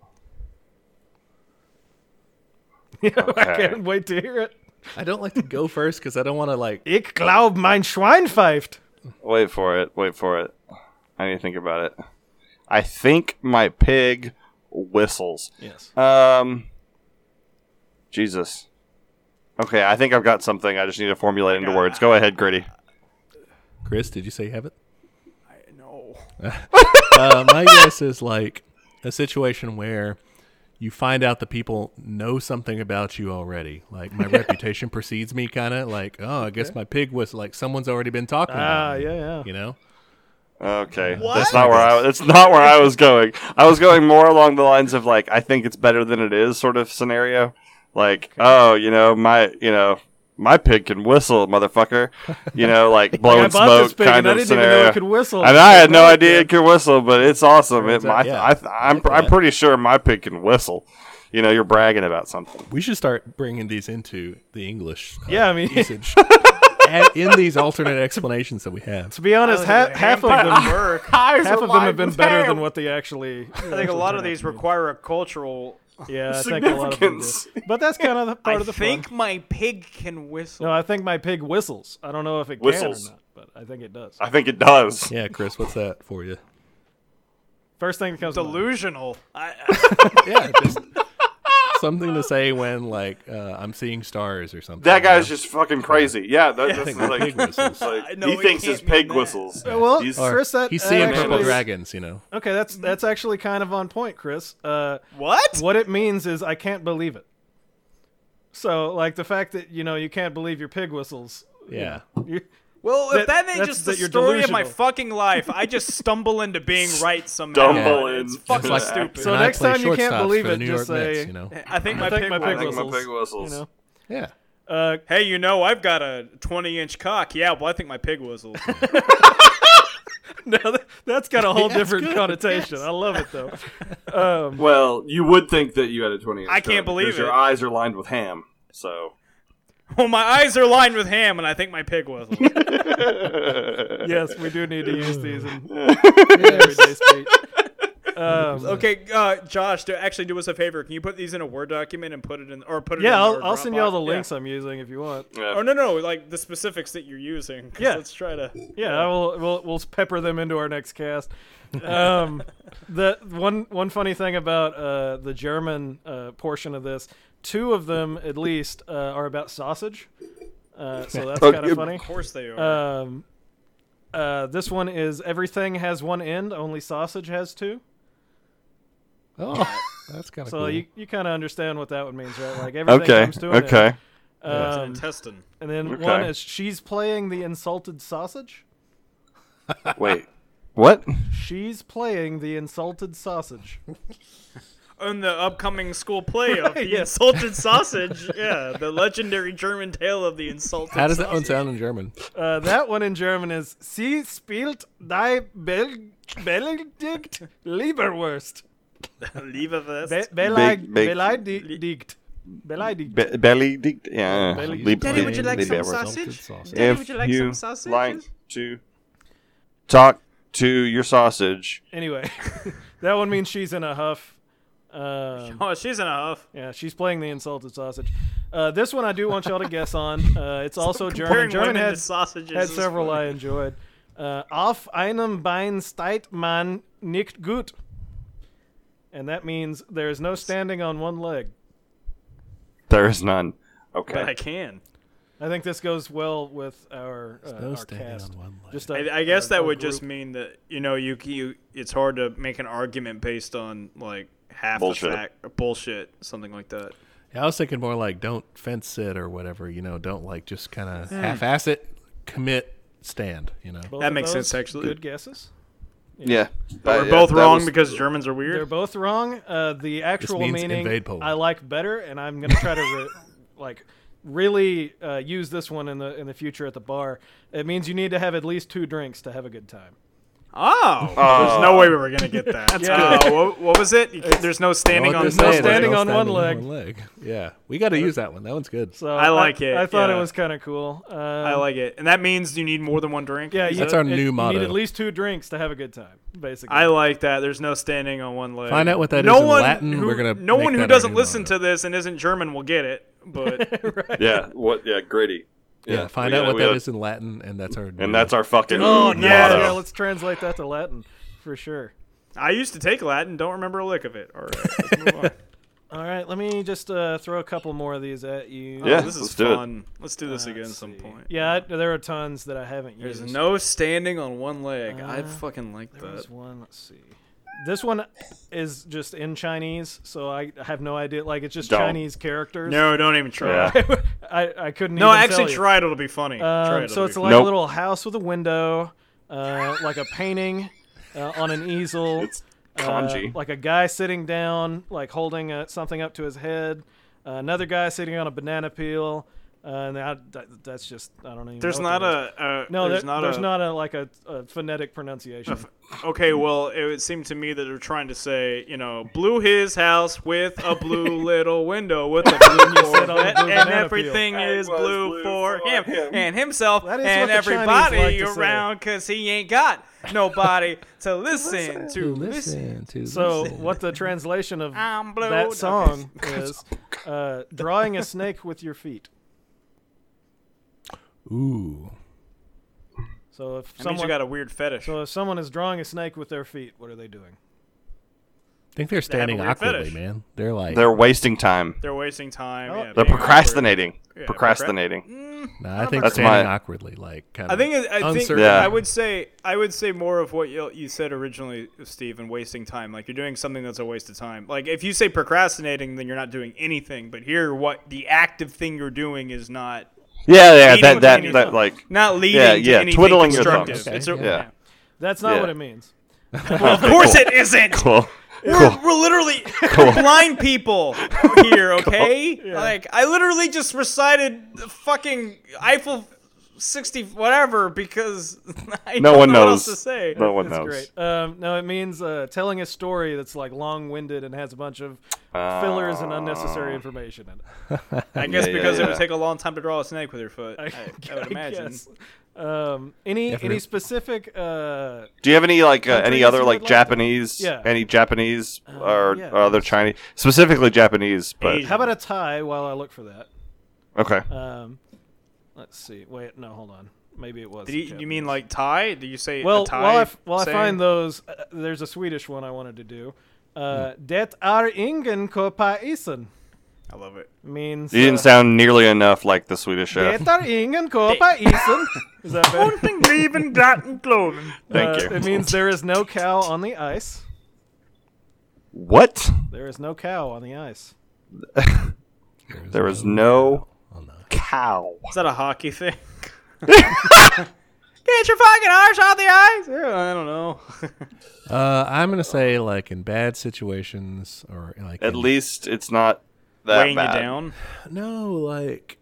Speaker 1: I
Speaker 2: Okay.
Speaker 1: can't wait to hear it.
Speaker 4: I don't like to go first because I don't want to like.
Speaker 1: Ich glaube, mein Schwein pfeift.
Speaker 2: Wait for it. Wait for it. I need to think about it. I think my pig whistles.
Speaker 1: Yes.
Speaker 2: Um, Jesus. Okay, I think I've got something. I just need to formulate into words. Go ahead, Gritty.
Speaker 4: Chris, did you say you have it?
Speaker 3: No.
Speaker 4: uh, my guess is like a situation where you find out the people know something about you already. Like my reputation precedes me, kind of like, oh, I guess my pig was like someone's already been talking.
Speaker 1: Ah,
Speaker 4: about me,
Speaker 1: yeah, yeah.
Speaker 4: You know,
Speaker 2: Okay, that's not where I. That's not where I was going. I was going more along the lines of like, I think it's better than it is, sort of scenario. Like, oh, you know, my, you know, my pig can whistle, motherfucker. You know, like blowing
Speaker 1: I bought this
Speaker 2: smoke
Speaker 1: pig
Speaker 2: kind
Speaker 1: and
Speaker 2: of
Speaker 1: I didn't
Speaker 2: scenario.
Speaker 1: even know it could whistle.
Speaker 2: I mean, I had no idea it could whistle, but it's awesome. It,
Speaker 4: Turns out,
Speaker 2: my,
Speaker 4: yeah.
Speaker 2: I, I, am I'm pretty sure my pig can whistle. You know, you're bragging about something.
Speaker 4: we should start bringing these into the English. uh,
Speaker 1: Yeah, I mean-
Speaker 4: usage. Add in these alternate explanations that we have.
Speaker 1: To be honest, ha- half of them
Speaker 3: work.
Speaker 1: half of them have been better than what they actually.
Speaker 3: I think a lot of these require a cultural.
Speaker 1: Yeah, I think a lot of them
Speaker 2: Significance.
Speaker 1: do. But that's kind of the part
Speaker 3: I
Speaker 1: of the fun.
Speaker 3: think my pig can whistle.
Speaker 1: No, I think my pig whistles. I don't know if it
Speaker 2: Whistles.
Speaker 1: can or not, but I think it does.
Speaker 2: I think it does.
Speaker 4: Yeah, Chris, what's that for you?
Speaker 1: First thing that comes to mind.
Speaker 3: Delusional. I,
Speaker 4: Yeah, just something to say when like uh, I'm seeing stars or something.
Speaker 2: That guy's
Speaker 4: you
Speaker 2: just fucking crazy. Yeah, that,
Speaker 4: know? I
Speaker 2: that's
Speaker 4: think my
Speaker 2: like,
Speaker 4: pig whistles.
Speaker 2: like
Speaker 3: No,
Speaker 2: he
Speaker 3: it
Speaker 2: thinks his
Speaker 3: can't mean
Speaker 2: pig
Speaker 3: that.
Speaker 2: whistles.
Speaker 1: Well,
Speaker 2: He's-
Speaker 4: Or
Speaker 1: Chris, that
Speaker 4: he's seeing
Speaker 1: actually-
Speaker 4: purple dragons, you know.
Speaker 1: Okay, that's that's actually kind of on point, Chris. Uh,
Speaker 3: what?
Speaker 1: what it means is I can't believe it. So, like the fact that you know you can't believe your pig whistles.
Speaker 4: Yeah.
Speaker 1: You,
Speaker 3: Well,
Speaker 1: That-
Speaker 3: if that ain't
Speaker 1: that's
Speaker 3: just the
Speaker 1: that you're
Speaker 3: story of my
Speaker 1: delusional.
Speaker 3: fucking life, I just stumble into being right somehow.
Speaker 2: Stumble
Speaker 3: It's
Speaker 2: into
Speaker 3: fucking
Speaker 2: that.
Speaker 3: stupid.
Speaker 1: So
Speaker 4: And I
Speaker 1: next
Speaker 4: play
Speaker 1: time you can't
Speaker 4: shortstop for
Speaker 1: believe
Speaker 4: the
Speaker 1: it,
Speaker 4: New
Speaker 1: just
Speaker 4: York Mets,
Speaker 1: say-
Speaker 4: you know.
Speaker 3: I think my
Speaker 1: I think
Speaker 3: pig
Speaker 1: my
Speaker 3: will.
Speaker 1: pig
Speaker 2: I think
Speaker 1: whistles.
Speaker 2: my pig whistles.
Speaker 1: You know.
Speaker 4: Yeah.
Speaker 1: Uh,
Speaker 3: Hey, you know, I've got a 20 inch cock. Yeah, well, I think my pig whistles.
Speaker 1: no, that- that's got a whole
Speaker 4: That's
Speaker 1: different
Speaker 4: good,
Speaker 1: connotation. I love it though. Um,
Speaker 2: Well, you would think that you had a twenty.
Speaker 3: I can't believe
Speaker 2: Your
Speaker 3: it.
Speaker 2: eyes are lined with ham. So
Speaker 3: well, my eyes are lined with ham, and I think my pig whistles.
Speaker 1: yes, we do need to use these in everyday speech. Um,
Speaker 3: okay, uh, Josh, do, actually, do us a favor. Can you put these in a Word document and put it in, or put it? in
Speaker 1: yeah, I'll,
Speaker 3: our
Speaker 1: I'll send you all the
Speaker 3: Dropbox? Yeah.
Speaker 1: links I'm using if you want.
Speaker 3: Oh no, no, like the specifics that you're using. 'cause
Speaker 1: Yeah.
Speaker 3: let's try to.
Speaker 1: Yeah, I will. We'll, we'll pepper them into our next cast. Um, the one one funny thing about uh, the German uh, portion of this, two of them at least uh, are about sausage. Uh, so that's
Speaker 2: Oh,
Speaker 1: kind
Speaker 2: you-
Speaker 1: of funny.
Speaker 3: Of course they are.
Speaker 1: Um, uh, this one is everything has one end, only sausage has two.
Speaker 4: Oh, that's kind of
Speaker 1: So
Speaker 4: cool.
Speaker 2: Mm-hmm.
Speaker 1: you, you kind of understand what that one means, right? Like everything comes to an end.
Speaker 3: it's an
Speaker 1: Um,
Speaker 3: intestine.
Speaker 1: and then
Speaker 2: Okay.
Speaker 1: one is she's playing the insulted sausage.
Speaker 2: Wait. What?
Speaker 1: She's playing the insulted sausage.
Speaker 3: In the upcoming school play of the
Speaker 1: yeah.
Speaker 3: insulted sausage, yeah, the legendary German tale of the insulted.
Speaker 4: How does that
Speaker 3: sausage.
Speaker 4: one sound in German?
Speaker 1: Uh, that one in German is Sie spielt die Bel- beleidigt Lieberwurst.
Speaker 3: Leberwurst.
Speaker 1: Be- belei-
Speaker 2: Big- big-
Speaker 1: beleidigt. Beleidigt.
Speaker 2: Be- belly dick. Yeah.
Speaker 1: Belly
Speaker 2: Leap-
Speaker 3: Daddy, would you
Speaker 2: leap-
Speaker 3: like
Speaker 2: leap
Speaker 3: some
Speaker 2: everywhere.
Speaker 3: sausage?
Speaker 4: Salted sausage.
Speaker 3: Daddy,
Speaker 2: If
Speaker 3: would you like some sausages?
Speaker 2: like to talk to your sausage,
Speaker 1: Anyway, that one means she's in a huff. Um,
Speaker 3: Oh, she's in a huff.
Speaker 1: yeah, she's playing the insulted sausage. Uh, this one I do want y'all to guess on. Uh, it's also German.
Speaker 3: Comparing
Speaker 1: German
Speaker 3: women to
Speaker 1: had,
Speaker 3: sausages.
Speaker 1: had
Speaker 3: is
Speaker 1: several
Speaker 3: funny.
Speaker 1: I enjoyed. Uh, auf einem Bein steht man nicht gut. And that means there is no standing on one leg.
Speaker 2: there is none.
Speaker 3: But I
Speaker 2: Okay.
Speaker 3: can.
Speaker 1: I think this goes well with our, uh,
Speaker 4: No
Speaker 1: our
Speaker 4: standing
Speaker 1: cast.
Speaker 4: on one leg.
Speaker 1: Just our-
Speaker 3: I, I guess
Speaker 1: our-
Speaker 3: that
Speaker 1: our
Speaker 3: would just
Speaker 1: group.
Speaker 3: mean that you know you you it's hard to make an argument based on like half
Speaker 2: Bullshit.
Speaker 3: a fact or bullshit something like that.
Speaker 4: Yeah, I was thinking more like don't fence it or whatever. You know, don't like just kind of half-ass it, commit, stand. You know.
Speaker 1: Both
Speaker 3: That
Speaker 1: of
Speaker 3: makes sense,
Speaker 1: those
Speaker 3: actually.
Speaker 1: Good guesses.
Speaker 2: Uh, Yeah.
Speaker 3: We're both wrong because Germans are
Speaker 1: They're
Speaker 3: weird.
Speaker 1: both wrong. Uh, the actual
Speaker 4: means
Speaker 1: meaning
Speaker 4: invade Poland.
Speaker 1: I like better, and I'm gonna try to re- like really uh, use this one in the in the future at the bar. It means you need to have at least two drinks to have a good time.
Speaker 3: Oh,
Speaker 2: Oh.
Speaker 3: there's no way we were gonna get that.
Speaker 1: Yeah.
Speaker 3: Uh, what, what was it? You can't- there's no standing
Speaker 4: No,
Speaker 3: on.
Speaker 4: there's
Speaker 1: no
Speaker 4: standing,
Speaker 1: standing
Speaker 4: no
Speaker 1: on one leg.
Speaker 4: Yeah, we got to use that one. That one's good.
Speaker 1: So
Speaker 3: I like it,
Speaker 1: I, thought
Speaker 3: yeah.
Speaker 1: it was kind of cool. Um,
Speaker 3: I like it, and that means you need more than one drink.
Speaker 1: Yeah, you,
Speaker 4: That's our
Speaker 1: it-
Speaker 4: new
Speaker 1: you
Speaker 4: motto.
Speaker 1: need at least two drinks to have a good time. Basically,
Speaker 3: I like that. There's no standing on one leg.
Speaker 4: Find out what that
Speaker 3: that
Speaker 4: is
Speaker 3: no
Speaker 4: in
Speaker 3: one
Speaker 4: Latin.
Speaker 3: Who,
Speaker 4: We're gonna
Speaker 3: no
Speaker 4: make
Speaker 3: one
Speaker 4: that
Speaker 3: who
Speaker 4: our
Speaker 3: doesn't
Speaker 4: new
Speaker 3: listen
Speaker 4: motto.
Speaker 3: to this and isn't German will get it. But
Speaker 2: Yeah. What? Yeah. Gritty.
Speaker 4: Yeah, find
Speaker 2: we
Speaker 4: out
Speaker 2: gotta-
Speaker 4: what
Speaker 2: we
Speaker 4: that
Speaker 2: gotta-
Speaker 4: is in Latin, and that's our.
Speaker 2: And that's our fucking.
Speaker 1: Oh no!
Speaker 2: motto.
Speaker 1: Yeah, let's translate that to Latin for sure.
Speaker 3: I used to take Latin. Don't remember a lick of it. All right, let's move on.
Speaker 1: All right, let me just uh, throw a couple more of these at you.
Speaker 2: Yeah,
Speaker 3: Oh, this is
Speaker 2: let's do it.
Speaker 3: fun. Let's do this again some point.
Speaker 1: Yeah, I- there are tons that I haven't
Speaker 3: There's
Speaker 1: used.
Speaker 3: no standing on one leg. I
Speaker 1: Uh,
Speaker 3: fucking like that.
Speaker 1: There's one. Let's see. This one is just in Chinese, so I have no idea. Like it's just
Speaker 2: Don't.
Speaker 1: Chinese characters.
Speaker 3: No, don't even try.
Speaker 2: Yeah.
Speaker 1: I, I couldn't.
Speaker 3: No,
Speaker 1: even
Speaker 3: actually,
Speaker 1: tell you.
Speaker 3: try it. It'll be funny. try
Speaker 1: Um,
Speaker 3: it,
Speaker 1: so it's like
Speaker 2: Nope.
Speaker 1: a little house with a window, uh, like a painting uh, on an easel.
Speaker 2: It's
Speaker 1: uh,
Speaker 2: kanji.
Speaker 1: like a guy sitting down, like holding uh something up to his head. Uh, another guy sitting on a banana peel. Uh, and that, that- that's just I don't even.
Speaker 3: There's
Speaker 1: know what
Speaker 3: not
Speaker 1: that is.
Speaker 3: a. Uh,
Speaker 1: No,
Speaker 3: there's
Speaker 1: there-
Speaker 3: not
Speaker 1: there's
Speaker 3: a.
Speaker 1: not a like a, a phonetic pronunciation.
Speaker 3: Okay, well, it would seem to me that they're trying to say, you know, blew his house with a blue little window with a blue
Speaker 1: said on
Speaker 3: Corvette,
Speaker 1: blue
Speaker 3: and
Speaker 1: banana
Speaker 3: everything
Speaker 2: peel.
Speaker 3: is
Speaker 2: It was
Speaker 3: blue,
Speaker 2: blue
Speaker 3: for,
Speaker 2: for
Speaker 3: him,
Speaker 2: him.
Speaker 3: and himself
Speaker 1: That is
Speaker 3: and
Speaker 1: what the Chinese
Speaker 3: everybody
Speaker 1: like to say.
Speaker 3: around because he ain't got nobody to listen to. Listen.
Speaker 5: to
Speaker 1: So what the translation of
Speaker 3: I'm blue.
Speaker 1: that
Speaker 3: Okay.
Speaker 1: song is uh, drawing a snake with your feet.
Speaker 4: Ooh.
Speaker 1: So if
Speaker 3: That means
Speaker 1: someone
Speaker 3: you got a weird fetish.
Speaker 1: so if someone is drawing a snake with their feet, what are they doing?
Speaker 4: I think they're standing
Speaker 3: weird
Speaker 4: awkwardly,
Speaker 3: fetish.
Speaker 4: man. They're like,
Speaker 2: They're wasting time.
Speaker 3: They're wasting time.
Speaker 1: Oh.
Speaker 3: yeah,
Speaker 2: They're
Speaker 3: being awkward.
Speaker 2: procrastinating.
Speaker 3: Yeah,
Speaker 2: procrastinating.
Speaker 4: nah, I think
Speaker 2: That's
Speaker 4: standing
Speaker 2: my-
Speaker 4: awkwardly, like kind of.
Speaker 3: I think it- I think
Speaker 4: uncertain.
Speaker 2: Yeah.
Speaker 3: I would say I would say more of what you, you said originally, Steve, and wasting time. Like you're doing something that's a waste of time. Like if you say procrastinating, then you're not doing anything. But here, what the active thing you're doing is not
Speaker 2: Yeah, yeah.
Speaker 3: Eating
Speaker 2: That
Speaker 3: with
Speaker 2: that
Speaker 3: your
Speaker 2: that
Speaker 3: thumb.
Speaker 2: like.
Speaker 3: not leading
Speaker 2: Yeah,
Speaker 3: to
Speaker 2: yeah,
Speaker 3: anything
Speaker 2: twiddling your thumbs.
Speaker 3: constructive.
Speaker 4: Okay,
Speaker 3: It's a-
Speaker 4: yeah.
Speaker 2: Yeah.
Speaker 1: That's not
Speaker 2: Yeah.
Speaker 1: what it means.
Speaker 3: Of course, it isn't.
Speaker 2: Cool.
Speaker 3: We're,
Speaker 2: Cool.
Speaker 3: we're literally blind people here, okay? Like, I literally just recited the fucking Eiffel 60, whatever, because I
Speaker 2: No
Speaker 3: don't
Speaker 2: one
Speaker 3: know what
Speaker 2: knows.
Speaker 3: else to say.
Speaker 2: No one
Speaker 1: That's
Speaker 2: knows.
Speaker 1: great. Um, no, it means uh, telling a story that's like long-winded and has a bunch of fillers and
Speaker 2: Ah.
Speaker 1: unnecessary information in it.
Speaker 3: I guess
Speaker 2: Yeah, yeah,
Speaker 3: because it
Speaker 2: yeah.
Speaker 3: would take a long time to draw a snake with her foot. I, I
Speaker 1: I
Speaker 3: would imagine.
Speaker 1: guess. Um, any
Speaker 4: If
Speaker 1: any
Speaker 4: it-
Speaker 1: specific uh,
Speaker 2: Do you have any like uh,
Speaker 1: Countries
Speaker 2: any other
Speaker 1: you
Speaker 2: like
Speaker 1: would like to-
Speaker 2: Japanese?
Speaker 1: Yeah. Uh,
Speaker 2: Any Japanese or,
Speaker 1: yeah.
Speaker 2: or other Chinese, specifically Japanese? But
Speaker 3: Asian.
Speaker 1: how about a tie while I look for that?
Speaker 2: okay.
Speaker 1: Um, let's see. Wait, no, hold on. Maybe it was.
Speaker 3: Did you, you
Speaker 1: Japanese.
Speaker 3: mean like tie? Do you say
Speaker 1: Well,
Speaker 3: a tie?
Speaker 1: while I, f- while I
Speaker 3: saying?
Speaker 1: find those, uh, there's a Swedish one I wanted to do. Uh, Det är ingen kopaisen
Speaker 3: I love it.
Speaker 1: means.
Speaker 2: You didn't
Speaker 1: uh,
Speaker 2: sound nearly enough like the Swedish chef.
Speaker 1: Det är ingen kopaisen. Is that better?
Speaker 3: Leaving that and clothing.
Speaker 2: Thank
Speaker 1: Uh,
Speaker 2: you.
Speaker 1: It means there is no cow on the ice.
Speaker 2: what?
Speaker 1: There is no cow on the ice.
Speaker 2: There was no
Speaker 4: Oh, no.
Speaker 2: cow.
Speaker 3: Is that a hockey thing? Get your fucking arse out the eyes! I don't know.
Speaker 4: Uh, I'm gonna say like in bad situations or like
Speaker 2: At
Speaker 4: in-
Speaker 2: least it's not that
Speaker 3: Weighing
Speaker 2: bad.
Speaker 3: you down.
Speaker 4: no like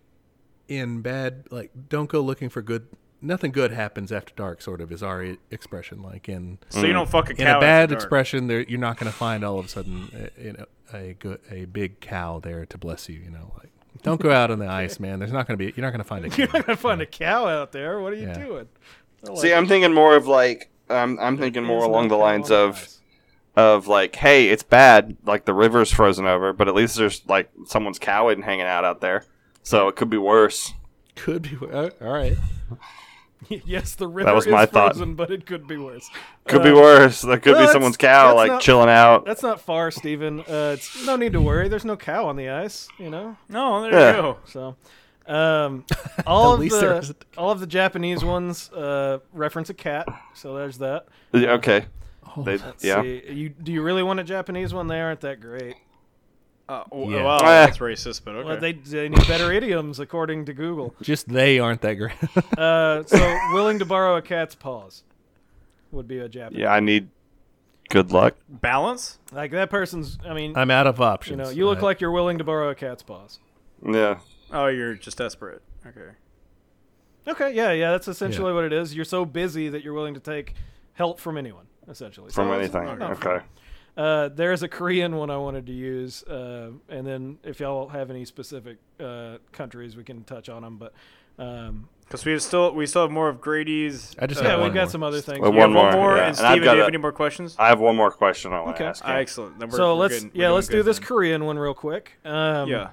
Speaker 4: in bad like don't go looking for good nothing good happens after dark sort of is our e- expression like in
Speaker 3: So you don't fuck a
Speaker 4: in
Speaker 3: cow.
Speaker 4: a bad
Speaker 3: after dark.
Speaker 4: expression there you're not gonna find all of a sudden a, you know, a good a big cow there to bless you you know like don't go out on the ice man there's not gonna be you're not gonna find a
Speaker 1: You're
Speaker 4: cow.
Speaker 1: not gonna find a cow out there. What are you
Speaker 4: Yeah.
Speaker 1: doing? They're like,
Speaker 2: See, I'm thinking more of like um, I'm thinking
Speaker 1: "There's
Speaker 2: more
Speaker 1: no
Speaker 2: along the
Speaker 1: cow
Speaker 2: lines
Speaker 1: on the
Speaker 2: of
Speaker 1: ice."
Speaker 2: of like, hey, it's bad, like the river's frozen over, but at least there's like someone's cow isn't hanging out out there, so it could be worse.
Speaker 4: could be uh, all right
Speaker 1: yes, the river
Speaker 2: was
Speaker 1: is
Speaker 2: my thought.
Speaker 1: frozen, but it could be worse.
Speaker 2: Could be worse. There could
Speaker 1: well,
Speaker 2: be
Speaker 1: that's-
Speaker 2: someone's cow
Speaker 1: that's
Speaker 2: like
Speaker 1: not-
Speaker 2: chilling out.
Speaker 1: That's not far, Stephen. Uh, it's no need to worry. There's no cow on the ice, you know.
Speaker 3: No, there
Speaker 2: Yeah.
Speaker 3: you go.
Speaker 1: So, um, all of
Speaker 4: least there
Speaker 1: the
Speaker 4: isn't.
Speaker 1: all of the Japanese ones uh, reference a cat. So there's that.
Speaker 2: Yeah, okay.
Speaker 4: Oh,
Speaker 2: They-
Speaker 1: Let's
Speaker 2: yeah.
Speaker 1: see. You do you really want a Japanese one? They aren't that great.
Speaker 3: Uh,
Speaker 4: Yeah.
Speaker 3: Wow,
Speaker 2: Eh.
Speaker 3: that's racist, but okay.
Speaker 1: Well, they they need better idioms according to Google.
Speaker 4: just they aren't that great
Speaker 1: Uh, so willing to borrow a cat's paws would be a Japanese.
Speaker 2: Yeah, I need good luck.
Speaker 3: Balance?
Speaker 1: Like that person's. I mean,
Speaker 4: I'm out of
Speaker 1: you
Speaker 4: options Uh,
Speaker 1: know, you look
Speaker 4: Right.
Speaker 1: like you're willing to borrow a cat's paws.
Speaker 2: Yeah.
Speaker 3: Oh, you're just desperate. Okay.
Speaker 1: Okay, yeah, yeah, that's essentially what it is. You're so busy that you're willing to take help from anyone, essentially.
Speaker 2: From
Speaker 1: So it's-
Speaker 2: anything.
Speaker 1: no,
Speaker 2: Okay.
Speaker 1: Uh, there is a Korean one I wanted to use, uh, and then if y'all have any specific uh, countries, we can touch on them. But um,
Speaker 3: Because we have still we still have more of Grady's. uh,
Speaker 4: I just
Speaker 1: yeah,
Speaker 4: have
Speaker 1: we've
Speaker 4: one
Speaker 1: got
Speaker 4: more.
Speaker 1: some other things.
Speaker 2: Well,
Speaker 3: you have
Speaker 2: one more,
Speaker 3: one more.
Speaker 2: yeah.
Speaker 3: And
Speaker 2: And I've
Speaker 3: Steven, do
Speaker 2: got
Speaker 3: you have
Speaker 2: a-
Speaker 3: any more questions?
Speaker 2: I have one more question I want
Speaker 1: Okay.
Speaker 2: to ask. you.
Speaker 3: Ah, excellent. Then we're,
Speaker 1: so
Speaker 3: we're
Speaker 1: let's
Speaker 3: good. We're
Speaker 1: yeah,
Speaker 3: doing
Speaker 1: let's do
Speaker 3: good
Speaker 1: this
Speaker 3: then.
Speaker 1: Korean one real quick. Um,
Speaker 3: Yeah.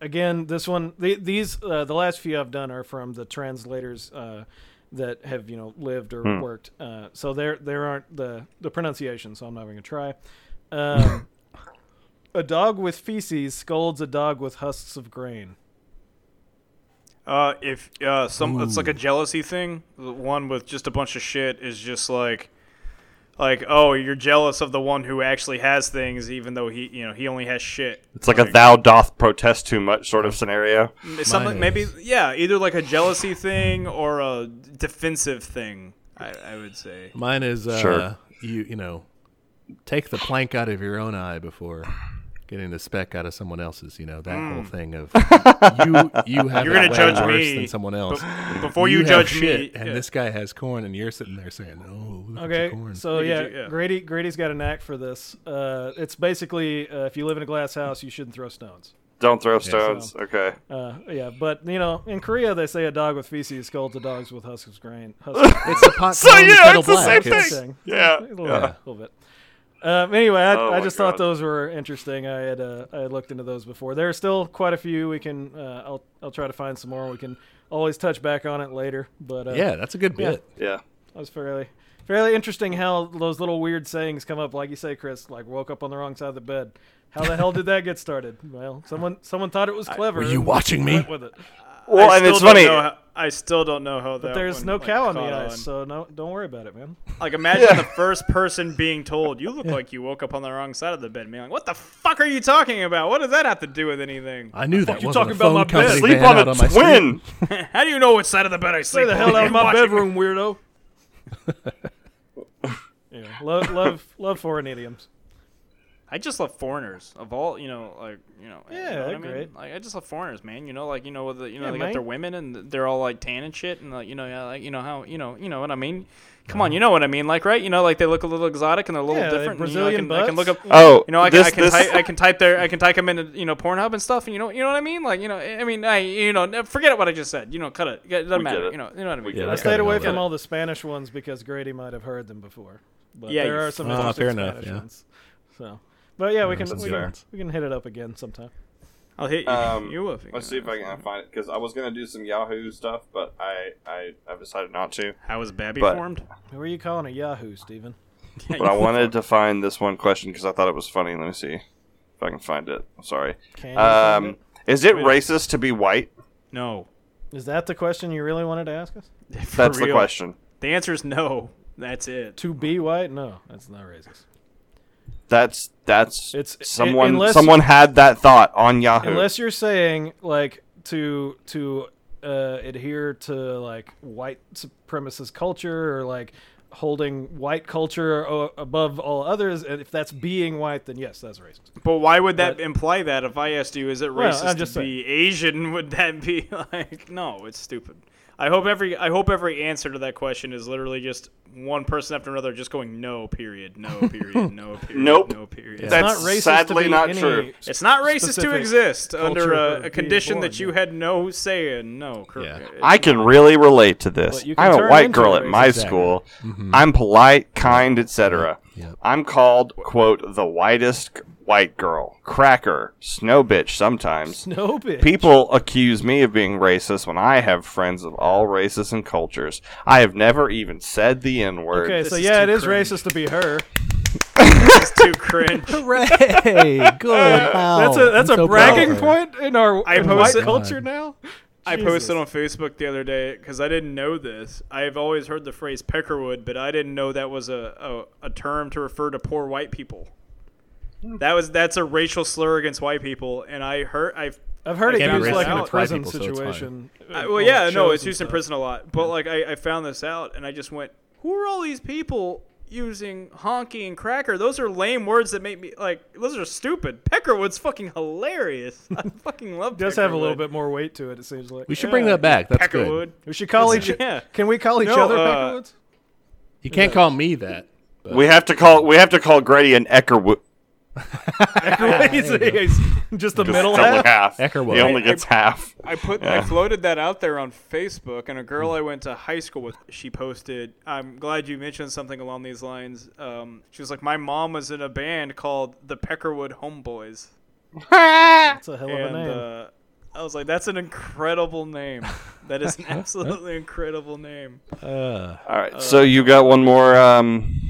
Speaker 1: again, this one, the, these, uh, the last few I've done are from the translators uh, that have you know lived or
Speaker 4: Hmm.
Speaker 1: worked. Uh, so there there aren't the the pronunciation. So I'm not even gonna try. Um, a dog with feces scolds a dog with husks of grain.
Speaker 3: Uh, if uh, some, it's like a jealousy thing. The one with just a bunch of shit is just like, like, oh, you're jealous of the one who actually has things, even though he, you know, he only has shit.
Speaker 2: It's like a thou doth protest too much sort of scenario.
Speaker 3: Something, maybe, yeah, either like a jealousy thing or a defensive thing. I, I would say.
Speaker 4: Mine is uh,
Speaker 2: Sure.
Speaker 4: you you know, take the plank out of your own eye before getting the speck out of someone else's. You know that
Speaker 1: Mm.
Speaker 4: whole thing of you you have
Speaker 3: You're gonna
Speaker 4: it way
Speaker 3: judge
Speaker 4: worse
Speaker 3: me,
Speaker 4: than someone else.
Speaker 3: Before you,
Speaker 4: have
Speaker 3: judge
Speaker 4: shit,
Speaker 3: me,
Speaker 4: and
Speaker 3: yeah.
Speaker 4: this guy has corn, and you're sitting there saying, "Oh, look at your
Speaker 1: Okay,
Speaker 4: corn."
Speaker 1: so
Speaker 3: You
Speaker 1: yeah,
Speaker 3: could do- yeah.
Speaker 1: Grady Grady's got a knack for this. Uh, it's basically uh, if you live in a glass house, you shouldn't throw stones.
Speaker 2: Don't throw stones. Okay.
Speaker 1: Uh, yeah, but you know, in Korea they say a dog with feces scolds a dog with husks of grain. Husks of
Speaker 4: it's the pot
Speaker 2: So,
Speaker 4: calling the
Speaker 2: yeah,
Speaker 4: kettle
Speaker 2: it's the
Speaker 4: black.
Speaker 2: same
Speaker 4: It's-
Speaker 2: thing.
Speaker 1: thing.
Speaker 2: Yeah.
Speaker 1: A little, bit, a little bit. Um, anyway, I,
Speaker 2: Oh
Speaker 1: I
Speaker 2: my
Speaker 1: just
Speaker 2: God.
Speaker 1: thought those were interesting. I had uh, I had looked into those before. There are still quite a few. We can uh, I'll I'll try to find some more. We can always touch back on it later. But uh,
Speaker 4: Yeah, that's a good
Speaker 1: Yeah.
Speaker 4: bit.
Speaker 2: Yeah.
Speaker 1: that was fairly fairly interesting how those little weird sayings come up. Like you say, Chris, like woke up on the wrong side of the bed. How the hell did that get started? Well, someone someone thought it was clever.
Speaker 4: Were you
Speaker 1: and
Speaker 4: watching me?
Speaker 1: went with it.
Speaker 2: Well,
Speaker 3: I
Speaker 2: and
Speaker 3: still
Speaker 2: it's
Speaker 3: don't
Speaker 2: funny.
Speaker 3: know how- I still don't know how that. But
Speaker 1: There's no cow on the ice, so no, don't worry about it, man.
Speaker 3: Like imagine the first person being told, "You look like you woke up on the wrong side of the bed." Man, like, what the fuck are you talking about? What does that have to do with anything?
Speaker 4: I knew that
Speaker 1: you
Speaker 4: wasn't
Speaker 1: talking about
Speaker 4: a phone
Speaker 1: my bed?
Speaker 4: company
Speaker 2: Sleep
Speaker 4: van
Speaker 2: on
Speaker 4: out
Speaker 2: a
Speaker 4: on my street.
Speaker 2: twin.
Speaker 3: How do you know what side of the bed I sleep?
Speaker 1: Stay the hell out of my bedroom, weirdo. yeah, love, love, love foreign idioms.
Speaker 3: I just love foreigners of all, you know, like you know. you
Speaker 1: Yeah,
Speaker 3: know what I
Speaker 1: they're
Speaker 3: mean?
Speaker 1: great.
Speaker 3: Like I just love foreigners, man. You know, like you know, with the, you know,
Speaker 1: Yeah,
Speaker 3: they got their
Speaker 1: mate.
Speaker 3: women and they're all like tan and shit, and like you know, yeah, like you know how you know, you know what I mean. Come on, you know what I mean, like right? You know, like they look a little exotic and they're a little
Speaker 1: Uh-huh. Yeah, they
Speaker 3: different.
Speaker 1: Brazilian
Speaker 3: and, you know, I can, I can
Speaker 1: butts.
Speaker 3: look up.
Speaker 2: Oh,
Speaker 3: You know, I can,
Speaker 2: this,
Speaker 3: I, can
Speaker 2: this,
Speaker 3: type, I can type their, I can type them into, you know, Pornhub and stuff. And you know, you know what I mean? Like, you know, I mean, I, you know, n- forget what I just said. You know, cut it. It doesn't
Speaker 2: We get
Speaker 3: matter.
Speaker 2: it.
Speaker 3: You know, you know what I mean?
Speaker 4: get
Speaker 1: I
Speaker 4: it.
Speaker 1: stayed
Speaker 4: kinda
Speaker 1: away
Speaker 4: know
Speaker 1: from
Speaker 4: that.
Speaker 1: all the Spanish ones because Grady might have heard them before. But
Speaker 3: Yeah,
Speaker 1: there
Speaker 3: you
Speaker 1: are some
Speaker 4: fuck. Ah,
Speaker 1: interesting
Speaker 4: fair enough,
Speaker 1: Spanish
Speaker 4: yeah.
Speaker 1: ones. So, but yeah, we can
Speaker 4: some
Speaker 1: we
Speaker 4: good
Speaker 1: can,
Speaker 4: ones.
Speaker 1: we can hit it up again sometime.
Speaker 3: I'll hit you.
Speaker 2: Um,
Speaker 3: you up.
Speaker 2: Let's see if I can find it because I was gonna do some Yahoo stuff, but I I I've decided not to.
Speaker 3: How was Babby
Speaker 2: But-
Speaker 3: formed?
Speaker 1: Who are you calling a Yahoo, Steven?
Speaker 2: But I wanted to find this one question because I thought it was funny. Let me see if I can find it. I'm sorry.
Speaker 1: Can you find
Speaker 2: Um, is it racist to be white?
Speaker 3: No.
Speaker 1: it? Is that the question you really wanted to ask us?
Speaker 3: For
Speaker 2: That's the
Speaker 3: real.
Speaker 2: question.
Speaker 3: The answer is no. That's it.
Speaker 1: To be white? No, that's not racist.
Speaker 2: That's that's
Speaker 1: It's-
Speaker 2: someone
Speaker 1: unless-
Speaker 2: someone had that thought on Yahoo.
Speaker 1: Unless you're saying like to to uh, adhere to like white supremacist culture or like holding white culture o- above all others, and if that's being white, then yes, that's racist.
Speaker 3: But why would that
Speaker 1: But-
Speaker 3: imply that? If I asked you, is it
Speaker 1: Well,
Speaker 3: racist
Speaker 1: I'm just
Speaker 3: to be Asian? Would that be like no? It's stupid. I hope every I hope every answer to that question is literally just one person after another just going no period no period no period
Speaker 2: Nope.
Speaker 3: no period.
Speaker 2: That's
Speaker 1: it's not racist
Speaker 2: sadly
Speaker 1: to be
Speaker 2: not
Speaker 1: any-
Speaker 2: true.
Speaker 3: It's not racist to
Speaker 1: specific
Speaker 3: exist under
Speaker 1: culture or
Speaker 3: a, a
Speaker 1: being
Speaker 3: condition
Speaker 1: born,
Speaker 3: that you
Speaker 1: yeah.
Speaker 3: had no say in. No, correct.
Speaker 4: Yeah.
Speaker 2: I can really relate to this.
Speaker 1: But you can
Speaker 2: I'm a
Speaker 1: turn
Speaker 2: white
Speaker 1: into
Speaker 2: girl
Speaker 1: a
Speaker 2: at my
Speaker 1: racist. Mm-hmm.
Speaker 2: school. I'm polite, kind, etc. I'm called quote the whitest g- white girl, cracker, snow bitch sometimes.
Speaker 1: No, bitch.
Speaker 2: People accuse me of being racist when I have friends of all races and cultures. I have never even said the N word.
Speaker 1: Okay, so
Speaker 3: is
Speaker 1: yeah, it
Speaker 3: too
Speaker 1: is
Speaker 3: cringe.
Speaker 1: racist to be her.
Speaker 3: It's too cringe.
Speaker 4: Hooray! Good. Wow.
Speaker 1: That's a that's
Speaker 4: I'm
Speaker 1: a
Speaker 4: so proud of
Speaker 1: bragging
Speaker 4: her.
Speaker 1: point in our
Speaker 3: I
Speaker 1: in white
Speaker 3: posted-
Speaker 1: culture now.
Speaker 3: I
Speaker 1: Jesus.
Speaker 3: posted on Facebook the other day because I didn't know this. I've always heard the phrase peckerwood, but I didn't know that was a, a, a term to refer to poor white people.
Speaker 1: Hmm.
Speaker 3: That was that's a racial slur against white people, and I heard I
Speaker 1: I've heard it
Speaker 4: Can't
Speaker 3: be
Speaker 1: used
Speaker 3: racist
Speaker 1: like in a
Speaker 3: against white
Speaker 1: prison
Speaker 4: people, so it's fine.
Speaker 1: situation.
Speaker 3: I,
Speaker 1: uh,
Speaker 3: well,
Speaker 1: on
Speaker 3: yeah, no,
Speaker 1: shows
Speaker 3: it's
Speaker 1: and
Speaker 3: used in
Speaker 1: stuff.
Speaker 3: prison a lot. But like, I, I found this out, and I just went, "Who are all these people using honky and cracker? Those are lame words that make me like. Those are stupid. Peckerwood's fucking hilarious. I fucking love.
Speaker 1: It does have a little
Speaker 3: Peckerwood.
Speaker 1: bit more weight to it. It seems like
Speaker 4: We should bring that back. That's
Speaker 3: Peckerwood.
Speaker 4: good.
Speaker 1: We should call each.
Speaker 3: Yeah.
Speaker 1: Can we call each
Speaker 3: No,
Speaker 1: other
Speaker 3: uh,
Speaker 1: Peckerwoods?
Speaker 4: You can't call me that.
Speaker 2: We have to call we have to call Grady an Eckerwood.
Speaker 1: He's- he's just the middle
Speaker 2: only
Speaker 1: half.
Speaker 2: half.
Speaker 4: Eckerwood.
Speaker 2: He only
Speaker 3: I-
Speaker 2: gets half.
Speaker 3: I put I floated that out there on Facebook, and a girl I went to high school with, she posted. I'm glad you mentioned something along these lines. Um, she was like, "My mom was in a band called the Peckerwood Homeboys."
Speaker 1: That's Oh, a hell of a
Speaker 3: and
Speaker 1: name.
Speaker 3: uh, I was like, that's an incredible name. That is an absolutely incredible name.
Speaker 4: Uh,
Speaker 2: All right. so you got one more um,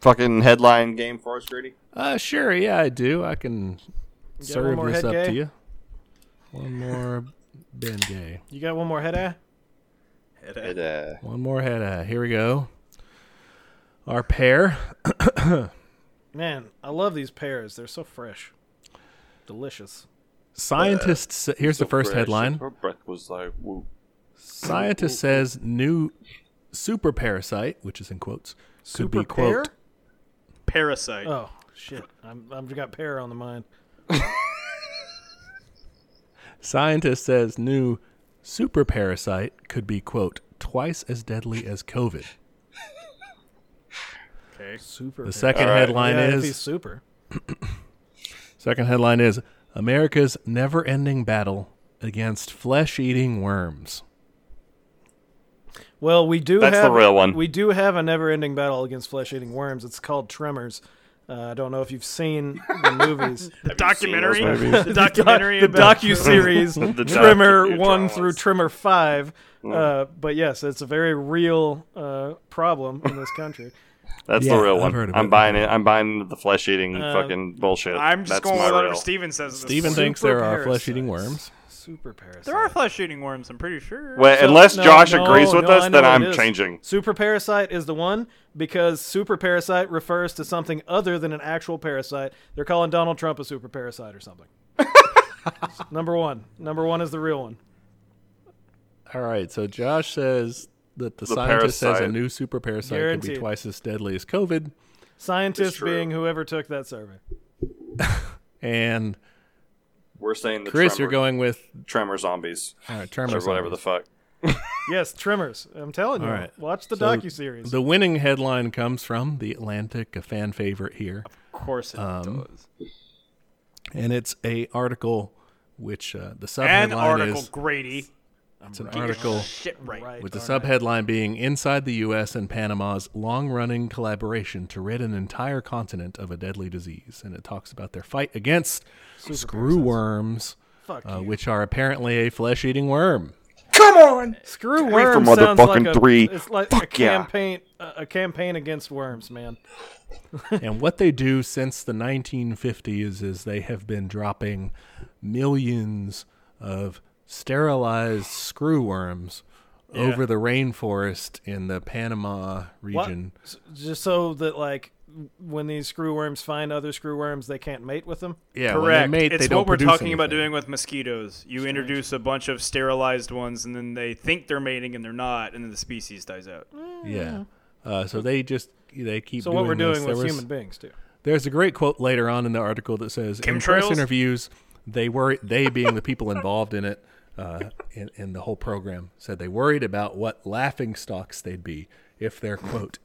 Speaker 2: fucking headline game for us, Grady?
Speaker 4: uh, sure. Yeah, I do. I can
Speaker 1: got one
Speaker 4: serve
Speaker 1: more
Speaker 4: this
Speaker 1: head
Speaker 4: up
Speaker 1: gay?
Speaker 4: to you. One more Ben Gay.
Speaker 1: You got one more head eye?
Speaker 2: It, uh,
Speaker 4: One more head. Uh, here we go. Our pair.
Speaker 1: Man, I love these pears. They're so fresh. Delicious.
Speaker 4: Scientists.
Speaker 1: Uh,
Speaker 4: here's the first
Speaker 2: fresh.
Speaker 4: headline.
Speaker 2: Her breath was like, whoop.
Speaker 4: Scientist says new super parasite, which is in quotes, could be quote
Speaker 3: Parasite.
Speaker 1: Oh, shit. I'm, I've got pear on the mind.
Speaker 4: Scientist says new super parasite could be, quote, twice as deadly as COVID.
Speaker 3: Okay.
Speaker 1: Super.
Speaker 4: The
Speaker 1: pear.
Speaker 4: second
Speaker 2: All right.
Speaker 4: headline
Speaker 1: yeah, if he's
Speaker 4: is
Speaker 1: super.
Speaker 4: second headline is America's never ending battle against flesh eating worms.
Speaker 1: Well, we do
Speaker 2: That's the
Speaker 1: have
Speaker 2: real one.
Speaker 1: We do have a never-ending battle against flesh-eating worms. It's called Tremors. Uh, I don't know if you've seen the movies.
Speaker 3: The
Speaker 2: seen
Speaker 3: documentary.
Speaker 2: those
Speaker 3: The documentary.
Speaker 1: the
Speaker 3: about-
Speaker 1: docu series
Speaker 2: The
Speaker 1: Trimmer one
Speaker 2: docu- dramas. Mm.
Speaker 1: through Trimmer five. Uh, but yes, it's a very real uh, problem in this country.
Speaker 2: That's
Speaker 4: Yeah,
Speaker 2: the real
Speaker 4: I've
Speaker 2: one.
Speaker 4: heard of
Speaker 2: I'm
Speaker 4: it.
Speaker 2: buying it. I'm buying the flesh eating
Speaker 1: Uh,
Speaker 2: fucking bullshit.
Speaker 3: I'm just
Speaker 2: That's
Speaker 3: going
Speaker 2: my
Speaker 3: with whatever
Speaker 2: real.
Speaker 3: Steven says. at this
Speaker 4: Steven
Speaker 3: point.
Speaker 4: thinks
Speaker 1: Super
Speaker 4: there are flesh eating
Speaker 1: parasites.
Speaker 4: worms.
Speaker 1: Super parasites.
Speaker 3: There are flesh eating worms, I'm pretty sure.
Speaker 2: Wait,
Speaker 1: So-
Speaker 2: unless
Speaker 1: no,
Speaker 2: Josh
Speaker 1: no,
Speaker 2: agrees with
Speaker 1: no, I
Speaker 2: us,
Speaker 1: know
Speaker 2: then I'm
Speaker 1: it is.
Speaker 2: changing.
Speaker 1: Super parasite is the one because super parasite refers to something other than an actual parasite. They're calling Donald Trump a super parasite or something. Number one. Number one is the real one.
Speaker 4: All right, so Josh says that the,
Speaker 2: The
Speaker 4: scientist says
Speaker 2: parasite.
Speaker 4: a new super parasite could
Speaker 1: Guaranteed.
Speaker 4: be twice as deadly as COVID.
Speaker 1: Scientist
Speaker 2: true.
Speaker 1: being whoever took that survey.
Speaker 4: And
Speaker 2: We're saying the
Speaker 4: Chris,
Speaker 2: tremor,
Speaker 4: you're going with
Speaker 2: tremor zombies
Speaker 4: all right,
Speaker 2: or
Speaker 4: Tremors
Speaker 2: whatever
Speaker 4: on
Speaker 2: the
Speaker 4: this.
Speaker 2: fuck.
Speaker 1: Yes, Tremors. I'm telling you.
Speaker 4: All right.
Speaker 1: Watch the
Speaker 4: So
Speaker 1: docuseries. docu series.
Speaker 4: The winning headline comes from The Atlantic, a fan favorite here.
Speaker 3: Of course it does.
Speaker 4: And it's a article which uh, the subheadline
Speaker 3: An article,
Speaker 4: is
Speaker 3: Grady.
Speaker 4: it's an article
Speaker 3: Shit, right.
Speaker 1: Right.
Speaker 4: with the
Speaker 1: all
Speaker 4: subheadline being Inside the US and Panama's long-running collaboration to rid an entire continent of a deadly disease and it talks about their fight against screw worms
Speaker 1: Fuck
Speaker 4: uh,
Speaker 1: you.
Speaker 4: which are apparently a flesh-eating worm.
Speaker 1: Screw
Speaker 2: Three for
Speaker 1: worms sounds like
Speaker 2: motherfucking
Speaker 1: a,
Speaker 2: three.
Speaker 1: It's like a
Speaker 2: Fuck yeah.
Speaker 1: campaign, a- a campaign against worms, man.
Speaker 4: and what they do since the 1950s is they have been dropping millions of sterilized screw worms over the rainforest in the Panama
Speaker 1: What?
Speaker 4: region.
Speaker 1: S- Just so that like when these screw worms find other screw worms, they can't mate with them.
Speaker 4: Yeah, when
Speaker 3: Correct.
Speaker 4: they mate,
Speaker 3: it's
Speaker 4: they don't
Speaker 3: what we're
Speaker 4: produce
Speaker 3: talking about
Speaker 4: anything.
Speaker 3: doing with mosquitoes. You introduce a bunch of sterilized ones, and then they think they're mating, and they're not, and then the species dies out.
Speaker 4: Yeah. Uh, so they just they keep
Speaker 1: So
Speaker 4: doing
Speaker 1: what we're
Speaker 4: this.
Speaker 1: doing
Speaker 4: There
Speaker 1: with
Speaker 4: was-
Speaker 1: human beings too.
Speaker 4: There's a great quote later on in the article that says, "In press
Speaker 3: Chemtrails?
Speaker 4: interviews, they worry they being the people involved in it, uh, in, in the whole program, said they worried about what laughing stocks they'd be if their quote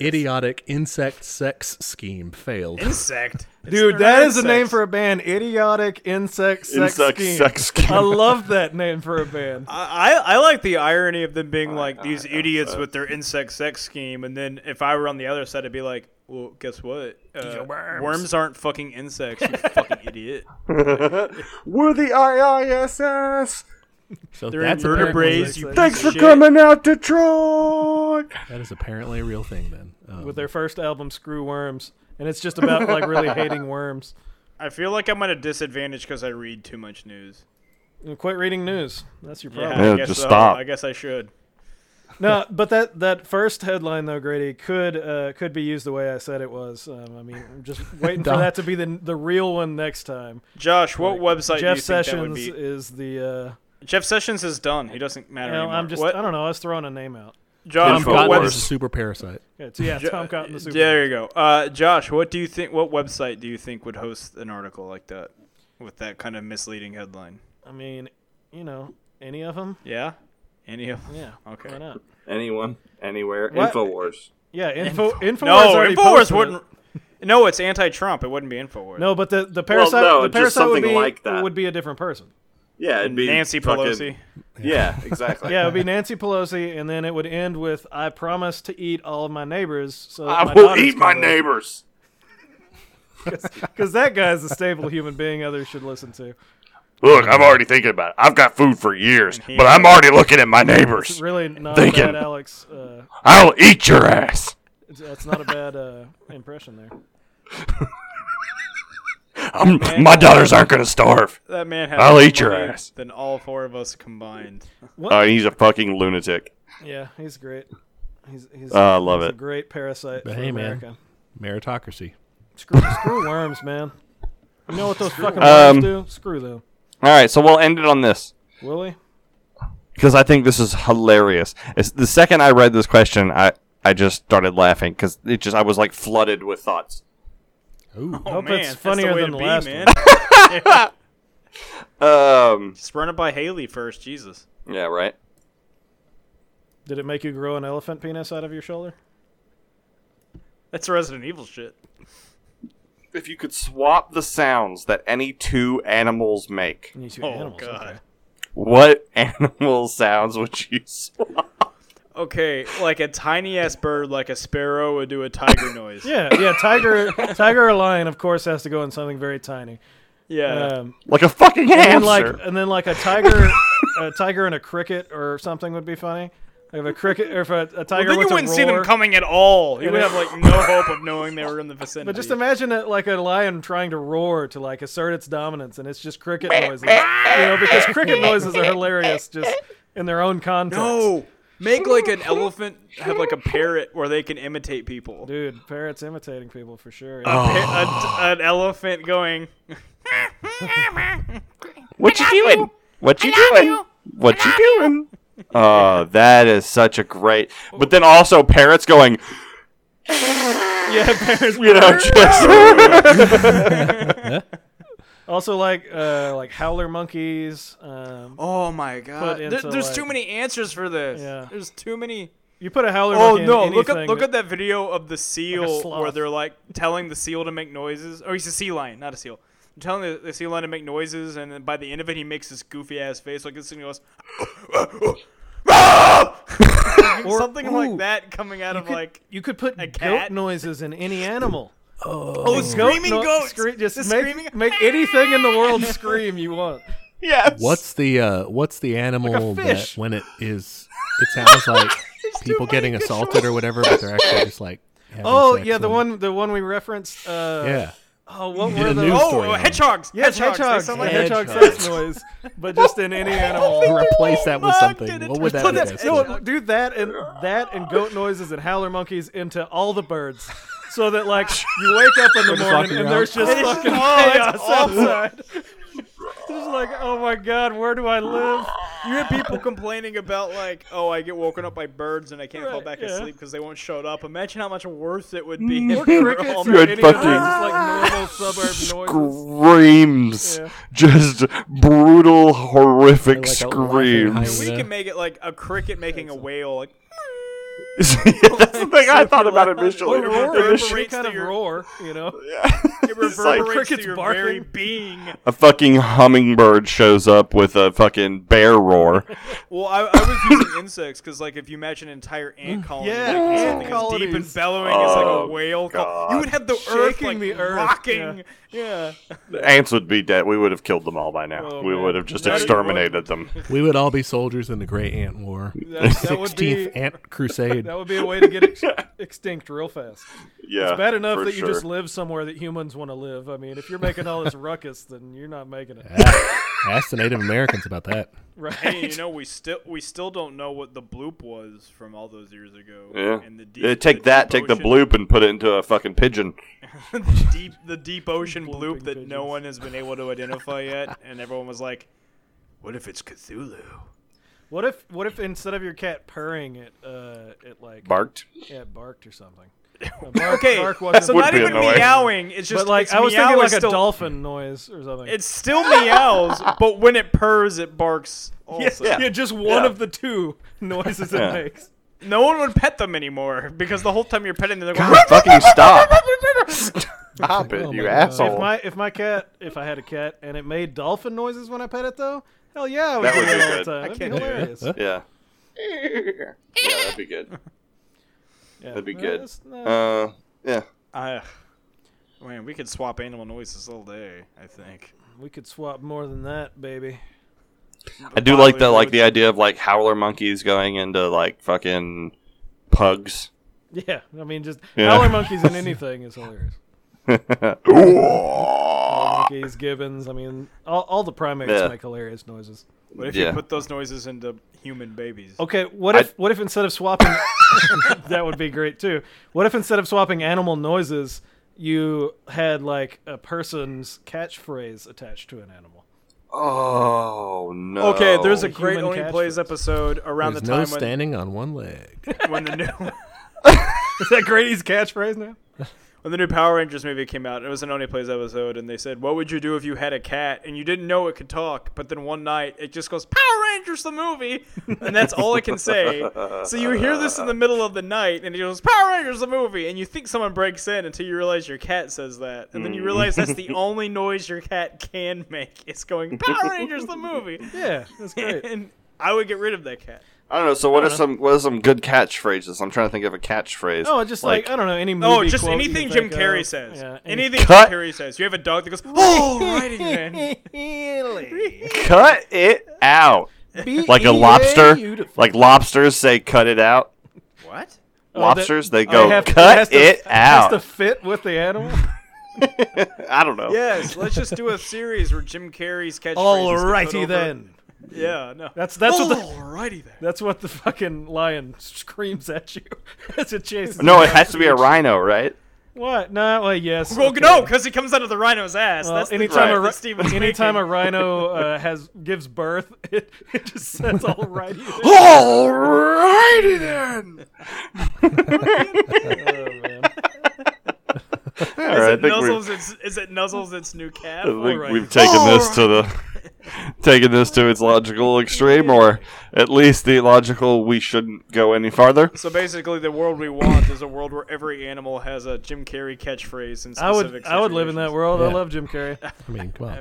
Speaker 4: idiotic insect sex scheme failed."
Speaker 3: Insect, It's-
Speaker 1: Dude,
Speaker 3: they're
Speaker 1: that
Speaker 3: not
Speaker 1: is a name
Speaker 3: insects.
Speaker 1: for a band. Idiotic insect sex
Speaker 2: Insect
Speaker 1: scheme.
Speaker 2: sex scheme.
Speaker 1: I love that name for a band.
Speaker 3: I, I I like the irony of them being like these idiots with their insect sex scheme, and then if I were on the other side, I'd be like, well, guess what? Uh, worms. aren't fucking insects, you fucking idiot.
Speaker 2: We're the IISS.
Speaker 4: So
Speaker 3: They're
Speaker 4: that's apparently,
Speaker 3: invertebrates. You
Speaker 2: Thanks
Speaker 3: piece
Speaker 2: for
Speaker 3: of shit.
Speaker 2: coming out, Detroit.
Speaker 4: that is apparently a real thing. Then um,
Speaker 1: With their first album, Screw Worms, and it's just about like really hating worms.
Speaker 3: I feel like I'm at a disadvantage because I read too much news.
Speaker 1: And quit reading news. That's your problem.
Speaker 3: Yeah,
Speaker 2: Yeah,
Speaker 3: I guess
Speaker 2: just
Speaker 3: so.
Speaker 2: stop.
Speaker 3: I guess I should.
Speaker 1: No, but that that first headline though, Grady, could uh, could be used the way I said it was. Um, I mean, I'm just waiting for
Speaker 4: Don-
Speaker 1: that to be the the real one next time.
Speaker 3: Josh, what website do you
Speaker 1: Jeff
Speaker 3: think that would
Speaker 1: Sessions
Speaker 3: be?
Speaker 1: is the.
Speaker 3: Jeff Sessions is done. He doesn't
Speaker 1: Uh, you
Speaker 3: matter
Speaker 1: know,
Speaker 3: anymore.
Speaker 1: I'm just.
Speaker 3: What?
Speaker 1: I don't know. I was throwing a name out.
Speaker 3: Josh,
Speaker 4: Tom
Speaker 2: Info
Speaker 3: what
Speaker 4: Cotton
Speaker 2: webs-
Speaker 4: is a
Speaker 3: website?
Speaker 4: super parasite.
Speaker 1: It's, yeah, Tom Cotton the Super.
Speaker 3: There you go. Uh, Josh, what do you think? What website do you think would host an article like that with that kind of misleading headline?
Speaker 1: I mean, you know, any of them.
Speaker 3: Yeah, any of
Speaker 1: Yeah.
Speaker 3: Okay.
Speaker 1: Why not?
Speaker 2: Anyone, anywhere,
Speaker 1: What?
Speaker 2: Infowars.
Speaker 1: Yeah. Info. Info.
Speaker 3: no, Infowars wouldn't. No, it's anti-Trump. It wouldn't be Infowars.
Speaker 1: No, but the the parasite.
Speaker 2: no,
Speaker 1: the
Speaker 2: just
Speaker 1: parasite would
Speaker 2: something
Speaker 1: be
Speaker 2: like that.
Speaker 1: would be a different person.
Speaker 2: Yeah, it'd be
Speaker 3: Nancy
Speaker 2: fucking-
Speaker 3: Pelosi.
Speaker 2: Yeah, exactly.
Speaker 1: Yeah, it would be Nancy Pelosi, and then it would end with "I promise to eat all of my neighbors." So that
Speaker 2: I
Speaker 1: my
Speaker 2: will
Speaker 1: daughters
Speaker 2: eat my
Speaker 1: can live."
Speaker 2: neighbors.
Speaker 1: because that guy's a stable human being others should listen to.
Speaker 2: Look, I'm already thinking about it. I've got food for years,
Speaker 3: he-
Speaker 2: but I'm already looking at my neighbors.
Speaker 1: Really not
Speaker 2: Thinking.
Speaker 1: bad, Alex. Uh,
Speaker 2: I'll eat your ass.
Speaker 1: that's not a bad uh, impression there.
Speaker 2: I'm, my daughters aren't going to starve.
Speaker 3: That man has
Speaker 2: I'll
Speaker 3: more
Speaker 2: eat your
Speaker 3: money
Speaker 2: ass.
Speaker 3: Than all four of us combined.
Speaker 2: Oh, he's a fucking lunatic.
Speaker 1: Yeah, he's great. He's he's.
Speaker 2: Oh, I love
Speaker 1: he's a
Speaker 2: it.
Speaker 1: great parasite
Speaker 4: But
Speaker 1: for
Speaker 4: hey, man.
Speaker 1: America.
Speaker 4: Meritocracy.
Speaker 1: Screw, screw worms, man. You know what those fucking
Speaker 2: Um,
Speaker 1: worms do? Screw them.
Speaker 2: All right, so we'll end it on this.
Speaker 1: Will we?
Speaker 2: because I think this is hilarious. It's, the second I read this question, I I just started laughing because it just I was like flooded with thoughts.
Speaker 3: Oh,
Speaker 1: Hope
Speaker 3: man,
Speaker 1: it's
Speaker 3: that's the
Speaker 1: funnier
Speaker 3: way
Speaker 1: than the
Speaker 3: to be,
Speaker 1: last
Speaker 3: man.
Speaker 2: Um,
Speaker 3: Just run it by Haley first, Jesus.
Speaker 2: yeah, right.
Speaker 1: Did it make you grow an elephant penis out of your shoulder?
Speaker 3: That's Resident Evil shit.
Speaker 2: If you could swap the sounds that any two animals make,
Speaker 1: You two
Speaker 3: Oh
Speaker 1: animals.
Speaker 3: god.
Speaker 2: what animal sounds would you swap?
Speaker 3: Okay. like a tiny ass bird, like a sparrow, would do a tiger noise.
Speaker 1: Yeah, yeah. Tiger, tiger or lion, of course, has to go in something very tiny.
Speaker 3: Yeah.
Speaker 1: Um,
Speaker 2: Like a fucking
Speaker 1: and
Speaker 2: hamster.
Speaker 1: like, and then like a tiger, a tiger and a cricket or something would be funny. Like if a cricket, or if a, a tiger
Speaker 3: then you
Speaker 1: went to
Speaker 3: wouldn't see them
Speaker 1: roar.
Speaker 3: coming at all. You
Speaker 1: And
Speaker 3: would
Speaker 1: it-
Speaker 3: have like no hope of knowing they were in the vicinity.
Speaker 1: But just imagine it like a lion trying to roar to like assert its dominance, and it's just cricket noises. you know, because cricket noises are hilarious just in their own context.
Speaker 3: no. Make like an elephant have like a parrot where they can imitate people.
Speaker 1: Dude, parrots imitating people for sure.
Speaker 3: A pa- a- an elephant going.
Speaker 2: what you doing? What you doing? What you doing? Oh, that is such a great. But then also parrots going,
Speaker 3: Yeah, parrots.
Speaker 2: you know, just
Speaker 1: Also, like uh, like howler monkeys. Um,
Speaker 3: Oh my god. There-
Speaker 1: into,
Speaker 3: there's
Speaker 1: like-
Speaker 3: too many answers for this.
Speaker 1: Yeah.
Speaker 3: There's too many.
Speaker 1: you put a howler
Speaker 3: Oh
Speaker 1: monkey
Speaker 3: no!
Speaker 1: in
Speaker 3: Look up
Speaker 1: anything
Speaker 3: look
Speaker 1: that-
Speaker 3: up that video of the seal
Speaker 1: sloth.
Speaker 3: where they're like telling the seal to make noises. Oh, he's a sea lion, not a seal. They're telling the, the sea lion to make noises, and then by the end of it, he makes this goofy ass face like this, and he goes.
Speaker 1: Or-
Speaker 3: something
Speaker 1: ooh,
Speaker 3: like that coming out of
Speaker 1: could-
Speaker 3: like
Speaker 1: You could put goat
Speaker 3: cat?
Speaker 1: noises in any animal.
Speaker 3: oh screaming
Speaker 1: no-
Speaker 3: goats,
Speaker 1: scre- just
Speaker 3: The
Speaker 1: make,
Speaker 3: screaming-
Speaker 1: make anything in the world scream you want.
Speaker 2: yes.
Speaker 4: What's the uh, what's the animal that
Speaker 1: fish.
Speaker 4: when it is it sounds like people getting assaulted or whatever, but they're actually just like having
Speaker 1: Oh
Speaker 4: sex
Speaker 1: yeah, the
Speaker 4: and-
Speaker 1: one the one we referenced. Uh,
Speaker 4: yeah
Speaker 1: Oh, what
Speaker 4: did
Speaker 1: were
Speaker 4: a
Speaker 1: those?
Speaker 4: news
Speaker 1: Oh,
Speaker 3: Oh,
Speaker 4: story
Speaker 3: oh,
Speaker 4: on it.
Speaker 3: hedgehogs!
Speaker 1: yes,
Speaker 3: hedgehogs!
Speaker 1: hedgehogs.
Speaker 3: They sound
Speaker 1: a
Speaker 3: like
Speaker 1: hedgehog
Speaker 4: hedgehogs.
Speaker 1: sex noise, but just in any animal.
Speaker 4: replace that with something.
Speaker 3: Locked
Speaker 4: What would
Speaker 3: it
Speaker 4: that
Speaker 1: Put
Speaker 4: be?
Speaker 1: that,
Speaker 4: best
Speaker 1: no,
Speaker 4: at?
Speaker 1: do that and that and goat noises and howler monkeys into all the birds, so that like you wake up in the
Speaker 4: just
Speaker 1: morning
Speaker 4: walking
Speaker 1: and
Speaker 4: around.
Speaker 1: there's just
Speaker 3: It's just-
Speaker 1: fucking
Speaker 3: oh, that's
Speaker 1: chaos outside. just like oh my god, where do I live?
Speaker 3: You hear people complaining about like, oh, I get woken up by birds and I can't fall
Speaker 1: Right,
Speaker 3: back
Speaker 1: yeah.
Speaker 3: asleep because they won't shut up. Imagine how much worse it would be.
Speaker 1: Or
Speaker 3: if they were
Speaker 1: crickets
Speaker 3: all
Speaker 1: or
Speaker 2: Good
Speaker 1: any other
Speaker 2: fucking-
Speaker 1: just like normal suburb noises.
Speaker 2: screams.
Speaker 1: Yeah.
Speaker 2: Just brutal, horrific
Speaker 4: Like a
Speaker 2: screams.
Speaker 4: laughing
Speaker 3: We
Speaker 4: Yeah.
Speaker 3: can make it like a cricket making a whale. Like
Speaker 2: That's the thing I thought about initially.
Speaker 1: Or roar,
Speaker 2: Initially,
Speaker 1: any kind of
Speaker 3: your-
Speaker 1: roar, you know.
Speaker 3: it
Speaker 2: It's like-
Speaker 3: reverberates to
Speaker 1: Crickets
Speaker 3: your
Speaker 1: barking.
Speaker 3: very being.
Speaker 2: a fucking hummingbird shows up with a fucking bear roar.
Speaker 3: Well, I, I was using insects because like if you imagine an entire ant
Speaker 1: Mm.
Speaker 3: colony,
Speaker 1: Yeah,
Speaker 3: like,
Speaker 1: ant
Speaker 3: when something as deep and
Speaker 1: colonies.
Speaker 3: bellowing as like
Speaker 2: Oh,
Speaker 3: a whale call, you would have the earth
Speaker 1: Shaking
Speaker 3: like
Speaker 1: the earth,
Speaker 3: rocking. Yeah.
Speaker 2: The Ants would be dead. We would have killed them all by now.
Speaker 1: Oh,
Speaker 2: we
Speaker 1: man.
Speaker 2: would have just
Speaker 1: That is-
Speaker 2: exterminated them.
Speaker 4: we would all be soldiers in the Great Ant War,
Speaker 1: That, that would be
Speaker 4: sixteenth Ant Crusade.
Speaker 1: that would be a way to get ex- extinct real fast.
Speaker 2: Yeah,
Speaker 1: Bad enough
Speaker 2: for
Speaker 1: that you
Speaker 2: sure.
Speaker 1: just live somewhere that humans want to live. I mean, if you're making all this ruckus, then you're not making it.
Speaker 4: Ah, Ask the Native Americans about that.
Speaker 3: Hey, you
Speaker 1: Right.
Speaker 3: know we still we still don't know what the bloop was from all those years ago.
Speaker 2: Yeah.
Speaker 3: And the deep,
Speaker 2: Yeah, take
Speaker 3: the
Speaker 2: that,
Speaker 3: deep
Speaker 2: take the
Speaker 3: ocean-
Speaker 2: bloop, and put it into a fucking pigeon.
Speaker 3: the deep the deep ocean bloop
Speaker 1: Blooping
Speaker 3: that no
Speaker 1: pigeons.
Speaker 3: one has been able to identify yet, and everyone was like, "What if it's Cthulhu?"
Speaker 1: What if what if instead of your cat purring it uh it like
Speaker 2: Barked.
Speaker 1: yeah, it barked or something. A bark-
Speaker 3: Okay,
Speaker 1: bark wasn't-
Speaker 3: so
Speaker 2: Would
Speaker 3: not
Speaker 2: be
Speaker 3: even
Speaker 2: annoying.
Speaker 3: meowing. It's just
Speaker 1: but like
Speaker 3: it's
Speaker 1: I was
Speaker 3: meow
Speaker 1: thinking
Speaker 3: is
Speaker 1: like a
Speaker 3: still,
Speaker 1: dolphin noise or something.
Speaker 3: It still meows, but when it purrs, it barks. Also,
Speaker 2: yeah.
Speaker 1: yeah, just one
Speaker 2: Yeah.
Speaker 1: of the two noises it
Speaker 2: Yeah.
Speaker 1: makes.
Speaker 3: no one would pet them anymore because the whole time you're petting them, they're going.
Speaker 2: God, fucking stop! Stop it,
Speaker 4: Oh
Speaker 2: you
Speaker 4: my God.
Speaker 2: asshole!
Speaker 1: If my if my cat if I had a cat and it made dolphin noises when I pet it though, hell yeah, I would
Speaker 2: That
Speaker 1: do
Speaker 2: would be
Speaker 1: that all
Speaker 2: good.
Speaker 1: the time.
Speaker 3: I
Speaker 1: That'd
Speaker 3: can't
Speaker 1: be
Speaker 3: do that.
Speaker 1: hilarious.
Speaker 2: yeah. yeah, that'd be good.
Speaker 1: Yeah.
Speaker 2: That'd be
Speaker 1: No,
Speaker 2: good.
Speaker 1: that's not-
Speaker 2: Uh, yeah.
Speaker 3: I, man, we could swap animal noises all day. I think.
Speaker 1: We could swap more than that, baby.
Speaker 2: I do like the like the idea of like howler monkeys going into like fucking pugs.
Speaker 1: Yeah, I mean, just
Speaker 2: Yeah.
Speaker 1: howler monkeys in anything is hilarious.
Speaker 2: yeah,
Speaker 1: Monkeys, gibbons. I mean, all, all the primates
Speaker 2: Yeah.
Speaker 1: make hilarious noises.
Speaker 3: What if
Speaker 2: Yeah.
Speaker 3: you put those noises into human babies?
Speaker 1: Okay, what if what if instead of swapping, that would be great too. What if instead of swapping animal noises, you had like a person's catchphrase attached to an animal?
Speaker 2: Oh no.
Speaker 3: Okay, there's a great
Speaker 1: Human
Speaker 3: Only Plays
Speaker 1: catchphrase.
Speaker 3: episode around
Speaker 6: There's
Speaker 3: the time
Speaker 6: no standing on one leg.
Speaker 3: when, when the new
Speaker 1: Is that Grady's catchphrase now?
Speaker 3: when the new Power Rangers movie came out. It was an Only Plays episode, and they said, "What would you do if you had a cat and you didn't know it could talk?" But then one night, it just goes Power Rangers the movie, and that's all it can say. so you hear this in the middle of the night, and it goes Power Rangers the movie, and you think someone breaks in until you realize your cat says that, and then
Speaker 1: Mm.
Speaker 3: you realize that's the only noise your cat can make. It's going Power Rangers the movie.
Speaker 1: Yeah, that's great.
Speaker 3: and I would get rid of that cat.
Speaker 2: I don't know. So
Speaker 1: Uh-huh.
Speaker 2: what are some what are some good catchphrases? I'm trying to think of a catchphrase.
Speaker 1: Oh, just like, I don't know any movie.
Speaker 3: Oh, just
Speaker 1: quote you
Speaker 3: anything Jim
Speaker 1: think
Speaker 3: Carrey
Speaker 1: of.
Speaker 3: says.
Speaker 1: uh, Yeah, any-
Speaker 3: anything
Speaker 2: Cut.
Speaker 3: Jim Carrey says. You have a dog that goes, "Oh, righty then."
Speaker 1: Really?
Speaker 2: cut it out.
Speaker 1: E
Speaker 2: Like a lobster.
Speaker 1: Beautiful.
Speaker 2: Like lobsters say cut it out.
Speaker 3: What?
Speaker 1: Oh, that-
Speaker 2: Lobsters they
Speaker 1: oh,
Speaker 2: go
Speaker 1: it has to- has
Speaker 2: cut
Speaker 1: to-
Speaker 2: it
Speaker 1: Has to
Speaker 2: out.
Speaker 1: fit with the animal.
Speaker 2: I don't know.
Speaker 3: Yes, let's just do a series where Jim Carrey's catchphrases. get put
Speaker 1: Alrighty
Speaker 3: over-
Speaker 1: then.
Speaker 3: Yeah, no.
Speaker 1: That's that's what the
Speaker 3: Alrighty then.
Speaker 1: that's what the fucking lion screams at you as it chases.
Speaker 2: No,
Speaker 1: you.
Speaker 2: it has to be a rhino, right?
Speaker 1: What? No, well, yes.
Speaker 3: Well,
Speaker 1: okay.
Speaker 3: no, because he comes out of the rhino's ass.
Speaker 1: Well,
Speaker 3: That's the
Speaker 1: anytime
Speaker 3: joke
Speaker 1: a
Speaker 3: that
Speaker 1: ri-
Speaker 3: Steven's
Speaker 1: anytime a
Speaker 3: making.
Speaker 1: rhino uh, has gives birth, it, it just says alrighty. then."
Speaker 3: Oh,
Speaker 2: Alrighty then.
Speaker 1: Oh, man.
Speaker 2: All right, I
Speaker 3: Is it,
Speaker 2: think we're-
Speaker 3: nuzzles its, is it Nuzzles its new calf?
Speaker 2: I think
Speaker 3: Alrighty.
Speaker 2: we've taken this to the taken this to its logical extreme, or at least the logical. We shouldn't go any farther.
Speaker 3: So basically, the world we want is a world where every animal has a Jim Carrey catchphrase and
Speaker 1: I would I would live in that world. I
Speaker 4: Yeah.
Speaker 1: love Jim Carrey.
Speaker 4: I mean, come on.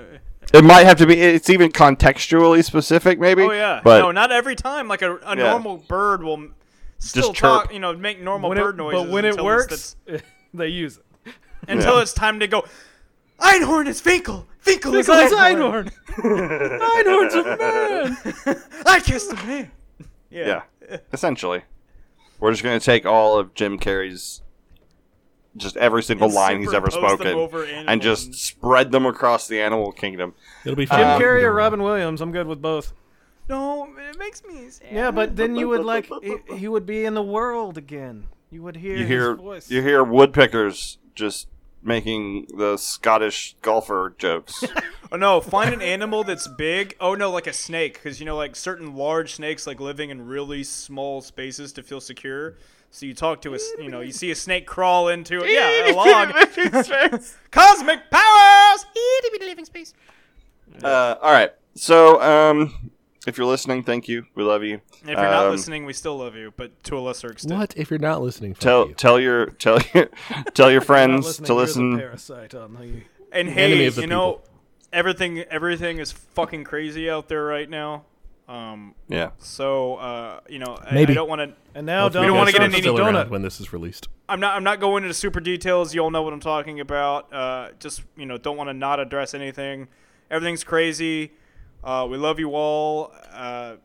Speaker 2: It might have to be. It's even contextually specific, maybe.
Speaker 3: Oh yeah,
Speaker 2: but
Speaker 3: no, not every time. Like a, a
Speaker 2: Yeah.
Speaker 3: normal bird will m- still
Speaker 2: chirp.
Speaker 3: talk, you know, make normal
Speaker 1: When it-
Speaker 3: bird noises.
Speaker 1: but when it
Speaker 3: until
Speaker 1: works,
Speaker 3: it's,
Speaker 1: they use it.
Speaker 3: the- until it's time to go. Einhorn is Finkel. Finkel, is
Speaker 1: Because
Speaker 3: Einhorn.
Speaker 1: Einhorn. Einhorn's a man.
Speaker 3: I kissed the man.
Speaker 2: yeah, essentially, we're just going to take all of Jim Carrey's, just every single
Speaker 3: And
Speaker 2: line he's ever
Speaker 3: superimpose them
Speaker 2: spoken,
Speaker 3: over
Speaker 2: and
Speaker 3: animals.
Speaker 2: just spread them across the animal kingdom.
Speaker 4: It'll be
Speaker 1: Jim
Speaker 4: fun.
Speaker 1: Carrey or Robin Williams? I'm good with both.
Speaker 3: No, it makes me sad.
Speaker 1: Yeah, but then you would like he, he would be in the world again. You would hear
Speaker 2: You
Speaker 1: his
Speaker 2: hear,
Speaker 1: voice.
Speaker 2: you hear woodpeckers just making the Scottish golfer jokes.
Speaker 3: Oh no, find an animal that's big. Oh no, like a snake, because you know, like certain large snakes like living in really small spaces to feel secure. So you talk to a, s- you know, you see a snake crawl into it. Yeah, a log. Cosmic powers.
Speaker 2: Uh, all right. So, um, if you're listening, thank you. We love you.
Speaker 3: If you're not
Speaker 2: Um,
Speaker 3: listening, we still love you, but to a lesser extent.
Speaker 4: What if you're not listening? Fuck
Speaker 2: tell
Speaker 4: you.
Speaker 2: tell your tell your tell your
Speaker 1: Not
Speaker 2: friends
Speaker 1: listening,
Speaker 2: to
Speaker 1: you're the
Speaker 2: listen.
Speaker 1: parasite on the.
Speaker 3: And
Speaker 4: enemy
Speaker 3: hey,
Speaker 4: of the
Speaker 3: you know, everything everything is fucking crazy out there right now. Um,
Speaker 2: Yeah.
Speaker 3: so uh, you know, I-
Speaker 4: Maybe.
Speaker 3: I don't want to.
Speaker 1: And now
Speaker 4: Hopefully
Speaker 1: don't
Speaker 3: don't wanna
Speaker 4: that's
Speaker 3: get
Speaker 4: not
Speaker 3: into any
Speaker 4: still around
Speaker 1: donut.
Speaker 4: when this is released.
Speaker 3: I'm not. I'm not going into super details. You all know what I'm talking about. Uh, just you know, don't want to not address anything. Everything's crazy. Uh, we love you all. Uh,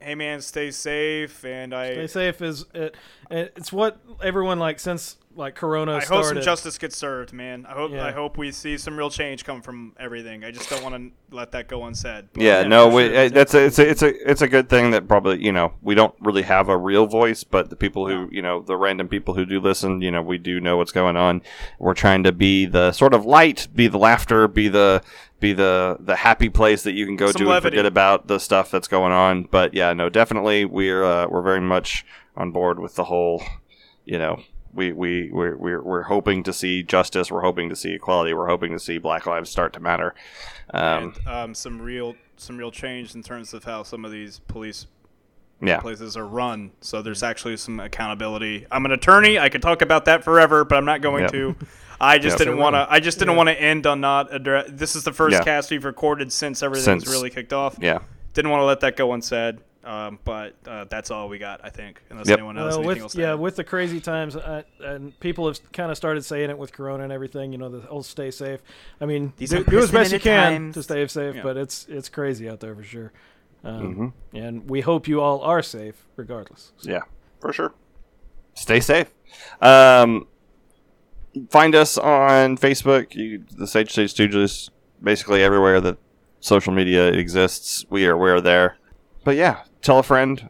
Speaker 3: hey man, stay safe. And I,
Speaker 1: They say if is it, it's what everyone like since like Corona
Speaker 3: I hope some
Speaker 1: started.
Speaker 3: justice gets served, man. I hope.
Speaker 1: Yeah.
Speaker 3: I hope we see some real change come from everything. I just don't want to let that go unsaid. But
Speaker 2: Yeah, no,
Speaker 3: for
Speaker 2: we,
Speaker 3: sure.
Speaker 2: uh, that's a, it's a it's a it's a good thing that probably you know we don't really have a real voice, but the people who you know the random people who do listen, you know, we do know what's going on. We're trying to be the sort of light, be the laughter, be the be the the happy place that you can go
Speaker 3: Some
Speaker 2: to
Speaker 3: levity.
Speaker 2: and forget about the stuff that's going on. But yeah, no, definitely we're uh, we're very much on board with the whole, you know. We we we're, we're, we're hoping to see justice. We're hoping to see equality. We're hoping to see Black lives start to matter. Um,
Speaker 3: And, um, some real some real change in terms of how some of these police
Speaker 2: yeah.
Speaker 3: places are run. So there's actually some accountability. I'm an attorney. I could talk about that forever, but I'm not going
Speaker 2: Yep.
Speaker 3: to. I just
Speaker 2: Yes.
Speaker 3: didn't want to. I just didn't want to end on not address. This is the first
Speaker 2: Yeah.
Speaker 3: cast we've recorded since everything's
Speaker 2: Since-
Speaker 3: really kicked off.
Speaker 2: Yeah.
Speaker 3: Didn't want to let that go unsaid. Um, but uh, that's all we got, I think. Unless
Speaker 2: Yep.
Speaker 3: anyone else
Speaker 1: Well,
Speaker 3: anything
Speaker 1: with
Speaker 3: else to
Speaker 1: yeah,
Speaker 3: add.
Speaker 1: with the crazy times, uh, and people have kind of started saying it with Corona and everything. You know, the whole stay safe. I mean,
Speaker 3: These
Speaker 1: do,
Speaker 3: are
Speaker 1: do as best you
Speaker 7: precedented
Speaker 1: can
Speaker 7: times.
Speaker 1: to stay safe,
Speaker 3: Yeah.
Speaker 1: but it's it's crazy out there for sure. Um,
Speaker 2: Mm-hmm.
Speaker 1: And we hope you all are safe, regardless.
Speaker 2: Yeah, for sure. Stay safe. Um, find us on Facebook, you, the Sage Sage Stooges, basically everywhere that social media exists. We are we're there. But yeah, tell a friend.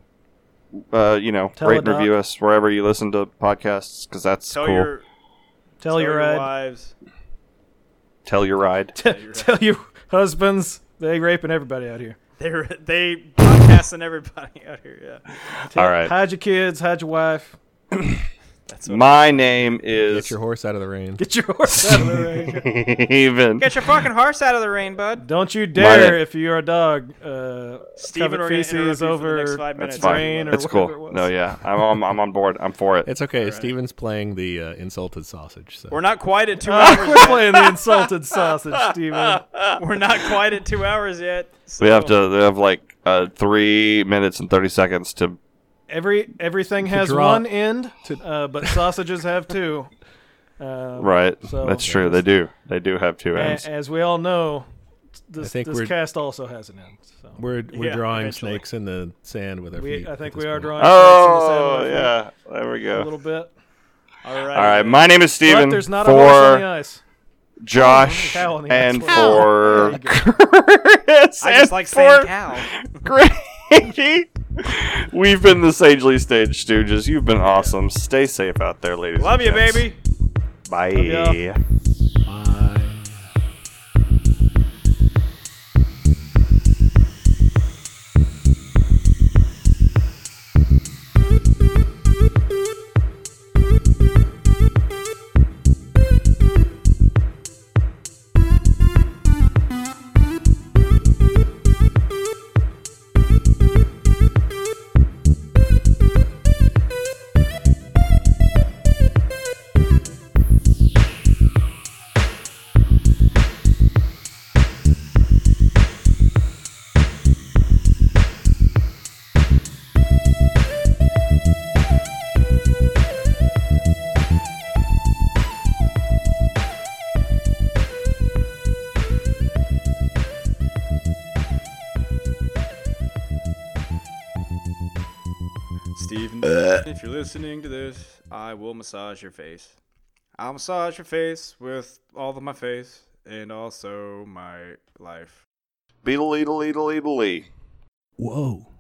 Speaker 2: Uh, you know,
Speaker 1: Tell
Speaker 2: rate
Speaker 1: a
Speaker 2: and review
Speaker 1: doc.
Speaker 2: us wherever you listen to podcasts because that's
Speaker 3: tell
Speaker 2: cool.
Speaker 3: your
Speaker 1: Tell, your, uh,
Speaker 3: wives.
Speaker 2: tell your ride.
Speaker 1: tell your husbands they raping everybody out here.
Speaker 3: They were- they broadcasting everybody out here. Yeah,
Speaker 1: Tell-
Speaker 2: All right.
Speaker 1: hide your kids, hide your wife,
Speaker 3: that's what
Speaker 2: My name
Speaker 6: Get
Speaker 2: is
Speaker 6: your horse out of the rain.
Speaker 1: get your horse out of the rain.
Speaker 2: Steven.
Speaker 7: Get your fucking horse out of the rain, bud.
Speaker 1: Don't you dare,
Speaker 2: name-
Speaker 1: if you're a dog, uh,
Speaker 3: Steven,
Speaker 1: covet
Speaker 3: we're gonna interrupt
Speaker 1: feces
Speaker 3: you for the
Speaker 1: over
Speaker 3: next
Speaker 2: That's
Speaker 3: five minutes.
Speaker 2: fine.
Speaker 1: Rain or
Speaker 2: That's cool.
Speaker 1: whatever it was.
Speaker 2: no, yeah, I'm, I'm I'm on board. I'm for it.
Speaker 6: It's okay. Steven's playing the uh, insulted sausage. So.
Speaker 3: We're not quite at two
Speaker 1: Uh,
Speaker 3: hours.
Speaker 1: we're playing the insulted sausage, Steven.
Speaker 3: We're not quite at two hours yet. So.
Speaker 2: We have to. We have like uh, three minutes and thirty seconds to
Speaker 1: Every everything has
Speaker 4: drop.
Speaker 1: one end, uh, but sausages have two. Uh,
Speaker 2: Right.
Speaker 1: So-
Speaker 2: That's true. They do. They do have two
Speaker 1: a-
Speaker 2: ends.
Speaker 1: as we all know, this,
Speaker 4: think
Speaker 1: this
Speaker 4: we're-
Speaker 1: cast also has an end. So
Speaker 6: We're we're
Speaker 3: Yeah,
Speaker 6: drawing
Speaker 3: eventually.
Speaker 6: snakes in the sand with our
Speaker 1: we,
Speaker 6: feet.
Speaker 1: I
Speaker 6: at
Speaker 1: think
Speaker 6: this
Speaker 1: we are
Speaker 6: point.
Speaker 1: drawing.
Speaker 2: oh,
Speaker 1: snakes in the sand with our
Speaker 2: yeah. There we
Speaker 1: feet
Speaker 2: go.
Speaker 1: A little bit.
Speaker 3: All right.
Speaker 2: All right. My name is
Speaker 1: But
Speaker 2: Steven.
Speaker 1: there's not a horse on the
Speaker 2: For
Speaker 1: ice.
Speaker 2: Josh
Speaker 1: Cow on the
Speaker 2: and
Speaker 1: ice. Cow.
Speaker 2: for
Speaker 1: There you
Speaker 2: Chris
Speaker 7: I just
Speaker 2: and
Speaker 7: like saying
Speaker 2: for
Speaker 7: cow.
Speaker 2: Grady. We've been the Sagely Stage Stooges. You've been awesome. Stay safe out there, ladies.
Speaker 3: Love
Speaker 2: and
Speaker 3: you,
Speaker 2: gents.
Speaker 3: baby.
Speaker 2: Bye.
Speaker 1: ya.
Speaker 3: Steven,
Speaker 2: Uh.
Speaker 3: if you're listening to this, I will massage your face. I'll massage your face with all of my face and also my life.
Speaker 2: Beetle, eatle, eatle, eatle, eatle.
Speaker 4: Whoa.